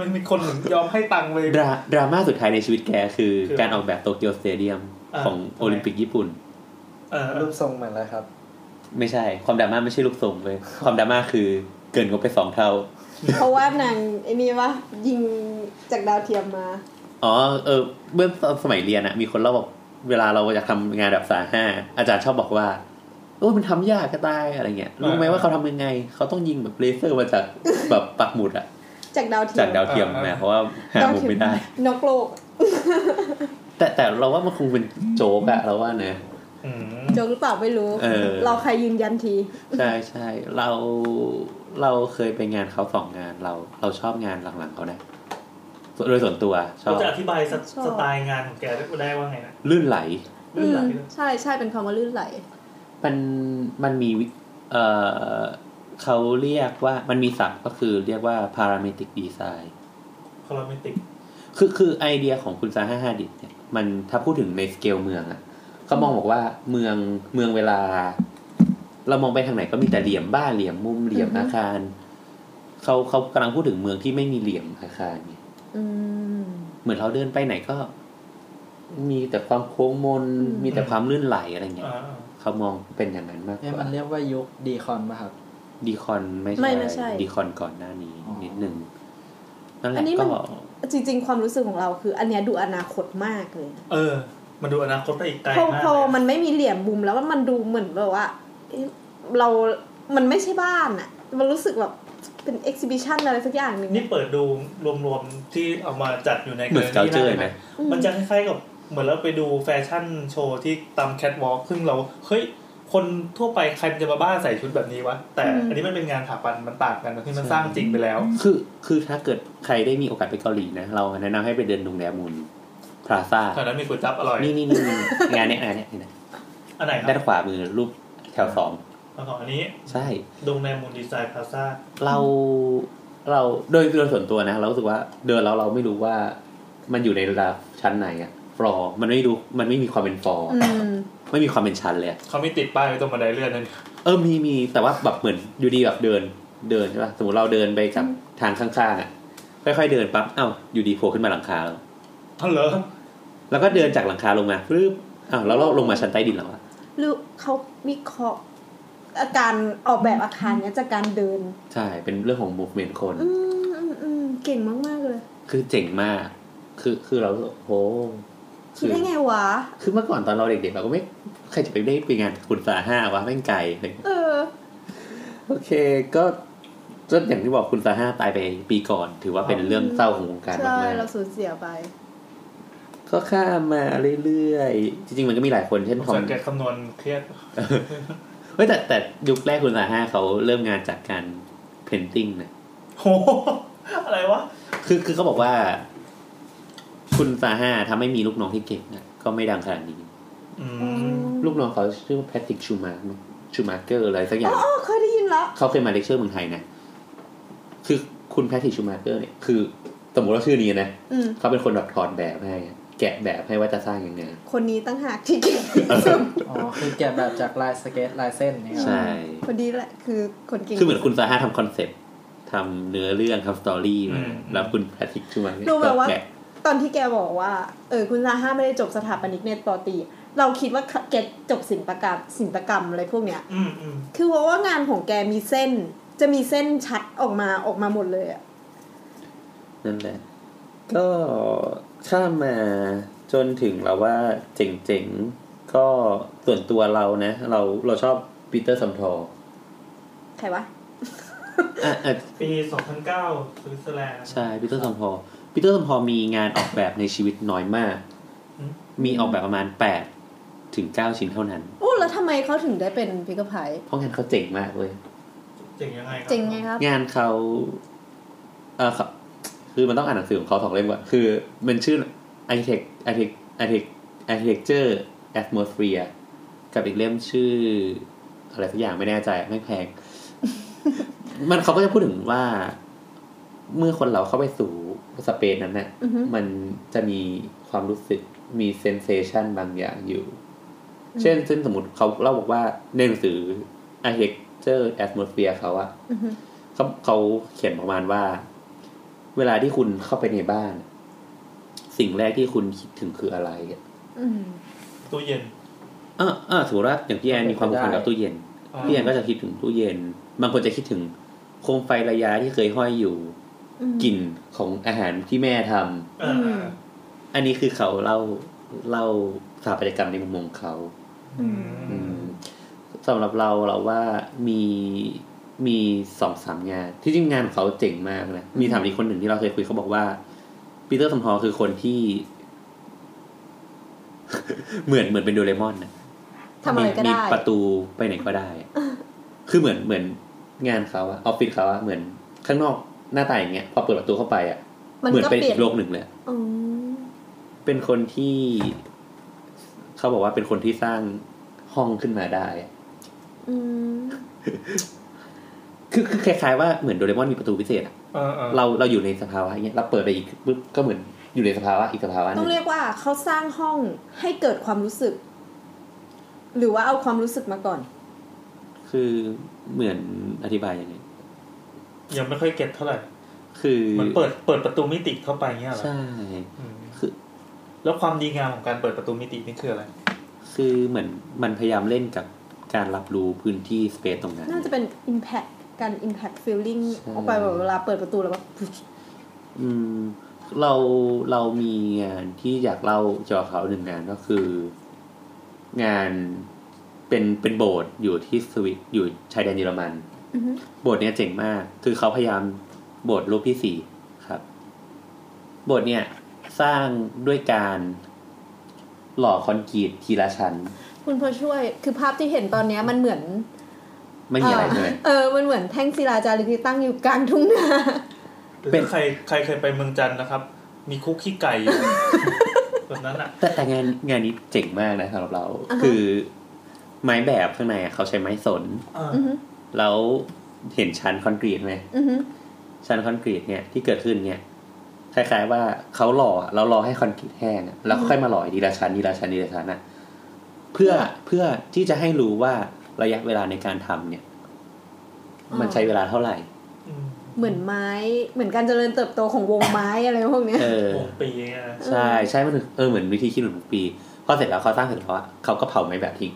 [SPEAKER 2] มันมีคนถึงยอมให้ตังค์เลย
[SPEAKER 3] ดราดราม่าสุดท้ายในชีวิตแกคือ
[SPEAKER 2] คือ
[SPEAKER 3] การออกแบบโตเกียวสเตเดียม
[SPEAKER 2] อ่า
[SPEAKER 3] ของ
[SPEAKER 2] ทำไม
[SPEAKER 3] โอลิมปิกญี่ปุ่น
[SPEAKER 2] เออ
[SPEAKER 4] รูปทรงเหมือนอะไรครับ
[SPEAKER 3] ไม่ใช่ ความดราม่าไม่ใช่ลูกทรง เลย ความดราม่าคือเกินงบไปสองเท่า
[SPEAKER 5] เพราะว่านางไอ้นี่วะยิงจากดาวเทียมมา
[SPEAKER 3] อ๋อเออเมื่อตอนสมัยเรียนอะมีคนเล่าบอกเวลาเราอยากทำงานแบบสายห้าอาจารย์ชอบบอกว่าโอ้ยมันทำยากก็ตายอะไรเงี้ยรู้ไหมว่าเขาทำยังไง เขาต้องยิงแบบเลเซอร์มาจากแบบปักหมุดอะ
[SPEAKER 5] จากดาวเทียม
[SPEAKER 3] จากดาวเทียมนะเพราะว่าหามุมไม่ได้
[SPEAKER 5] นกโลก
[SPEAKER 3] แต่แต่เราว่ามันคงเป็นโจ๊กอะเราว่านะ
[SPEAKER 2] อืม
[SPEAKER 5] โจงหรือเปล่าไม่รู้
[SPEAKER 3] เออ
[SPEAKER 5] รอใครยืนยันที
[SPEAKER 3] ใช่ใช่เราเราเคยไปงานเขาสองงานเรา เราชอบงานหลังๆเขานะส่วนโดยส่วนตัวช
[SPEAKER 2] เขา
[SPEAKER 3] อบ
[SPEAKER 2] จะอธิบายส
[SPEAKER 5] ชอบ
[SPEAKER 2] ไสไตล์งานของแกได้ว่าไงนะ
[SPEAKER 3] ลื่นไหล
[SPEAKER 2] ลื่นไหล
[SPEAKER 5] อืมใช่ใช่เป็นคำว่าลื่นไหล
[SPEAKER 3] มันมันมีวิเอ่อเขาเรียกว่ามันมีศัพท์ก็คือเรียกว่า parametric design
[SPEAKER 2] คอลเมติก
[SPEAKER 3] คือคือไอเดียของคุณซาฮาฮาดิดเนี่ยมันถ้าพูดถึงในสเกลเมืองอะเขามองบอกว่าเมืองเมืองเวลา เรามองไปทางไหนก็มีแต่เหลี่ยมบ้านเหลี่ยมมุมเหลี่ยม
[SPEAKER 5] อือฮึ
[SPEAKER 3] อาคารเขาเขากำลังพูดถึงเมืองที่ไม่มีเหลี่ยมอาคารไง
[SPEAKER 5] อืม
[SPEAKER 3] เหมือนเราเดินไปไหนก็ มีแต่ความโค้งมน
[SPEAKER 5] อืม
[SPEAKER 3] มีแต่ความลื่นไหลอะไรเงี้ย
[SPEAKER 2] อ่า
[SPEAKER 3] เขามองเป็นอย่างนั้นมากก
[SPEAKER 4] เอ๊ะมั
[SPEAKER 3] ว่าน
[SPEAKER 4] เรียกว่ายุคดีคอนป่ะครับ
[SPEAKER 3] ดีคอนไม่
[SPEAKER 5] ไม่
[SPEAKER 3] ใช่
[SPEAKER 5] ไม่ใช่
[SPEAKER 3] ดีคอนก่อนหน้านี้
[SPEAKER 4] อ๋อ
[SPEAKER 3] นิดนึงนั่นแห
[SPEAKER 5] อั
[SPEAKER 3] ละ
[SPEAKER 5] นนี้มั
[SPEAKER 3] ก็
[SPEAKER 5] น จริง ๆ ความรู้สึกของเราคือ อันเนี้ยดูอนาคตมากเลยนะ
[SPEAKER 2] เออ มันดูอนาคตไปอีกไกล
[SPEAKER 5] พอ
[SPEAKER 2] มาก
[SPEAKER 5] พอ
[SPEAKER 2] เลย
[SPEAKER 5] มันไม่มีเหลี่ยมมุมแล้วมันดูเหมือนแบบว่าเอ๊ะเรา มันไม่ใช่บ้านอะมันรู้สึกแบบเป็นเอ็กซิบิชันอะไรสักอย่างหนึ่ง
[SPEAKER 2] นี่เปิดดูรวมๆที่เอามาจัดอยู่ใน
[SPEAKER 3] เหมือน
[SPEAKER 2] Gallery ได้
[SPEAKER 3] sculpture
[SPEAKER 2] ไหม
[SPEAKER 3] ไหม
[SPEAKER 5] อื
[SPEAKER 2] มันจะคล้ายๆกับเหมือนเราไปดูแฟชั่นโชว์ที่ตามแคทวอล์กซึ่งเราเฮ้ยคนทั่วไปใครมันจะมาบ้าใส่ชุดแบบนี้วะ แต่อันนี้มันเป็นงานสถาปันมันต่างกันตรงที่มันสร้างจริงไปแล้ว
[SPEAKER 3] คือคือถ้าเกิดใครได้มีโอกาสไปเกาหลีนะ เราแนะนำให้ไปเดินดงแดมูลพลาซ่า
[SPEAKER 2] แถวนั้นมีก๋วยจั๊บอร่อย
[SPEAKER 3] นี่นี่นี่นี่งานเนี้ยงานเนี้ยนี่นะ
[SPEAKER 2] อันไหนครั
[SPEAKER 3] ด้าน
[SPEAKER 2] บ
[SPEAKER 3] ขวามือรูปแถวสอง
[SPEAKER 2] แล้วก็อันนี้
[SPEAKER 3] ใช่
[SPEAKER 2] ดงแนมูลดีไซน์พลาซ่า
[SPEAKER 3] เราเราโดยโดยส่วนตัวนะ เรารู้สึกว่าเดินแล้วเราไม่รู้ว่ามันอยู่ในระดับชั้นไหนอะฟลอมันไม่รู้มันไม่มีความเป็นฟลอ
[SPEAKER 5] อืม
[SPEAKER 3] ไม่มีความเป็นชั้นเลยอะ
[SPEAKER 2] เขาไม่ติดป้ายไว้ตรงบันไดเลื่อนนั่น
[SPEAKER 3] เออมีมีแต่ว่าแบบเหมือนอยู่ดีแบบเดินเดินใช่ป่ะสมมติเราเดินไปกับทางข้างๆอะค่อยๆเดินปั๊บเอ้าอยู่ดีโผล่ขึ้นมาหลังคาแล้ว
[SPEAKER 2] ท่านเหรอ
[SPEAKER 3] แล้วก็เดินจากหลังคาลงมาปึ๊บอ้าวแล้วเราลงมาชั้นใต้ดินแล้วอะ
[SPEAKER 5] หรือเขาวิเคราะห์อาการออกแบบอาคารเนี้ยจากการเดิน
[SPEAKER 3] ใช่ เป็นเรื่องของ movement คน
[SPEAKER 5] อืมอืมอืมเก่งมากๆเลย
[SPEAKER 3] คือเจ๋งมาก คือคือเรารู้สึกโห
[SPEAKER 5] คิดได้ไงวะ
[SPEAKER 3] คือเมื่อก่อนตอนเราเด็กๆเราก็ไม่ใครจะไปได้ไปงานคุณสาห้าวะแม่งไกลอะไรอย่างเงี้ย
[SPEAKER 5] เออ
[SPEAKER 3] โอเคก็ก็อย่างที่บอกคุณสาห้าตายไปปีก่อน ถือว่าเป็นเรื่องเศร้าของวงการมา
[SPEAKER 5] ใช่
[SPEAKER 3] ก
[SPEAKER 5] เราสูญเสียไป
[SPEAKER 3] ๆก็ข้ามมาเรื่อยๆ จริงๆมันก็มีหลายคนเช่นทอ
[SPEAKER 2] สั
[SPEAKER 3] ม
[SPEAKER 2] งเกตคำนวณเครียด
[SPEAKER 3] เฮ้ยแต่แต่ยุคแรกคุณสาห้าเขาเริ่มงานจากการเพนติ้งนะ
[SPEAKER 2] โห อะไรวะ
[SPEAKER 3] คือคือเขาบอกว่า คุณซาห้าถ้าไม่มีลูกน้องที่เก่งนะก็ไม่ดังขนาดนี้
[SPEAKER 2] อืม
[SPEAKER 3] ลูกน้องเขาชื่อว่าแพทริกชูมาชูมาเกอร์อะไรสักอย่าง
[SPEAKER 5] อ๋อเคยได้ยินแล้ว
[SPEAKER 3] เขาเคยมาเลคเชอร์เมืองไทยนะ คือคุณแพทริกชูมาเกอร์เนี่ยคือ สมมติว่าชื่อนี้นะ
[SPEAKER 5] อืม
[SPEAKER 3] เขาเป็นคนแบบถอดแบบให้อะแกะแบบให้ว่าจะสร้างยังไง
[SPEAKER 5] คนนี้ตั้งหากที่เก่ง ที่สุด
[SPEAKER 4] อ๋อคือแกะแบบจากลายสเก็ตลายเส้นเนี่ย
[SPEAKER 3] ใช่
[SPEAKER 5] คนนี้แหละคือคนเก่ง
[SPEAKER 3] คือเหมือนคุณซาห้าทำคอนเซ็ปต์ทำเนื้อเรื่องทำสตอรี่มาแล้วคุณแพทริกชูมาเกอร์
[SPEAKER 5] รู้แบบว่า
[SPEAKER 3] แกะ
[SPEAKER 5] ตอนที่แกบอกว่า เออคุณซาห้าไม่ได้จบสถาปนิกเนตปอตรีเราคิดว่าแกจบศิลปกรรมศิลปกรรมอะไรพวกเนี้ย
[SPEAKER 2] อืมอืม
[SPEAKER 5] คือเพราะว่างานของแกมีเส้น จะมีเส้นชัดออกมาออกมาหมดเลยอะ
[SPEAKER 3] นั่นแหละ ก็ข้ามมาจนถึงเราว่าเจ๋งๆ ก็ส่วนตัวเรานะ เราเราชอบปีเตอร์ซัมทอร์
[SPEAKER 5] ใครวะ
[SPEAKER 3] อ่ะอ่ะ
[SPEAKER 2] ปีสองพันเก้าสวิตเซอร์แลนด์
[SPEAKER 3] ใช่ปีเตอร์ซัมทอร์ปีเตอร์ซัมทอร์มีงานออกแบบในชีวิตน้อยมาก
[SPEAKER 2] อืม
[SPEAKER 3] มีออกแบบประมาณแปดถึงเก้าชิ้นเท่านั้น
[SPEAKER 5] โอ้แล้วทำไมเขาถึงได้เป็นพิกพาย
[SPEAKER 3] เพราะงานเขาเจ๋งมากเลย
[SPEAKER 2] เจ๋งยังไงครับ
[SPEAKER 5] เจ๋งไงครับ
[SPEAKER 3] งานเขาเออเขาคือมันต้องอ่านหนังสือของเขาสองเล่มก่อนคือ มันชื่อ architect architect architect architecture atmosphere กับอีกเล่มชื่อ อะไรสักอย่างไม่แน่ใจไม่ แพง มันเขาก็จะพูดถึงว่า เมื่อคนเราเข้าไปสู่สเปซนั้นน่ะ
[SPEAKER 5] อือฮึ
[SPEAKER 3] มันจะมีความรู้สึกมีเซนเซชันบางอย่างอยู่ เช่นซึ่งสมมติเขาเล่าบอกว่าในหนังสือ architecture atmosphere เขาอะ
[SPEAKER 5] อือฮึ
[SPEAKER 3] เขาเขาเขียนประมาณว่า เวลาที่คุณเข้าไปในบ้าน สิ่งแรกที่คุณคิดถึงคืออะไรอะ
[SPEAKER 5] อืม
[SPEAKER 2] ตู้เย็น
[SPEAKER 3] อ่าอ่าสมมติว่าอย่างพี่แอนมีความผูกพันกับตู้เย็น
[SPEAKER 2] อ่า
[SPEAKER 3] พี่แอนก็จะคิดถึงตู้เย็น บางคนจะคิดถึงโคมไฟระยะที่เคยห้อยอยู่
[SPEAKER 5] อืม
[SPEAKER 3] กลิ่นของอาหารที่แม่ทำ
[SPEAKER 2] เอออ่า
[SPEAKER 3] อันนี้คือเขาเล่าเล่าสถาปัตยกรรมในมุมมองเขา
[SPEAKER 5] อืม
[SPEAKER 2] อื
[SPEAKER 3] อื
[SPEAKER 2] ม
[SPEAKER 3] มสำหรับเราเราว่ามีมีสองสามงาน ที่จริงงานของเขาเจ๋งมากนะ มีถามอีกคนหนึ่งที่เราเคยคุยเขาบอกว่าปีเตอร์สมพอคือคนที่ เหมือนเหมือนเป็นโดเรมอนนะ
[SPEAKER 5] ทำอะไรก็ได้
[SPEAKER 3] มีมีประตูไปไหนก็ได้อะคือเหมือนเหมือนงานเขาอะออฟฟิศเขาอะเหมือนข้างนอกหน้าต่างอย่างเงี้ยพอเปิดประตูเข้าไปอะ
[SPEAKER 5] มัน
[SPEAKER 3] เหมือน
[SPEAKER 5] ก็
[SPEAKER 3] เป็น
[SPEAKER 5] เปลี่ย
[SPEAKER 3] อี
[SPEAKER 5] น
[SPEAKER 3] กโลกหนึ่งเลยอะ
[SPEAKER 5] อ๋อ
[SPEAKER 3] เป็นคนที่ เขาบอกว่าเป็นคนที่สร้างห้องขึ้นมาได้อะ
[SPEAKER 5] อืม
[SPEAKER 3] คือคือคล้ายๆว่าเหมือนโดเรมอนมีประตูพิเศษอะ
[SPEAKER 2] เออเออ
[SPEAKER 3] เราเราอยู่ในสภาวะอย่างเงี้ยเราเปิดไปอีกปุ๊บก็เหมือนอยู่ในสภาวะอีกสภาวะห
[SPEAKER 5] ต้
[SPEAKER 3] นึ
[SPEAKER 5] องงเรียกว่าเขาสร้างห้องให้เกิดความรู้สึก หรือว่าเอาความรู้สึกมาก่อน
[SPEAKER 3] คือเหมือนอธิบายยังไง
[SPEAKER 2] ยังไม่ค่อยเก็ตเท่าไหร่
[SPEAKER 3] คือ
[SPEAKER 2] เหมือนเปิดเปิดประตูมิติเข้าไปเงี้ยเหรอ
[SPEAKER 3] ใช่
[SPEAKER 2] อืม
[SPEAKER 3] คือ
[SPEAKER 2] แล้วความดีงามของการเปิดประตูมิตินี่คืออะไร
[SPEAKER 3] คือเหมือนมันพยายามเล่นกับการรับรู้พื้นที่สเปซตรงนั้น
[SPEAKER 5] น่าจะเป็น impact การ impact feeling
[SPEAKER 3] ใช่
[SPEAKER 5] ออกไปแบบเวลาเปิดประตูแล้วแบบ
[SPEAKER 3] อืมเราเรามีงานที่อยากเล่าเกี่ยวกับเขาหนึ่งงานก็คือ งาน เป็นเป็นโบสถ์อยู่ที่สวิตอยู่ชายแดนเยอรมัน
[SPEAKER 5] อือฮึ
[SPEAKER 3] โบทเนี้ยเจ๋งมาก คือเขาพยายามโบทรูปที่สี่ครับ โบทเนี่ยสร้างด้วยการหล่อคอนกรีตทีละชั้น
[SPEAKER 5] คุณพอช่วยคือภาพที่เห็นตอนเนี้ยมันเหมือน
[SPEAKER 3] ไม่มีอะไรเลย
[SPEAKER 5] เออมันเหมือนแท่งศิลาจารึกที่ตั้งอยู่กลางทุ่งนา
[SPEAKER 3] เป็น
[SPEAKER 2] ถ้าใครใครเคยไปเมืองจันทน์นะครับ มีคุกขี้ไก่อยู่ แบบนั้นอ่ะ
[SPEAKER 3] แต่แต่งานงานนี้เจ๋งมากนะสำหรับเรา คือไม้แบบข้างในอะเขาใช้ไม้สน
[SPEAKER 5] อือฮึ
[SPEAKER 3] แล้วเห็นชั้นคอนกรีตไหม
[SPEAKER 5] อือฮึ
[SPEAKER 3] ชั้นคอนกรีตเนี่ยที่เกิดขึ้นเนี่ยคล้ายๆว่าเขาหล่อเรารอให้คอนกรีตแห้งอะแล้วค่อยมาหล่ออีกทีละชั้นทีละชั้นทีละชั้นอะเพื่อเพื่อที่จะให้รู้ว่าระยะเวลาในการทำเนี่ย มันใช้เวลาเท่าไหร่
[SPEAKER 2] อืม
[SPEAKER 5] เหมือนไม้ เหมือนการเจริญเติบโตของวงไม้อะไรพวกเนี้ย
[SPEAKER 3] เออ
[SPEAKER 2] วงปีเนี่ยนะ
[SPEAKER 3] ใช่ใช่มันเออเหมือนวิธีคิดเหมือนปีพอเสร็จแล้วเขาสร้างเสร็จแล้วอะเขาก็เผาไม้แบบทิ้ง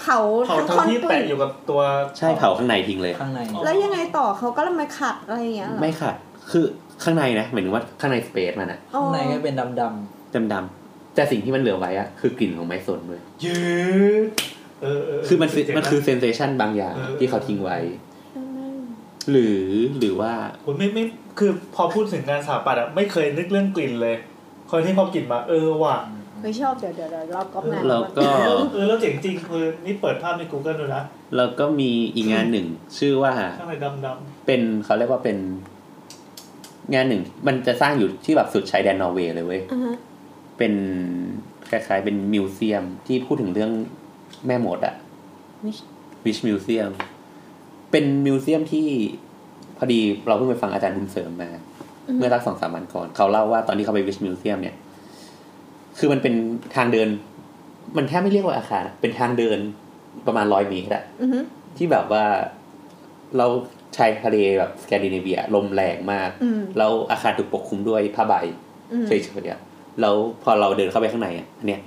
[SPEAKER 5] เผา
[SPEAKER 2] เผาทั้ง
[SPEAKER 5] คอน
[SPEAKER 2] ที่
[SPEAKER 5] กรี
[SPEAKER 2] แปะอ
[SPEAKER 5] ต
[SPEAKER 2] ยู่กับตัว
[SPEAKER 3] ใช่เผาข้างในทิ้งเลย
[SPEAKER 4] ข้างใน
[SPEAKER 5] แล้วยังไงต่อเขาก็ละมาขัดอะไรอย่างเงี้ยเหรอ
[SPEAKER 3] ไม่ค่ะ คือข้างในนะหมายถึงว่าข้างในสเปซมันอะ
[SPEAKER 5] อ๋อ
[SPEAKER 4] ข้างในก็เป็นดำ
[SPEAKER 3] ดำๆแต่สิ่งที่มันเหลือไว้อะคือกลิ่นของไม้สนเลย
[SPEAKER 2] ยืดเออเ
[SPEAKER 3] คือมันคือ
[SPEAKER 2] เจ๋งะ
[SPEAKER 3] มันคือเซนเซชันบางอย่าง
[SPEAKER 2] เออ
[SPEAKER 3] ที่เขาทิ้งไว้ หรือหรือว่า
[SPEAKER 2] โอ้ยไม่ไม่คือพอพูดถึงงานสถาปัตย์อะไม่เคยนึกเรื่องกลิ่นเลย คนที่พอกลิ่นมาเออว่ะ
[SPEAKER 5] เฮ้ยชอบเดี๋ยวเดี๋ยวเดี๋ยวรอบก๊อปงาน
[SPEAKER 3] แล้วก็
[SPEAKER 2] เออแล้วเจ๋งจริงคือนี่เปิดภาพใน Google ดูนะ
[SPEAKER 3] แล้วก็มีอีกงานหนึ่ง ชื่อว่า
[SPEAKER 2] ข้างในดำด
[SPEAKER 3] เป็นเขาเรียกว่าเป็น งานหนึ่ง มันจะสร้างอยู่ที่แบบสุดชายแดนนอร์เวย์เลยเว้ย
[SPEAKER 5] อ่าฮะ
[SPEAKER 3] เป็นคล้ายๆ เป็นมิวเซียมที่พูดถึงเรื่องแม่หมดอะวิชมิวเซียมเป็นมิวเซียมที่พอดีเราเพิ่งไปฟังอาจารย์บุญเสริมมา เมื่อสักสองสามวันก่อนเขาเล่าว่าตอนที่เขาไปวิชมิวเซียมเนี่ย คือมันเป็นทางเดิน มันแทบไม่เรียกว่าอาคารเป็นทางเดินประมาณร้อยเมตรอะ
[SPEAKER 5] อือฮึ
[SPEAKER 3] ที่แบบว่าเราชายทะเลแบบสแกนดิเนเวีย ลมแรงมาก
[SPEAKER 5] อืม
[SPEAKER 3] แล้วอาคารถูกปกคลุมด้วยผ้าใบ
[SPEAKER 5] อืม
[SPEAKER 3] เฉยๆอะแล้วพอเราเดินเข้าไปข้างในอะอันเนี่ย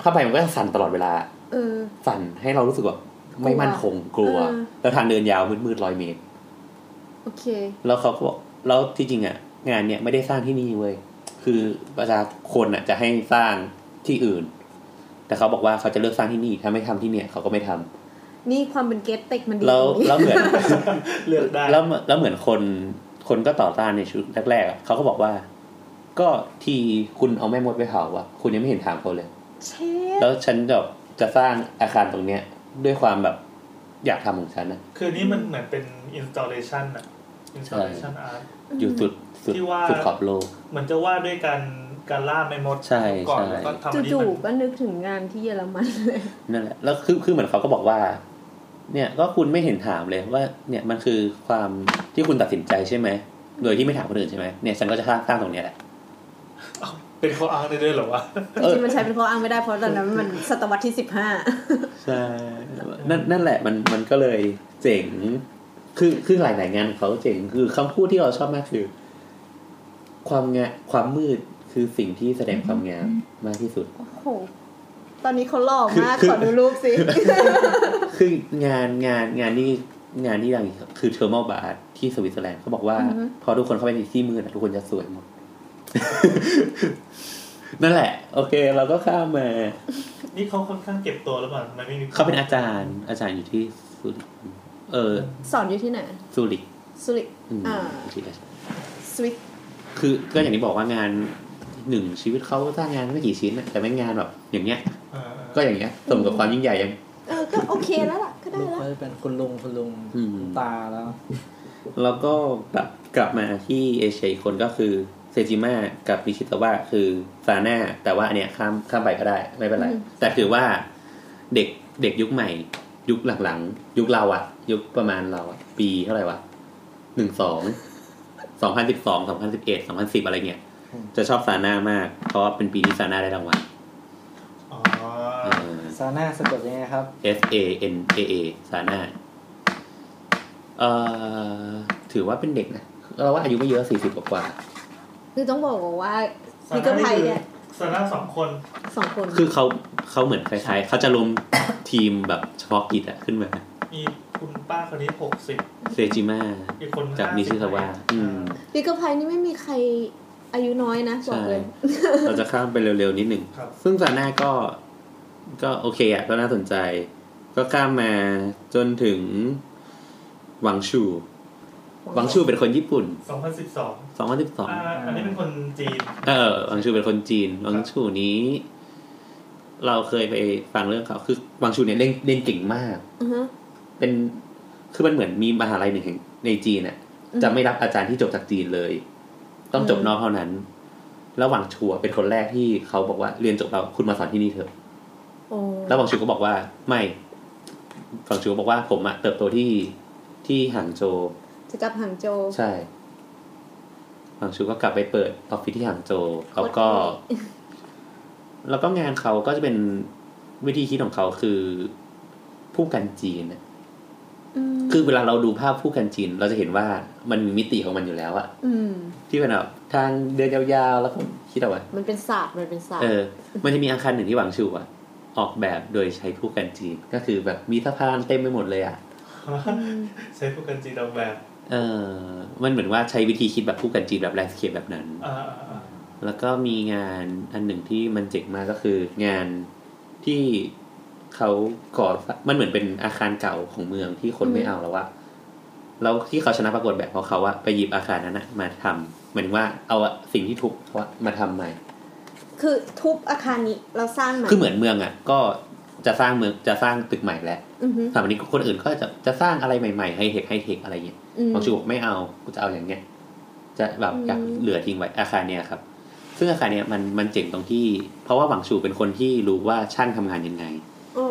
[SPEAKER 3] ผ้าใบมันก็สั่นตลอดเวลา
[SPEAKER 5] เออ
[SPEAKER 3] สั่นให้เรารู้สึกแบบไม่มั่นคงกลัว
[SPEAKER 5] เออ
[SPEAKER 3] แล้วทางเดินยาวมืดๆร้อยเมตร
[SPEAKER 5] โอเค
[SPEAKER 3] แล้วเขาก็บอกแล้วที่จริงอ่ะ งานเนี่ยไม่ได้สร้างที่นี่เว้ยคือประชาชนอ่ะจะให้สร้างที่อื่น แต่เขาบอกว่าเขาจะเลือกสร้างที่นี่ถ้าไม่ทำที่เนี่ยเขาก็ไม่ทำ
[SPEAKER 5] นี่ความเป็นเกตเต็กมันดี
[SPEAKER 3] แล้ว
[SPEAKER 5] ตรงนี้
[SPEAKER 3] แล้วเหมือน
[SPEAKER 2] ำเลือกได้
[SPEAKER 3] แล้วแล้วเหมือนคนคนก็ต่อต้านในชุดแรกๆอะเขาก็บอกว่า ก็ที่คุณเอาแม่มดไปเผาอ่ะคุณยังไม่เห็นถามเขาเลย
[SPEAKER 5] เชฟ
[SPEAKER 3] แล้วฉันจะจะสร้างอาคารตรงเนี้ย ด้วยความแบบอยากทำของฉันอะ
[SPEAKER 2] คือนี่มันเหมือนเป็น installation อะ installation art
[SPEAKER 3] อยู่สุดสุด
[SPEAKER 2] ที่ว่า
[SPEAKER 3] สุดขอบโลก
[SPEAKER 2] เหมือนจะว่าด้วยการการล่าไม่มด
[SPEAKER 3] ใช่
[SPEAKER 2] ก่อน
[SPEAKER 3] ใช่
[SPEAKER 2] แล้วก็ทำอันนี้
[SPEAKER 5] จู่
[SPEAKER 2] มัน
[SPEAKER 5] ๆก็นึกถึงงานที่เยอรมันเลย
[SPEAKER 3] นั่นแหละแล้วคือคือเหมือนเขาก็บอกว่า เนี่ยก็คุณไม่เห็นถามเลยว่า เนี่ยมันคือความที่คุณตัดสินใจใช่ไหมโดยที่ไม่ถามคนอื่นใช่ไหมเนี่ยฉันก็จะสร้างสร้างตรงเนี้ยแหละ
[SPEAKER 2] เป็นข้ออ้างได้ด้วยเหรอวะ
[SPEAKER 5] จริงๆมันใช้เป็นข้ออ้างไม่ได้เพราะตอนนั้นมันศตวรรษที่สิบห้า
[SPEAKER 3] ใช่นั่นนั่นแหละมันมันก็เลยเจ๋ง คือคือหลายหลายๆงานของเขาเจ๋งคือคำพูดที่เราชอบมากคือ ความงะความมืดคือสิ่งที่แสดงความงามมากที่สุด
[SPEAKER 5] โอ้โห ตอนนี้เขาหล่อมาก
[SPEAKER 3] คือ
[SPEAKER 5] ขอดูรูปสิ
[SPEAKER 3] คืองานงานงานนี่งานที่ดังคือเทอร์มอลบาร์ที่สวิตเซอร์แลนด์เขาบอกว่า พอทุกคนเข้าไปในที่มืดอะทุกคนจะสวยหมด นั่นแหละ โอเค เราก็ข้ามมา
[SPEAKER 2] นี่เขาค่อนข้างเก็บตัวแล้วมันมันไม่มี
[SPEAKER 3] เขาเป็นอาจารย์ อาจารย์อยู่ที่ซูริกเออ
[SPEAKER 5] สอนอยู่ที่ไหน
[SPEAKER 3] ซูริก
[SPEAKER 5] สุริ
[SPEAKER 3] อืม
[SPEAKER 5] อ่า
[SPEAKER 3] ที่ราช
[SPEAKER 5] สวิต
[SPEAKER 3] คือก็อย่างที่บอกว่างานหนึ่งชีวิตเขาสร้างงานไม่กี่ชิ้นอะแต่ไม่งานแบบอย่างเงี้ย
[SPEAKER 2] เออเออ
[SPEAKER 3] ก็อย่างเงี้ยสมกับความยิ่งใหญ่ยัง
[SPEAKER 5] เออ ก็โอเคแล้วล่ะ ก็ได้
[SPEAKER 4] ลูก
[SPEAKER 5] แล้ว
[SPEAKER 4] ก็จะเป็นคุณลุงคุณลุง
[SPEAKER 3] อืม
[SPEAKER 4] คุณตาแล้ว
[SPEAKER 3] แล้วก็กลับกลับมาที่เอเชียอีกคนก็คือเซจิมะกับนิชิตาวะคือซาน่าแต่ว่าอันเนี้ยข้ามข้ามไปก็ได้ ไม่เป็นไร
[SPEAKER 5] อืม
[SPEAKER 3] แต่ถือว่าเด็กเด็กยุคใหม่ ยุคหลังๆ ยุคเราอะยุคประมาณเราอะปีเท่าไหร่วะหนึ่งสองสองพันสิบสองสองพันสิบเอ็ดสองพันสิบอะไรเงี้ย
[SPEAKER 4] อืม
[SPEAKER 3] จะชอบซาน่ามาก เพราะว่าเป็นปีที่ซาน่าได้รางวัล
[SPEAKER 2] อ๋อ
[SPEAKER 4] ซาน่าสะกดยังไงครับ
[SPEAKER 3] เอสเอเอ็นเอเอซาน่าเอ่อถือว่าเป็นเด็กนะเราว่าอายุไม่เยอะสี่สิบกว่าๆ
[SPEAKER 5] คือต้องบอกว่าพิกเกอร์ไพเนี่ย
[SPEAKER 2] สาระสองคน
[SPEAKER 5] สองคน
[SPEAKER 3] คือเขาเขาเหมือนคล้ายๆเขาจะรวม ทีมแบบเฉพาะกิจอะขึ้นมา
[SPEAKER 2] มีคุณป้าคนนี้หกสิบ
[SPEAKER 3] เซจิมา
[SPEAKER 2] อีกคน
[SPEAKER 3] กับนิชิคาวะอืม
[SPEAKER 5] พิกเกอร์ไพนี่ไม่มีใครอายุน้อยนะ บอกเลย
[SPEAKER 3] เราจะข้ามไปเร็วๆนิดหนึ่ง
[SPEAKER 2] ครับ
[SPEAKER 3] ซึ่งซาน่าก็ ก็โอเคอ่ะก็น่าสนใจ ก็ข้ามมาจนถึงหวังชูหวังชูเป็นคนญี่ปุ่น
[SPEAKER 2] สองพันสิบสอง
[SPEAKER 3] 2012
[SPEAKER 2] อ่าอันนี้เป็นคนจีน
[SPEAKER 3] เออวังชูเป็นคนจีนวังชูนี้ เราเคยไปฟังเรื่องเขาคือวังชูเนี่ยเล่นเล่นเก่งมาก
[SPEAKER 5] อือฮะ
[SPEAKER 3] เป็นคือมันเหมือนมีมหาลัยหนึ่งแห่งในจีนอ่ะ
[SPEAKER 5] อืม
[SPEAKER 3] จะไม่รับอาจารย์ที่จบจากจีนเลย ต้องจบ
[SPEAKER 5] อืม
[SPEAKER 3] นอกเท่านั้น แล้ววังชูเป็นคนแรกที่เขาบอกว่าเรียนจบแล้วคุณมาสอนที่นี่เถอะ
[SPEAKER 5] โอ้
[SPEAKER 3] แล้ววังชูก็บอกว่าไม่วังชูบอกว่าผมอะเติบโตที่ที่หางโจว
[SPEAKER 5] จะกลับหางโจว
[SPEAKER 3] ใช่หวังชูก็กลับไปเปิดออฟฟิศที่หางโจวแล้วก็
[SPEAKER 5] โอเค
[SPEAKER 3] แล้วก็งานเขาก็จะเป็นวิธีคิดของเขาคือผู้กันจีนน่ะ
[SPEAKER 5] อืม
[SPEAKER 3] คือเวลาเราดูภาพผู้กันจีน เราจะเห็นว่ามันมีมิติของมันอยู่แล้วอะ
[SPEAKER 5] อืม
[SPEAKER 3] ที่เป็นแบบทางเดินยาวๆ แล้วก็คิดเอาไว้
[SPEAKER 5] มันเป็นศาสตร์มันเป็นศาสต
[SPEAKER 3] เอ
[SPEAKER 5] ร์
[SPEAKER 3] อ มันจะมีอาคารหนึ่งที่หวังชูอะออกแบบโดยใช้ผู้กันจีน ก็คือแบบมีสะพานเต็มไปหมดเลยอะ
[SPEAKER 5] ม
[SPEAKER 2] ใช้ผู้กันจีนออกแบบ
[SPEAKER 3] เออ มันเหมือนว่าใช้วิธีคิดแบบผู้กันจีนแบบแลนด์สเคปแบบนั้น
[SPEAKER 2] อ่าอ่าอ่า
[SPEAKER 3] แล้วก็มีงานอันหนึ่งที่มันเจ๋งมากก็คืองานที่เขาก่อมันเหมือนเป็นอาคารเก่าของเมืองที่คนไม่เอาแล้วอะแล้วที่เขาชนะประกวดแบบเพราะเขาอะไปหยิบอาคารนั้นอะมาทำเหมือนว่าเอาอะสิ่งที่ทุบเขาอะมาทำใหม่
[SPEAKER 5] คือทุบอาคารนี้เราสร้างใหม่
[SPEAKER 3] คือเหมือนเมืองอะก็จะสร้างเมืองจะสร้างตึกใหม่แล้ว
[SPEAKER 5] อือฮึ
[SPEAKER 3] สถาปนิกคนอื่นก็จะจะสร้างอะไรใหม่ๆให้เทคให้เทคอะไรอย่างเงี้ย
[SPEAKER 5] อืม
[SPEAKER 3] บางชูบอกไม่เอา กูจะเอาอย่างเงี้ย จะแบบ
[SPEAKER 5] อืม
[SPEAKER 3] อยากเหลือทิ้งไว้อาคารเนี้ยครับ ซึ่งอาคารเนี้ยมันมันเจ๋งตรงที่ เพราะว่าหวังชูเป็นคนที่รู้ว่าช่างทำงานยังไง
[SPEAKER 5] อ๋อ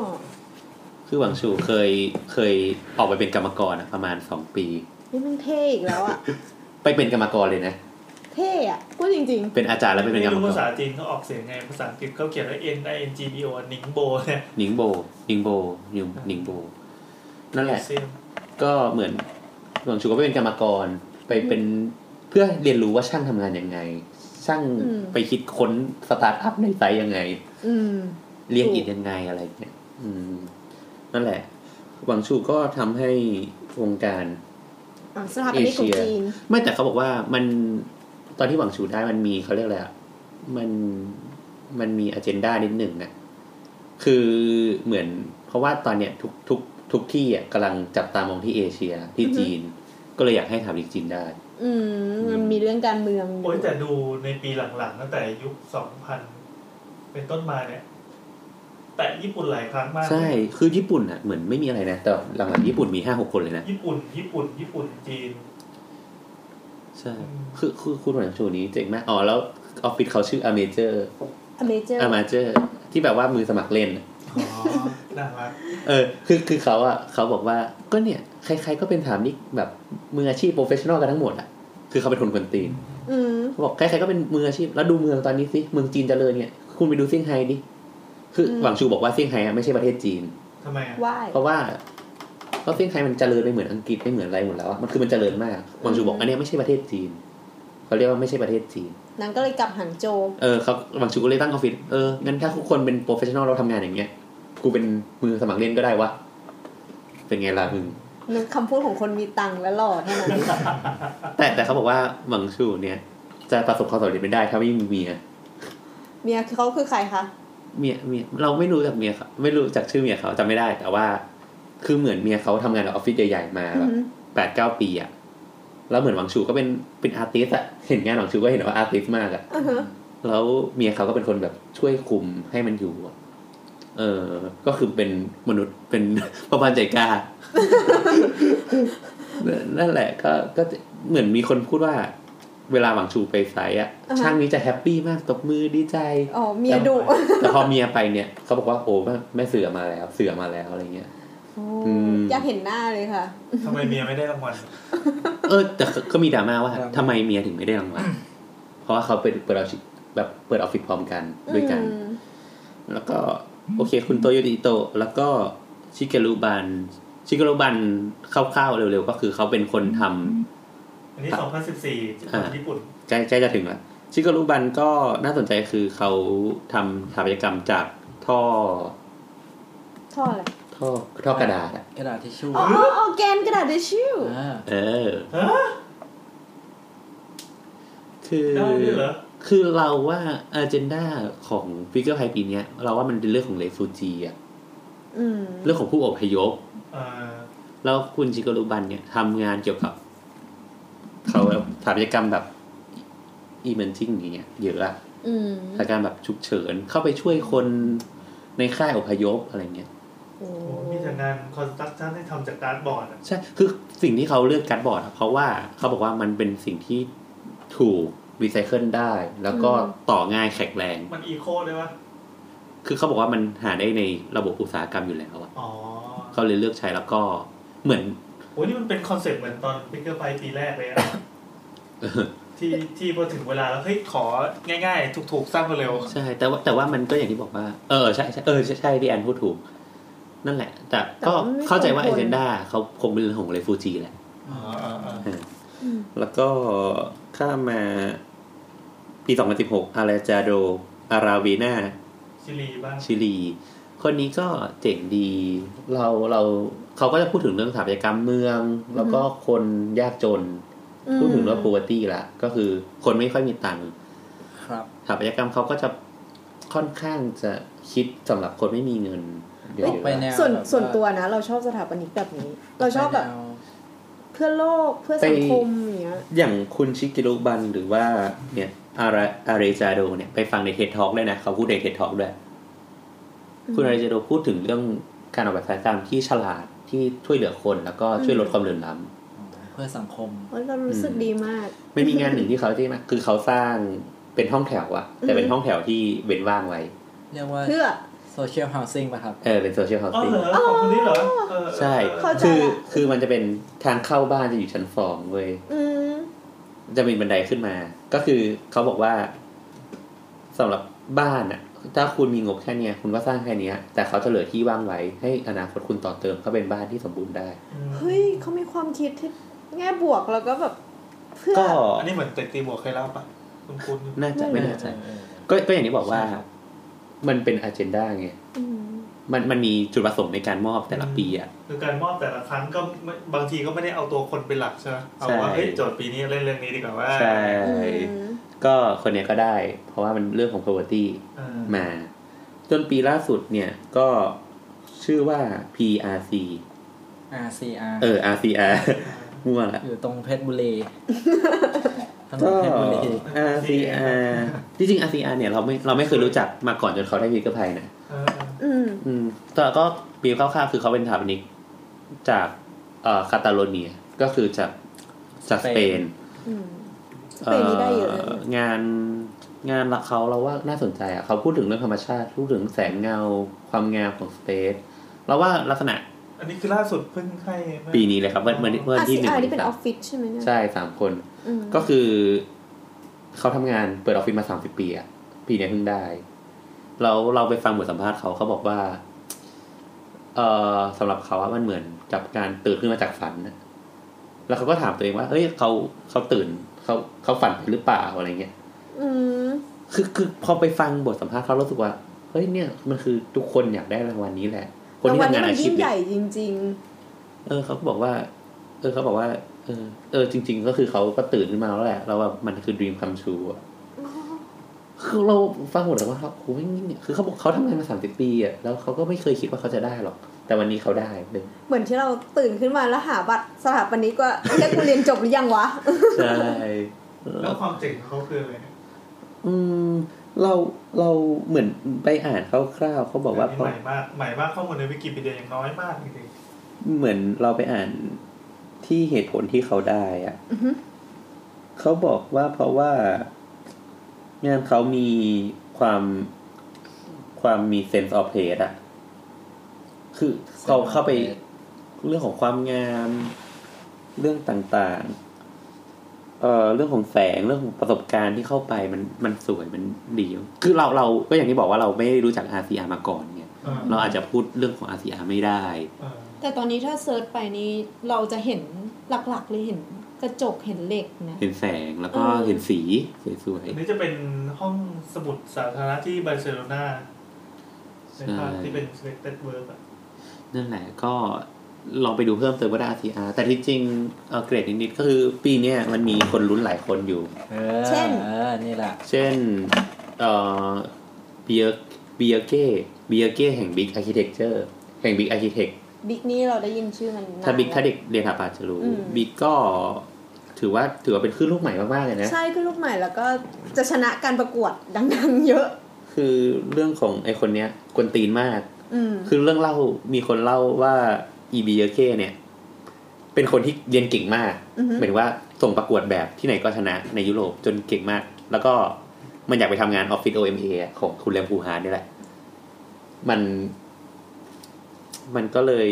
[SPEAKER 3] คือหวังชูเคยเคยออกไปเป็นกรรมกรอะประมาณสองปี
[SPEAKER 5] นี่มันเท่อีกแล้ว อ่ะ
[SPEAKER 3] ไปเป็นกรรมกรเลยนะ
[SPEAKER 5] เท่อะพูดจริง
[SPEAKER 3] เป็นอาจารย์แล้วไปเป็นกรรม
[SPEAKER 2] รู้
[SPEAKER 3] ก
[SPEAKER 2] ภาร ษาจีนเขาออกเสียงไง ภาษาอังกฤษเขาเขียนว่า N I N G B O นิงโบเนี่ย
[SPEAKER 3] หนิงโบหนิงโบหนิงหนิงโบ นั่นแหละ
[SPEAKER 2] เซียม
[SPEAKER 3] ก็เหมือนหวังชูก็ไปเป็นกรรมกรไปเป็นเพื่อเรียนรู้ว่าช่างทำงานยังไง ช่าง
[SPEAKER 5] อืม
[SPEAKER 3] ไปคิดค้นสตาร์ทอัพในไซต์ยังไง
[SPEAKER 5] ๆ อืม
[SPEAKER 3] เรียกอีกยังไงอะไรอย่างเนี่ยอืม นั่นแหละ หวังชูก็ทำให้วงการ
[SPEAKER 5] อ่ะสถาปนิกของ
[SPEAKER 3] เอเชีย
[SPEAKER 5] จีน
[SPEAKER 3] ไม่แต่เขาบอกว่ามันตอนที่หวังชูได้มันมีเขาเรียกอะไรอะมันมันมีอเจนดานิดหนึ่งนะคือเหมือน เพราะว่าตอนเนี้ยทุกทุกทุกที่อ่ะกำลังจับตามองที่เอเชียที่
[SPEAKER 5] อือฮึ
[SPEAKER 3] จีน ก็เลยอยากให้ถามอีกจีนได้
[SPEAKER 5] อืม มันมีเรื่องการเมือง
[SPEAKER 2] โอ้ยแต่ดูในปีหลังๆ ตั้งแต่ยุคสองพันเป็นต้นมาเนี่ย แต่ญี่ปุ่นหลายครั้งมาก
[SPEAKER 3] ใช่คือญี่ปุ่นอ่ะเหมือนไม่มีอะไรนะแต่หลังๆญี่ปุ่นมีห้าหกคนเลยนะ
[SPEAKER 2] ญี่ปุ่น ญี่ปุ่น ญี่ปุ่น จีน
[SPEAKER 3] ใช่ คือคือคุณหวังชูนี้เจ๋งมากอ๋อแล้วออฟฟิศเขาชื่ออเมเจอร์
[SPEAKER 5] อเมเจอร์
[SPEAKER 3] อามาเจอร์ที่แบบว่ามือสมัครเล่น
[SPEAKER 2] อ๋อ น่ารัก
[SPEAKER 3] เออ คือคือเขาอะเขาบอกว่าก็เนี่ย ใครๆก็เป็นถามนิกแบบมืออาชีพโปรเฟชชั่นอลกันทั้งหมดอะคือเขาเป็นคนคนตีน
[SPEAKER 5] อืม
[SPEAKER 3] เขาบอกใครๆก็เป็นมืออาชีพแล้วดูเมืองตอนนี้สิเมืองจีนเจริญเนี่ยคุณไปดูเซี่ยงไฮ้ดิคืออ
[SPEAKER 5] ม
[SPEAKER 3] หวังชูบอกว่าเซี่ยงไฮ้อะไม่ใช่ประเทศจีน
[SPEAKER 2] ทำไมอ่ะ
[SPEAKER 5] ว่าย
[SPEAKER 3] เพราะว่าเพราะเซี่ยงไฮ้มันเจริญไปเหมือนอังกฤษไม่เหมือนอะไรหมดแล้วอะมันคือมันเจริญมากหวังชูบอก
[SPEAKER 5] อืม
[SPEAKER 3] อันเนี้ยไม่ใช่ประเทศจีนเขาเรียกว่าไม่ใช่ประเทศจีน
[SPEAKER 5] นางก็เลยกลับหางโจว
[SPEAKER 3] เออเขาบางชูก็เลยตั้งออฟฟิศเอองั้นถ้าทุกคนเป็นโปรเฟชชั่นอลเราทำงานอย่างเงี้ยกูเป็นมือสมัครเล่นก็ได้วะเป็นไงล่ะมึง
[SPEAKER 5] นึกคำพูดของคนมีตังค์และหล่อเท่านั้น
[SPEAKER 3] แต่แต่เขาบอกว่าหวังชูเนี่ยจะประสบความสำเร็จไม่ได้ถ้าไม่มีเมีย
[SPEAKER 5] เมียเขาคือใครคะ
[SPEAKER 3] เมียเมียเราไม่รู้จักเมียเขาไม่รู้จักชื่อเมียเขาจำไม่ได้ แต่ว่า คือเหมือนเมียเขาทำงานกับออฟฟิศใหญ่ๆมา
[SPEAKER 5] อือ
[SPEAKER 3] แบ
[SPEAKER 5] บ ฮึ
[SPEAKER 3] แปดเก้าปีอะแล้วเหมือนหวังชูก็เป็นเป็นอาร์ติสอะเห็นงานหวังชูก็เห็นว่าอาร์ติสมากอะ
[SPEAKER 5] อือฮึ
[SPEAKER 3] แล้วเมียเขาก็เป็นคนแบบช่วยคุมให้มันอยู่อะเออ ก็คือเป็นมนุษย์เป็น ประพันธ์ใจกล้า นั่นแหละก็ก็เหมือนมีคนพูดว่า เวลาหวังชูไปไซต์อะช่างนี้จะแฮปปี้มากตบมือดีใจ
[SPEAKER 5] อ๋อ เมียดุ
[SPEAKER 3] แต่พอเมียไปเนี่ย เขาบอกว่าโอ้แม่แม่เสือมาแล้ว เสือมาแล้วอะไรเงี้ย
[SPEAKER 5] โอ้
[SPEAKER 3] อืม
[SPEAKER 5] อยากเห็นหน้าเลยค่ะ
[SPEAKER 2] ทำไมเมียไม่ได้รางวัล
[SPEAKER 3] เออ แต่ก็มีดราม่าว่า
[SPEAKER 4] ครับ
[SPEAKER 3] ทำไมเมียถึงไม่ได้รางวัลเพราะว่าเขาเปิดเปิดออฟฟิศแบบเปิดออฟฟิศพร้อมกันด้วยกัน
[SPEAKER 5] อืม
[SPEAKER 3] แล้วก็โอเคคุณโตโยติโตะแล้วก็ชิเกรุบัน ชิเกรุบันคร่าวๆเร็วๆ ก็คือเขาเป็นคนทำ
[SPEAKER 2] อันนี้ 2014ญี่ปุ่น
[SPEAKER 3] อ่า
[SPEAKER 2] ญี่ปุ่น
[SPEAKER 3] ใกล้ใกล้จะถึงละชิเกรุบันก็น่าสนใจคือเขาทำสถาปัตยกรรมจากท่อ
[SPEAKER 5] ท่ออะไร
[SPEAKER 3] ท่อท่อกระดาษอะ
[SPEAKER 4] กระดาษทิชชู่
[SPEAKER 5] อ๋ออ๋ออ๋อแกนกระดาษดิชชู่
[SPEAKER 4] อ่า
[SPEAKER 3] เออ
[SPEAKER 2] ฮะ
[SPEAKER 3] คือ
[SPEAKER 2] ได้ด้วยเหรอ
[SPEAKER 3] คือเราว่าอ g e n d a ของฟิกเกอร์ไพปีเนี้ย เราว่ามันเป็นเรื่องของเลฟูจีอะ
[SPEAKER 5] อืม
[SPEAKER 3] เรื่องของผู้อพยพ
[SPEAKER 2] อ่า
[SPEAKER 3] แล้วคุณชิโกรุบันเนี่ยทำงานเกี่ยวกับ เขาสถาปัตยกรรมแบบ e m e r g i n g อย่างเงี้ยเยอะอะ
[SPEAKER 5] อืม
[SPEAKER 3] สถานการณ์แบบฉุกเฉิน เข้าไปช่วยคนในค่ายอพยพอะไรเงี้ย
[SPEAKER 5] โอ้
[SPEAKER 2] โอ้มีแต่งานคอนสตรักชั่นที่ทำจากการ์ดบอร์ดอะ
[SPEAKER 3] ใช่ คือสิ่งที่เขาเลือกการ์ดบอร์ดอะเพราะว่าเขาบอกว่ามันเป็นสิ่งที่ถูกรีไซเคิลได้ แล้วก็ต่อง่ายแข็งแรง
[SPEAKER 2] มันอีโคได้ปะ
[SPEAKER 3] คือเขาบอกว่ามันหาได้ในระบบอุตสาหกรรมอยู่แล้วอะ
[SPEAKER 2] อ๋อ
[SPEAKER 3] เขาเลยเลือกใช้แล้วก็เหมือน
[SPEAKER 2] โอ้ยนี่มันเป็นคอนเซ็ปต์เหมือนตอนพิกเกอร์ไฟปีแรกเลย อะ
[SPEAKER 3] เออ
[SPEAKER 2] ที่ที่พอถึงเวลาแล้วเฮ้ยของ่ายๆ ถูกๆสร้างเร็ว
[SPEAKER 3] ใช่แต่ว่าแต่ว่ามันก็อย่างที่บอกว่า เออใช่ใช่เออใช่ใช่พี่แอนพูดถูก นั่นแหละ แต่ก็เข้าใจว่า a อเจนดาเขาคงเป็นเรื่องของเรฟูจีแหละ
[SPEAKER 2] ๆอ๋ออ๋อ
[SPEAKER 5] อืม
[SPEAKER 3] แล้วก็ข้ามมาปี 2016 อาราจาโด อาราวีนา
[SPEAKER 2] ชิลีบ้าง
[SPEAKER 3] ชิลี คนนี้ก็เจ๋งดี เราเราเขาก็จะพูดถึงเรื่องสถาปัตยกรรมเมือง แล้วก็คนยากจน พูดถึงเรื่อง poverty ละก็คือคนไม่ค่อยมีตังค์
[SPEAKER 4] ครับ
[SPEAKER 3] สถาปัตยกรรมเขาก็จะค่อนข้างจะคิดสำหรับคนไม่มีเงินเยอะ
[SPEAKER 4] ออกไปแนว
[SPEAKER 5] ส่วนส่วนตัวนะ เราชอบสถาปนิกแบบนี้ เราชอบแบบเพื่อโลกเพื่อสังคมอย่างเงี้ย
[SPEAKER 3] อย่างคุณชิกิรุบันหรือว่าเนี่ยอาราอาเรจาโดเนี่ยไปฟังในเท็ดท็อกเลยนะเขาพูดในเท็ดท็อกด้วย
[SPEAKER 5] อืม
[SPEAKER 3] คุณอาเรจาโดพูดถึงเรื่องการออกแบบสายกรรมที่ฉลาดที่ช่วยเหลือคนแล้วก็ช่วยลดความเหลื่อมล้ำ
[SPEAKER 4] เพื่อสังคม
[SPEAKER 5] โอ้ยเรารู้สึก
[SPEAKER 3] อืม
[SPEAKER 5] ดีมาก
[SPEAKER 3] ไม่มีงานหนึ่งที่เขาที่นะคือเขาสร้างเป็นห้องแถวอะแต่เป็นห้องแถวที่เว้นว่างไว้
[SPEAKER 4] เรียกว่า
[SPEAKER 5] เพื่อ
[SPEAKER 4] โซเชียลเฮาสิ่งป่ะครับ
[SPEAKER 3] เออเป็นโซเชียลเฮา
[SPEAKER 2] อ๋อ
[SPEAKER 3] สิ่ง
[SPEAKER 2] เหรอของคนนี้เหรอเออ
[SPEAKER 3] ใช่
[SPEAKER 5] เข้าใจ
[SPEAKER 3] คือ
[SPEAKER 5] ละ
[SPEAKER 3] คือมันจะเป็นทางเข้าบ้านจะอยู่ชั้นสองเว้ย
[SPEAKER 5] อืม
[SPEAKER 3] จะมีบันไดขึ้นมา ก็คือเขาบอกว่าสำหรับบ้านอะถ้าคุณมีงบแค่เนี้ย คุณก็สร้างแค่เนี้ย แต่เขาจะเหลือที่ว่างไว้ ให้อนาคตคุณต่อเติมเขาเป็นบ้านที่สมบูรณ์ได้
[SPEAKER 2] อืม
[SPEAKER 5] เฮ้ยเขามีความคิดที่แง่บวกแล้วก็แบบเพื่อ
[SPEAKER 3] ก็
[SPEAKER 2] อันนี้เหมือนเต็กตีบวกเคยเล่าปะคุณคุณ
[SPEAKER 3] น่าจะไม่แน่ใจ
[SPEAKER 4] เออเออเออ
[SPEAKER 3] ก็ก็อย่างที่บอกว่า
[SPEAKER 4] ใช่ครับ
[SPEAKER 3] มันเป็นอ g e n d a ไง
[SPEAKER 5] อืม
[SPEAKER 3] มันมันมีจุดประสงค์ในการมอบแต่ละปีอะ
[SPEAKER 2] คือการมอบแต่ละครั้งก็ไม่บางทีก็ไม่ได้เอาตัวคนเป็นหลักใช่ไหมเอาว่า
[SPEAKER 3] ใช่
[SPEAKER 2] เฮ้ยโจทย์ปีนี้เล่นเรื่องนี้ดีกว่าว่า
[SPEAKER 3] ใช่
[SPEAKER 5] อืม
[SPEAKER 3] ก็คนเนี้ยก็ได้ เพราะว่ามันเรื่องของ poverty
[SPEAKER 2] เออ
[SPEAKER 3] มา จนปีล่าสุดเนี่ยก็ชื่อว่า PRC
[SPEAKER 4] RCR
[SPEAKER 3] เออ RCR มั่วละ
[SPEAKER 4] อยู่ตรงเพชรบุรี ถน
[SPEAKER 3] ก็
[SPEAKER 4] นเพชรบุรี
[SPEAKER 3] RCR จริงๆ RCR เนี่ยเราไม่เราไม่เคยรู้จักมาก่อนจนเขาได้พิกเกอร์ไพนะ
[SPEAKER 2] เออ
[SPEAKER 5] อืม
[SPEAKER 3] อืมแต่ก็ปีคร่าวๆคือเขาเป็นสถาปนิกจากเอ่อคาตาโลเนีย ก็คือจากจากสเปน
[SPEAKER 5] อืม สเปนนี่ได้เยอะนะ
[SPEAKER 3] อ่องานงานละเขาเราว่าน่าสนใจอ่ะเขาพูดถึงเรื่องธรรมชาติ พูดถึงแสงเงาความงามของสเปซเราว่าลักษณะ
[SPEAKER 2] อันนี้คือล่าสุดเพิ่งให้เมื่อ
[SPEAKER 3] ปีนี้เลยครับเมื่อเมื่อเมื่อ
[SPEAKER 5] อา
[SPEAKER 3] ที่
[SPEAKER 5] ซี
[SPEAKER 3] หนึ่ง
[SPEAKER 5] อานี่เป็นออฟฟิศใช่ไหมเนี่ย
[SPEAKER 3] ใช่สามคน
[SPEAKER 5] อืม
[SPEAKER 3] ก็คือเขาทำงานเปิดออฟฟิศมาสามสิบปีอะปีเนี้ยเพิ่งได้เราเราไปฟังบทสัมภาษณ์เขาเขาบอกว่า เออสำหรับเขาว่ามันเหมือนกับการตื่นขึ้นมาจากฝันน่ะแล้วเขาก็ถามตัวเองว่าเฮ้ยเขาเขาตื่นเขาเขาฝันหรือเปล่าอะไรเงี้ย
[SPEAKER 5] อืม
[SPEAKER 3] คือคือพอไปฟังบทสัมภาษณ์เขารู้สึกว่าเฮ้ยเนี่ยมันคือทุกคนอยากได้รางวัลนี้แหละ คน
[SPEAKER 5] ราง
[SPEAKER 3] ที่
[SPEAKER 5] วัล
[SPEAKER 3] ทำ
[SPEAKER 5] นี้
[SPEAKER 3] งาน
[SPEAKER 5] มัน
[SPEAKER 3] อาชี
[SPEAKER 5] ยิ่
[SPEAKER 3] พ
[SPEAKER 5] ง
[SPEAKER 3] เนี่
[SPEAKER 5] ให
[SPEAKER 3] ย
[SPEAKER 5] ญ่จริง
[SPEAKER 3] เออเขาก็บอกว่า เออเขาบอกว่า เออ เออ จริง ๆ ก็คือเขาก็ตื่นขึ้นมาแล้วแหละ แล้วแบบมันคือ dream come true อะคือเราฟังหมดแล้วว่าเขาโอ้ยเนี่ยคือเขาบอกเขาทำงานมาสามสิบปีอะแล้วเขาก็ไม่เคยคิดว่าเขาจะได้หรอก แต่วันนี้เขาได้เลย
[SPEAKER 5] ๆ เหมือนที่เราตื่นขึ้นมาแล้วหาบัตรสถาปนิกว่าเรียกกูเรียนจบหรือยังวะ
[SPEAKER 3] ใช่
[SPEAKER 2] แล้
[SPEAKER 3] แล้วว
[SPEAKER 2] ความเจ๋งของเขาคืออะไร
[SPEAKER 3] อืม เราเราเหมือนไปอ่านคร่าวๆเขาบอกว่า
[SPEAKER 2] อันนี้ให
[SPEAKER 3] พอ
[SPEAKER 2] ม่มากใหม่มากข้อมูลในวิกิพีเดียยังน้อยมากจริง
[SPEAKER 3] เหมือนเราไปอ่านที่เหตุผลที่เขาได้อะ
[SPEAKER 5] อือฮึ
[SPEAKER 3] เขาบอกว่าเพราะว่างานเขามีความความมี sense of place อะคือเขา
[SPEAKER 4] Sense of
[SPEAKER 3] เข้าไป
[SPEAKER 4] place
[SPEAKER 3] เรื่องของความงามเรื่องต่างๆ เอ่อเรื่องของแสงเรื่องของประสบการณ์ที่เข้าไปมันมันสวยมันดี คือเราเราก็อย่างที่บอกว่าเราไม่ได้รู้จัก RCR มาก่อนเนี่ย
[SPEAKER 2] ๆเออ
[SPEAKER 3] เราอาจจะพูดเรื่องของ RCR ไม่ได้
[SPEAKER 2] เออ
[SPEAKER 1] แต่ตอนนี้ถ้าเซิร์ชไปนี่เราจะเห็นหลักๆเลยเห็นกระจกเห็นเหล็กนะ
[SPEAKER 3] เห็นแสงแล้วก็
[SPEAKER 1] เออ
[SPEAKER 3] เห็นสีสวย
[SPEAKER 2] อันนี้จะเป็นห้องสมุดสาธารณะที่บาร์เซโลนาในภาพที่เป็นสเปกเตอร์เวิร์กอะ
[SPEAKER 3] ๆนั่นแหละก็ ลองไปดูเพิ่มเติมก็ได้ RTR แต่ที่จริงเอ่อเกรดนิดๆก็คือปีเนี้ยมันมีคนลุ้นหลายคนอยู่
[SPEAKER 4] ออ
[SPEAKER 5] เช่น
[SPEAKER 4] เออนี่แหละ
[SPEAKER 3] เช่นเอ่อเบียร์เบียร์เก้เบียร์เก้แห่ง Big Architecture แห่ง Big Architect
[SPEAKER 5] บิ๊กนี้เราได้ยินชื่อมันนน
[SPEAKER 3] ถ้าบิ๊ก
[SPEAKER 5] แล้ว
[SPEAKER 3] ถ้าเด็กเรียนสถาปัตย์จะรู้
[SPEAKER 5] อืม
[SPEAKER 3] บิ๊กก็ถือว่าถือว่าเป็นคลื่นลูกใหม่มากๆเลยนะ
[SPEAKER 5] ใช่คือลูกใหม่แล้วก็จะชนะการประกวดดังๆ เยอะ
[SPEAKER 3] คือเรื่องของไอคนเนี้ยกวนตีนมาก
[SPEAKER 5] อืม
[SPEAKER 3] คือเรื่องเล่ามีคนเล่าว่าอีบีเอเคเนี่ย เป็นคนที่เรียนเก่งมาก
[SPEAKER 5] อือฮึ
[SPEAKER 3] หมายถึงว่าส่งประกวดแบบที่ไหนก็ชนะในยุโรปจนเก่งมาก แล้วก็มันอยากไปทำงานออฟฟิศ OMA อะของคุณแรมพูฮานนี่แหละ มัน มันก็เลย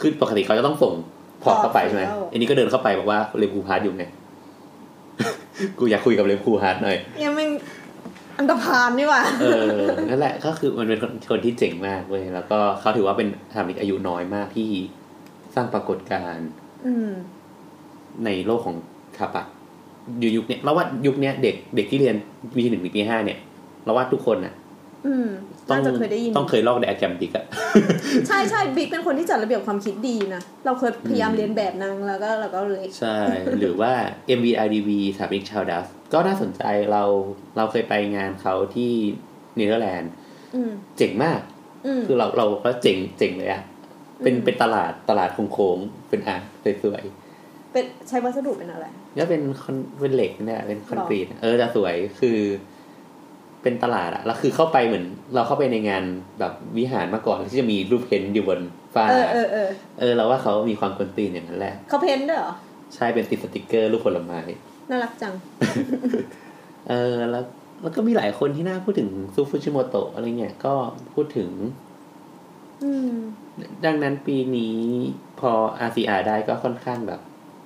[SPEAKER 3] คือปกติเขาจะต้องส่งพอร์ตเข้าไปใช่ไหม
[SPEAKER 5] พอร์ตเข้า
[SPEAKER 3] อันนี้ก็เดินเข้าไปบอกว่าเรมพูฮาร์ดอยู่ไง กูอยากคุยกับเรมพูฮาร์ดหน่อย
[SPEAKER 5] ยังไม่อันตรพานนี่หว่า
[SPEAKER 3] เออ นั่นแหละ ก็คือมันเป็นคนคนที่เจ๋งมากเว้ย แล้วก็เขาถือว่าเป็นทำอีกอายุน้อยมากที่สร้างปรากฏการณ์
[SPEAKER 5] อืม
[SPEAKER 3] ในโลกของคาปักอยู่ยุคเนี้ยเราว่ายุคเนี้ยเด็กเด็กที่เรียนปีหนึ่งปีห้าเนี่ย เราว่าทุกคนน่ะ
[SPEAKER 5] อืม
[SPEAKER 3] ต้อ
[SPEAKER 5] น่าง จะเคยได้ยิน
[SPEAKER 3] ต้องเคยลอกแดกแกมติก อะ
[SPEAKER 5] ใช่ใช่บิ๊กเป็นคนที่จัดระเบียบความคิดดีนะ เราเคยพยายาม
[SPEAKER 3] อืม
[SPEAKER 5] เรียนแบบนางแล้วก็เราก็เล็ก
[SPEAKER 3] ใช่ หรือว่า MVRDV สถาปนิกชาวดัส ก็น่าสนใจเราเราเคยไปงานเขาที่เนเธอร์แลนด์
[SPEAKER 5] อืม
[SPEAKER 3] เจ๋งมาก
[SPEAKER 5] อืม
[SPEAKER 3] คือเราเราก็เจ๋งเจ๋งเลยอะเป็น
[SPEAKER 5] อืม
[SPEAKER 3] เป็นตลาดตลาดโค้งๆเป็นอาร์ตสวยๆ
[SPEAKER 5] เป็นใช้วัสดุเป็นอะไร
[SPEAKER 3] ก็เป็นคอนเป็นเหล็กเนี่ยเป็นคอนกรีตเออจะสวยคือเป็นตลาดอะแล้วคือเข้าไปเหมือน เราเข้าไปในงานแบบวิหารมาก่อนที่จะมีรูปเพ้นท์อยู่บนฝ้า
[SPEAKER 5] เออเออเออ
[SPEAKER 3] เออเราว่าเขามีความกวนตีนอย่างนั้นแหละ
[SPEAKER 5] เขาเพ้นท์ด้วยเหรอ
[SPEAKER 3] ใช่เป็นติดสติกเกอร์รูปผลไม้
[SPEAKER 5] น่ารักจัง
[SPEAKER 3] เออแล้วแล้วก็มีหลายคนที่น่าพูดถึงซูฟุชิโมโตะอะไรเงี้ยก็พูดถึง
[SPEAKER 5] อืม
[SPEAKER 3] ดังนั้นปีนี้พอ RCR ได้ก็ค่อนข้างแบบ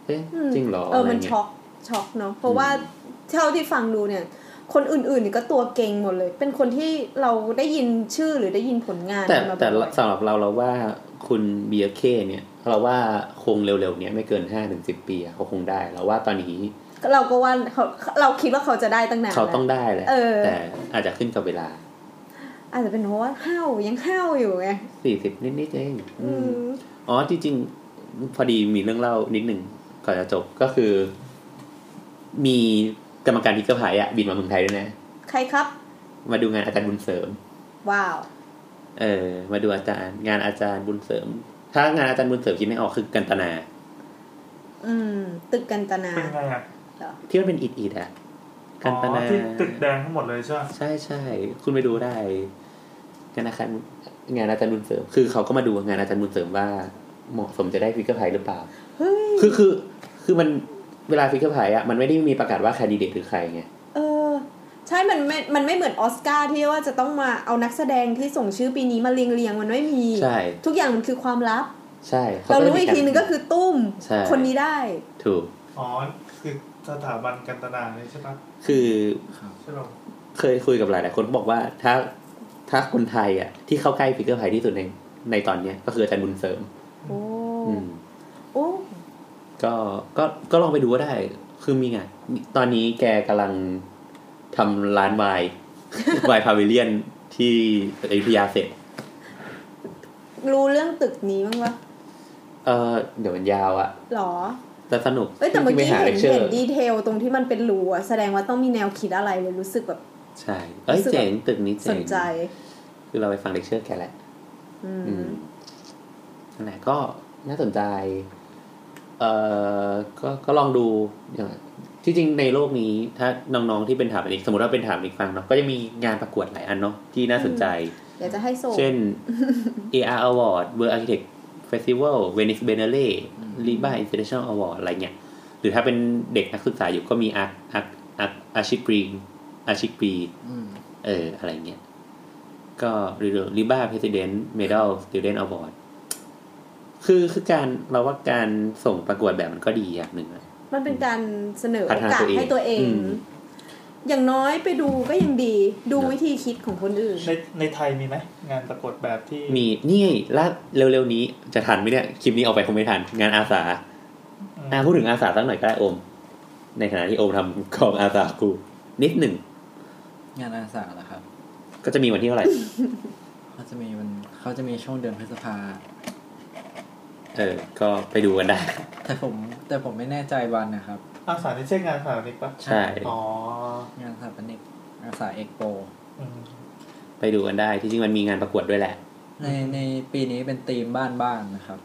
[SPEAKER 3] เอ๊ะ
[SPEAKER 5] อืม
[SPEAKER 3] จริงเหรอ
[SPEAKER 5] เออ
[SPEAKER 3] อะไร
[SPEAKER 5] มัน
[SPEAKER 3] เงี้ย
[SPEAKER 5] ช็อก ช็อกเนาะ เพราะ
[SPEAKER 3] อืม
[SPEAKER 5] ว่าเท่าที่ฟังดูเนี่ย คนอื่นๆนี่ก็ตัวเก่งหมดเลย เป็นคนที่เราได้ยินชื่อหรือได้ยินผลงาน
[SPEAKER 3] แต่
[SPEAKER 5] มาบ่อยๆ
[SPEAKER 3] แต่สำหรับเราเราว่าคุณเบียเคเนี่ย เราว่าคงเร็วๆเนี้ยไม่เกินห้าถึงสิบปีอะเขาคงได้ เราว่าตอนนี้
[SPEAKER 5] เราก็ว่าเขาเราคิดว่าเขาจะได้ตั้งนาน
[SPEAKER 3] เขาต้อง
[SPEAKER 5] แล้ว
[SPEAKER 3] ได้แหละ
[SPEAKER 5] เออ
[SPEAKER 3] แต่อาจจะขึ้นกับเวลา
[SPEAKER 5] อาจจะเป็นเพราะว่าห้าวยังห้าวอยู่ไง
[SPEAKER 3] สี่สิบนิดๆเองอื
[SPEAKER 5] อื
[SPEAKER 3] ม
[SPEAKER 5] ม
[SPEAKER 3] อ๋อที่จริงพอดีมีเรื่องเล่านิดหนึ่งก่อนจะจบก็คือ มีกรรมการทิกเกอร์ไพายอะบินมาเมืองไทยด้วยนะ
[SPEAKER 5] ใครครับ
[SPEAKER 3] มาดูงานอาจารย์บุญเสริม
[SPEAKER 5] ว้าว
[SPEAKER 3] เออ มาดูอาจารย์ งานอาจารย์บุญเสริม ถ้างานอาจารย์บุญเสริมคิดไม่ออกคือกันตนา
[SPEAKER 5] อืม ตึกกันตนา
[SPEAKER 2] เป็นไงอ่ะ
[SPEAKER 3] ที่มันเป็นอิดอิดๆอะ
[SPEAKER 2] อ๋
[SPEAKER 3] กันต
[SPEAKER 2] อ
[SPEAKER 3] นา
[SPEAKER 2] ที่ตึกแดงทั้งหมดเลยใช่ไหม
[SPEAKER 3] ใช่ใช่คุณไปดูได้งานอาจารย์งานอาจารย์บุญเสริม คือเขาก็มาดูงานอาจารย์บุญเสริมว่าเหมาะสมจะได้ฟิกเกอร์ไพรส์หรือเปล่า
[SPEAKER 5] เฮ้ย
[SPEAKER 3] คือคือคือมันเวลาฟิกเกอร์ไพรส์อะมันไม่ได้มีประกาศว่าแคนดิเดตคือใครไง
[SPEAKER 5] เออ ใช่ มันไม่ มันไม่เหมือนออสการ์ที่ว่าจะต้องมาเอานักแสดงที่ส่งชื่อปีนี้มาเรียงเรียงๆมันไม่มี
[SPEAKER 3] ใช่
[SPEAKER 5] ทุกอย่างมันคือความลับ
[SPEAKER 3] ใช่ข
[SPEAKER 5] เรา
[SPEAKER 3] จะ
[SPEAKER 5] รู้อีก
[SPEAKER 3] มีา
[SPEAKER 5] ทีนึงก็คือตุ้ม
[SPEAKER 3] ใช่
[SPEAKER 5] คนนี้ได้
[SPEAKER 3] ถูก
[SPEAKER 2] อ๋อคือสถาบันกันตนาเลยใช่ปะ
[SPEAKER 3] คือ
[SPEAKER 2] ใช่ปะ
[SPEAKER 3] เคยคุยกับหลายหลายๆคนเขาบอกว่าถ้าถ้าคนไทยอะที่เข้าใกล้ฟิกเกอร์ไพรส์ที่สุดในในตอนเนี้ยก็คืออาจารย์บุญเสริม
[SPEAKER 5] โอ้
[SPEAKER 3] อืม
[SPEAKER 5] โอ้
[SPEAKER 3] ก็ก็ก็ลองไปดูก็ได้ คือมีไงตอนนี้แกกำลังทำร้านวาย วายพาวิเลียนที่อยุธยาเสร็จ
[SPEAKER 5] รู้เรื่องตึกนี้บ้างปะ
[SPEAKER 3] เออเดี๋ยวมันยาวอะ
[SPEAKER 5] หรอ
[SPEAKER 3] แต่สนุก
[SPEAKER 5] เอ้ยแต่เมื่อกี้
[SPEAKER 3] ที่ไปหา
[SPEAKER 5] เห็น
[SPEAKER 3] lecture
[SPEAKER 5] เห็นดีเทลตรงที่มันเป็นรูอะแสดงว่าต้องมีแนวคิดอะไรเลยรู้สึกแบบ
[SPEAKER 3] ใช่ เอ้ย
[SPEAKER 5] รู้สึก
[SPEAKER 3] เจ๋งตึกนี้
[SPEAKER 5] ส
[SPEAKER 3] เจ๋
[SPEAKER 5] น
[SPEAKER 3] ง
[SPEAKER 5] ใจ
[SPEAKER 3] คือเราไปฟังเลคเชอร์แกแหละ
[SPEAKER 5] อื
[SPEAKER 3] อื
[SPEAKER 5] ม
[SPEAKER 3] มนั่นแหละก็น่าสนใจ เอ่อก็ก็ลองดูอย่างที่จริงในโลกนี้ ถ้าน้องๆที่เป็นถาปนิกสมมติว่าเป็นถาปนิกฟังเนาะก็จะมีงานประกวดหลายอันเนาะที่น่าสนใจ
[SPEAKER 5] เดี๋ยวจะให้โซ
[SPEAKER 3] เช่น AR Award World Architect Festival Venice Biennale Liba International Award อะไรเงี้ย หรือถ้าเป็นเด็กนักศึกษาอยู่ก็มี Art Art Art Art Archip Green Archip Green
[SPEAKER 4] อืม
[SPEAKER 3] เออ อะไรเงี้ย ก็หรือ Liba President Medal Student Award คือคือการเราว่าการส่งประกวดแบบมันก็ดีอย่างหนึ่งอะ
[SPEAKER 5] มันเป็นการเสนอ
[SPEAKER 3] พัฒนาก
[SPEAKER 5] โอาส
[SPEAKER 3] ตัวเอง
[SPEAKER 5] ให้ตัวเอง
[SPEAKER 3] อืม
[SPEAKER 5] อย่างน้อยไปดูก็ยังดี ดูวิธีคิดของคนอื่น
[SPEAKER 2] ในในไทยมีไหมงานปรากฏแบบที่
[SPEAKER 3] มีนี่ไงล่าเร็วๆนี้จะทันไหมเนี่ย คลิปนี้ออกไปคงไม่ทัน งานอาสา
[SPEAKER 2] อื
[SPEAKER 3] อ่ะ
[SPEAKER 2] ม
[SPEAKER 3] พูดถึงอาสาสักหน่อยก็ได้โอม ในขณะที่โอมทำกองอาสากูนิดหนึ่ง
[SPEAKER 4] งานอาสาเหรอครับ
[SPEAKER 3] ก็จะมีวันที่เท่าไหร่
[SPEAKER 4] เขาจะมีมันเขาจะมีช่วงเดือนพฤษภา
[SPEAKER 3] เออ ก็ไปดูกันได้
[SPEAKER 4] แต่ผมแต่ผมไม่แน่ใจวันนะครับ
[SPEAKER 2] อาสาที่ใช่งานสถาปนิกปะ
[SPEAKER 3] ใช่
[SPEAKER 2] อ๋อง
[SPEAKER 4] านสถาปนิกอาสาเอ็กโป
[SPEAKER 2] อืม
[SPEAKER 3] ไปดูกันได้ ที่จริงมันมีงานประกวดด้วยแหละ
[SPEAKER 4] ในในปีนี้เป็นธีมบ้านบ้านนะครับ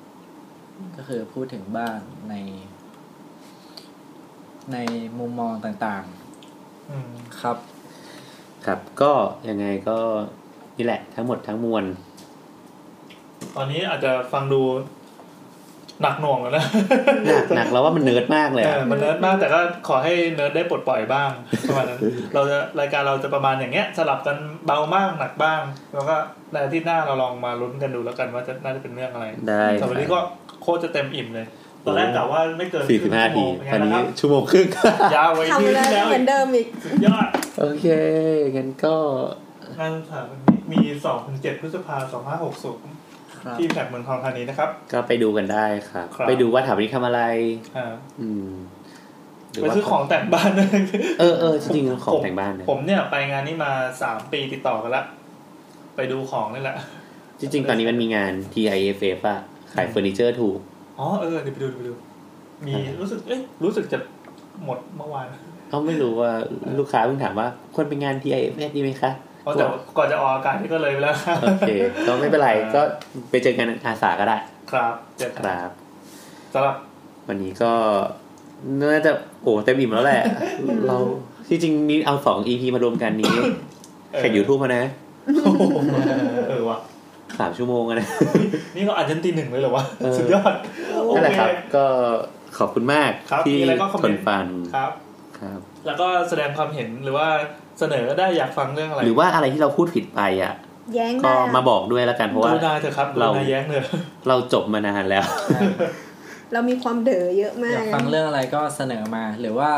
[SPEAKER 4] ก็คือพูดถึงบ้านใน ในมุมมองต่าง
[SPEAKER 2] อืม
[SPEAKER 4] ๆ ครับ
[SPEAKER 3] ครับ ก็ยังไงก็นี่แหละทั้งหมดทั้งมวล
[SPEAKER 2] ตอนนี้อาจจะฟังดูหนักหน่วงแล้วนะ
[SPEAKER 3] หนักหนักแล้วว่ามันเนิร์ดมากเลย
[SPEAKER 2] เอ
[SPEAKER 3] อะ
[SPEAKER 2] อมันเนิร์ดมากแต่ก็ขอให้เนิร์ดได้ปลดปล่อยบ้างประมาณนั้น เราจะรายการเราจะประมาณอย่างเงี้ย สลับกันเบามากหนักบ้าง แล้วก็ในอาทิตย์หน้าเราลองมาลุ้นกันดูแล้วกันว่าจะน่าจะเป็นเรื่องอะไร
[SPEAKER 3] ได้
[SPEAKER 2] แต่วันนี้
[SPEAKER 3] ค
[SPEAKER 2] ก็
[SPEAKER 3] รับ
[SPEAKER 2] โคตรจะเต็มอิ่มเลย ต
[SPEAKER 3] โอ้
[SPEAKER 2] อนแรกกะว่าไม่เกิน
[SPEAKER 3] สี่สิบห้านาที
[SPEAKER 2] ค
[SPEAKER 3] ตอน
[SPEAKER 2] รึ่งชั่วโมงเป็นไง
[SPEAKER 3] นี้
[SPEAKER 2] นะครับ
[SPEAKER 3] ชั่วโมงค รึ่ง
[SPEAKER 2] ยาวไว้
[SPEAKER 5] ทำ
[SPEAKER 2] ที่
[SPEAKER 5] เลย
[SPEAKER 2] ที่แล้ว
[SPEAKER 5] เหมือนเดิมอีก
[SPEAKER 2] สุดยอด
[SPEAKER 3] โอเคงั้นก็
[SPEAKER 2] งานสถาปนิกมีสองถึงเจ็ดพฤษภาสองห้าหกศูนย์
[SPEAKER 4] ครับ
[SPEAKER 2] ที่แถบเมืองทองธานีนะครับ
[SPEAKER 3] ก็ไปดูกันได้ครับ
[SPEAKER 2] ครับ
[SPEAKER 3] ไปดูว่าถามนี้ทำอะไร
[SPEAKER 2] อ่า
[SPEAKER 3] อืมหรื
[SPEAKER 2] ไป
[SPEAKER 3] ว่า
[SPEAKER 2] ซื้อของแต่งบ้าน
[SPEAKER 3] เออเออจริงๆของแต่งบ้านเนี่ย
[SPEAKER 2] ผมเนี่ยไปงานนี้มาสามปีติดต่อกันละไปดูของนี่แหละ
[SPEAKER 3] จริง ๆ ตอนนี้มันมีงาน TIFF อะขายเฟอร์นิเจอร์ถูก
[SPEAKER 2] อ๋อเออเดี๋ยวไปดูเดี๋ยวไปดู มี
[SPEAKER 3] อ่า
[SPEAKER 2] รู้สึกเอ้ยรู้สึกจะหมดเมื่อวาน
[SPEAKER 3] เขาไม่รู้ว่าลูกค้าเพิ่งถามว่าควรไปงาน TIFF ดีไหมคะ
[SPEAKER 2] เพราะแต่ก่อนจะออกอากาศนี่ก็เลยไป แล้ว
[SPEAKER 3] โอเคก็ไม่ เป็นไรก็ไปเจอกันอาสาก็ได้
[SPEAKER 2] ครับเจอกัน
[SPEAKER 3] ครับ
[SPEAKER 2] สำหรับ
[SPEAKER 3] วันนี้ก็น่าจะโอ้เต็มอิ่มแล้ วแหละ เราที่จริงนี่เอาสอง EP มารวมกัน นี้
[SPEAKER 2] เอ่อ
[SPEAKER 3] แข่งยูทูบมานะ
[SPEAKER 2] โอ้โหเออว่ะ
[SPEAKER 3] สามชั่วโมงอะนะ
[SPEAKER 2] นี่เราอาจจะตีหนึ่งเลยเหรอวะ
[SPEAKER 3] เออ
[SPEAKER 2] สุดยอดโอ
[SPEAKER 3] นั่นแหละ
[SPEAKER 2] เค
[SPEAKER 3] ครับ ก็ขอบคุณมาก
[SPEAKER 2] ครับ
[SPEAKER 3] ที่
[SPEAKER 2] มีอะไรก็คอม
[SPEAKER 3] ท
[SPEAKER 2] เมน
[SPEAKER 3] น
[SPEAKER 2] ต์
[SPEAKER 3] ฟัง
[SPEAKER 2] ครับ
[SPEAKER 3] ครับ
[SPEAKER 2] แล้วก็แสดงความเห็นหรือว่าเสนอก็ได้อยากฟังเรื่องอะไร
[SPEAKER 3] หรือว่าอะไรที่เราพูดผิดไปอ่ะ
[SPEAKER 5] แย้ง
[SPEAKER 3] ก็
[SPEAKER 5] ได้
[SPEAKER 3] มาบอกด้วยแล้วกันเพราะ
[SPEAKER 2] ก
[SPEAKER 3] ว่า
[SPEAKER 2] รุณาเถอะครับก
[SPEAKER 3] เรา
[SPEAKER 2] รุณาแย้งเถอะ
[SPEAKER 3] เราจบมานานแล้ว
[SPEAKER 5] เรามีความเด๋อเยอะมา
[SPEAKER 4] อกยากฟังเรื่องอะไรก็เสนอมา หรือว่า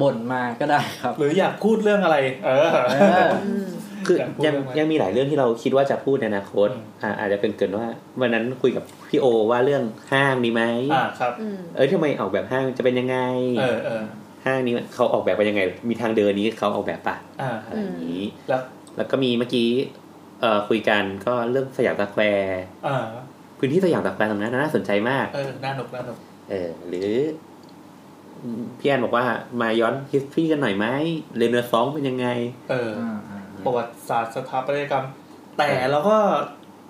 [SPEAKER 4] บ่นมาก็ได้ครับ
[SPEAKER 2] หรืออยากพูดเรื่องอะไร เออ
[SPEAKER 4] เออ
[SPEAKER 5] อืม
[SPEAKER 3] คือ
[SPEAKER 2] อยากพูด
[SPEAKER 3] ยัง
[SPEAKER 2] เรื่องอะไร
[SPEAKER 3] ยังมีหลายเรื่องที่เราคิดว่าจะพูดในอนาคต
[SPEAKER 2] อืม
[SPEAKER 3] อ่าอาจจะเป็นเกินๆว่า วันนั้นคุยกับพี่โอว่าเรื่องห้างดีไหม
[SPEAKER 2] อ่าครับ
[SPEAKER 5] อืม
[SPEAKER 3] เอ้ยทำไมออกแบบห้างจะเป็นยังไง
[SPEAKER 2] เออเออ
[SPEAKER 3] ห้างนี้มันเขาออกแบบเป็นยังไง มีทางเดินนี้เขาออกแบบปะ
[SPEAKER 2] อ่า
[SPEAKER 3] อะไรอย่างนี้
[SPEAKER 2] แล้ว
[SPEAKER 3] แล้วก็มีเมื่อกี้เอ่อคุยกันก็เรื่องสยามสแควร์
[SPEAKER 2] อ่า
[SPEAKER 3] พื้นที่สยามสแควร์ตรงนั้นน่าสนใจมาก
[SPEAKER 2] เออน่าหนุกน่าหนุก
[SPEAKER 3] เออหรืออืมพี่แอนบอกว่ามาย้อนฮิสตรีกันหน่อยไหมเรเนซองเป็นยังไง
[SPEAKER 2] เออ
[SPEAKER 4] อ่าอ่า
[SPEAKER 2] ประวัติศาสตร์สถาปัตยกรรม แต่เราก็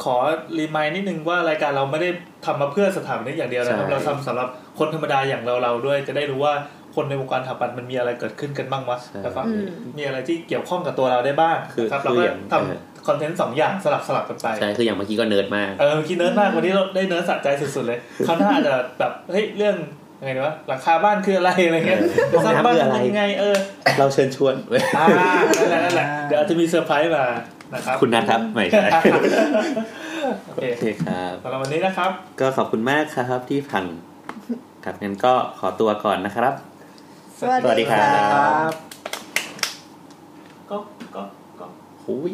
[SPEAKER 2] ขอรีมายนิดนึงว่ารายการเราไม่ได้ทำมาเพื่อสถาปนิกอย่างเดียวนะครับ
[SPEAKER 3] ใช่
[SPEAKER 2] เราทำสำหรับคนธรรมดาอย่างเราเราๆด้วย จะได้รู้ว่าคนในวงการสถาปัตย์มันมีอะไรเกิดขึ้นกันบ้างวะนะครับ
[SPEAKER 5] อืม
[SPEAKER 2] มีอะไรที่เกี่ยวข้องกับตัวเราได้บ้าง
[SPEAKER 3] คือ
[SPEAKER 2] นะครับ
[SPEAKER 3] คื
[SPEAKER 2] เรา
[SPEAKER 3] อ
[SPEAKER 2] ก็
[SPEAKER 3] อย่าง
[SPEAKER 2] ท
[SPEAKER 3] เออ
[SPEAKER 2] ำคอนเทนต์สองอย่างสลับสลับกันไป
[SPEAKER 3] ใช่คืออย่างเมื่อกี้ก็เนิร์ดมาก
[SPEAKER 2] เออเมื่อกี้เนิร์ดมากวันนี้เราได้เนิร์ดสะใจสุดๆเลยคราวหน้าอาจจะแบบเฮ้ยเรื่องยังไงดีวะหลังคาบ้านคืออะไรอะไรเงี้ย
[SPEAKER 3] ห้อง
[SPEAKER 2] สร้าง
[SPEAKER 3] น้ำ
[SPEAKER 2] บ้าน
[SPEAKER 3] คืออะไร
[SPEAKER 2] ยังไงเออ
[SPEAKER 3] เราเชิญชวนเว้ย
[SPEAKER 2] อ่านั่นแหละนั่นแหละเดี๋ยวอาจจะมีเซอร์ไพรส์มานะครับ
[SPEAKER 3] คุณนัทครับไม่ใช่
[SPEAKER 2] โอ
[SPEAKER 3] โอ
[SPEAKER 2] เค
[SPEAKER 3] เคครับ
[SPEAKER 2] สำหรับวันนี้นะครับ
[SPEAKER 3] ก็ขอบคุณมากครับที่ฟังครับงั้นก็ขอตัวก่อนนะครับ สวัสดีครั
[SPEAKER 5] บ
[SPEAKER 4] ครับ
[SPEAKER 2] ก็ ก็ ก็
[SPEAKER 3] โอ้ย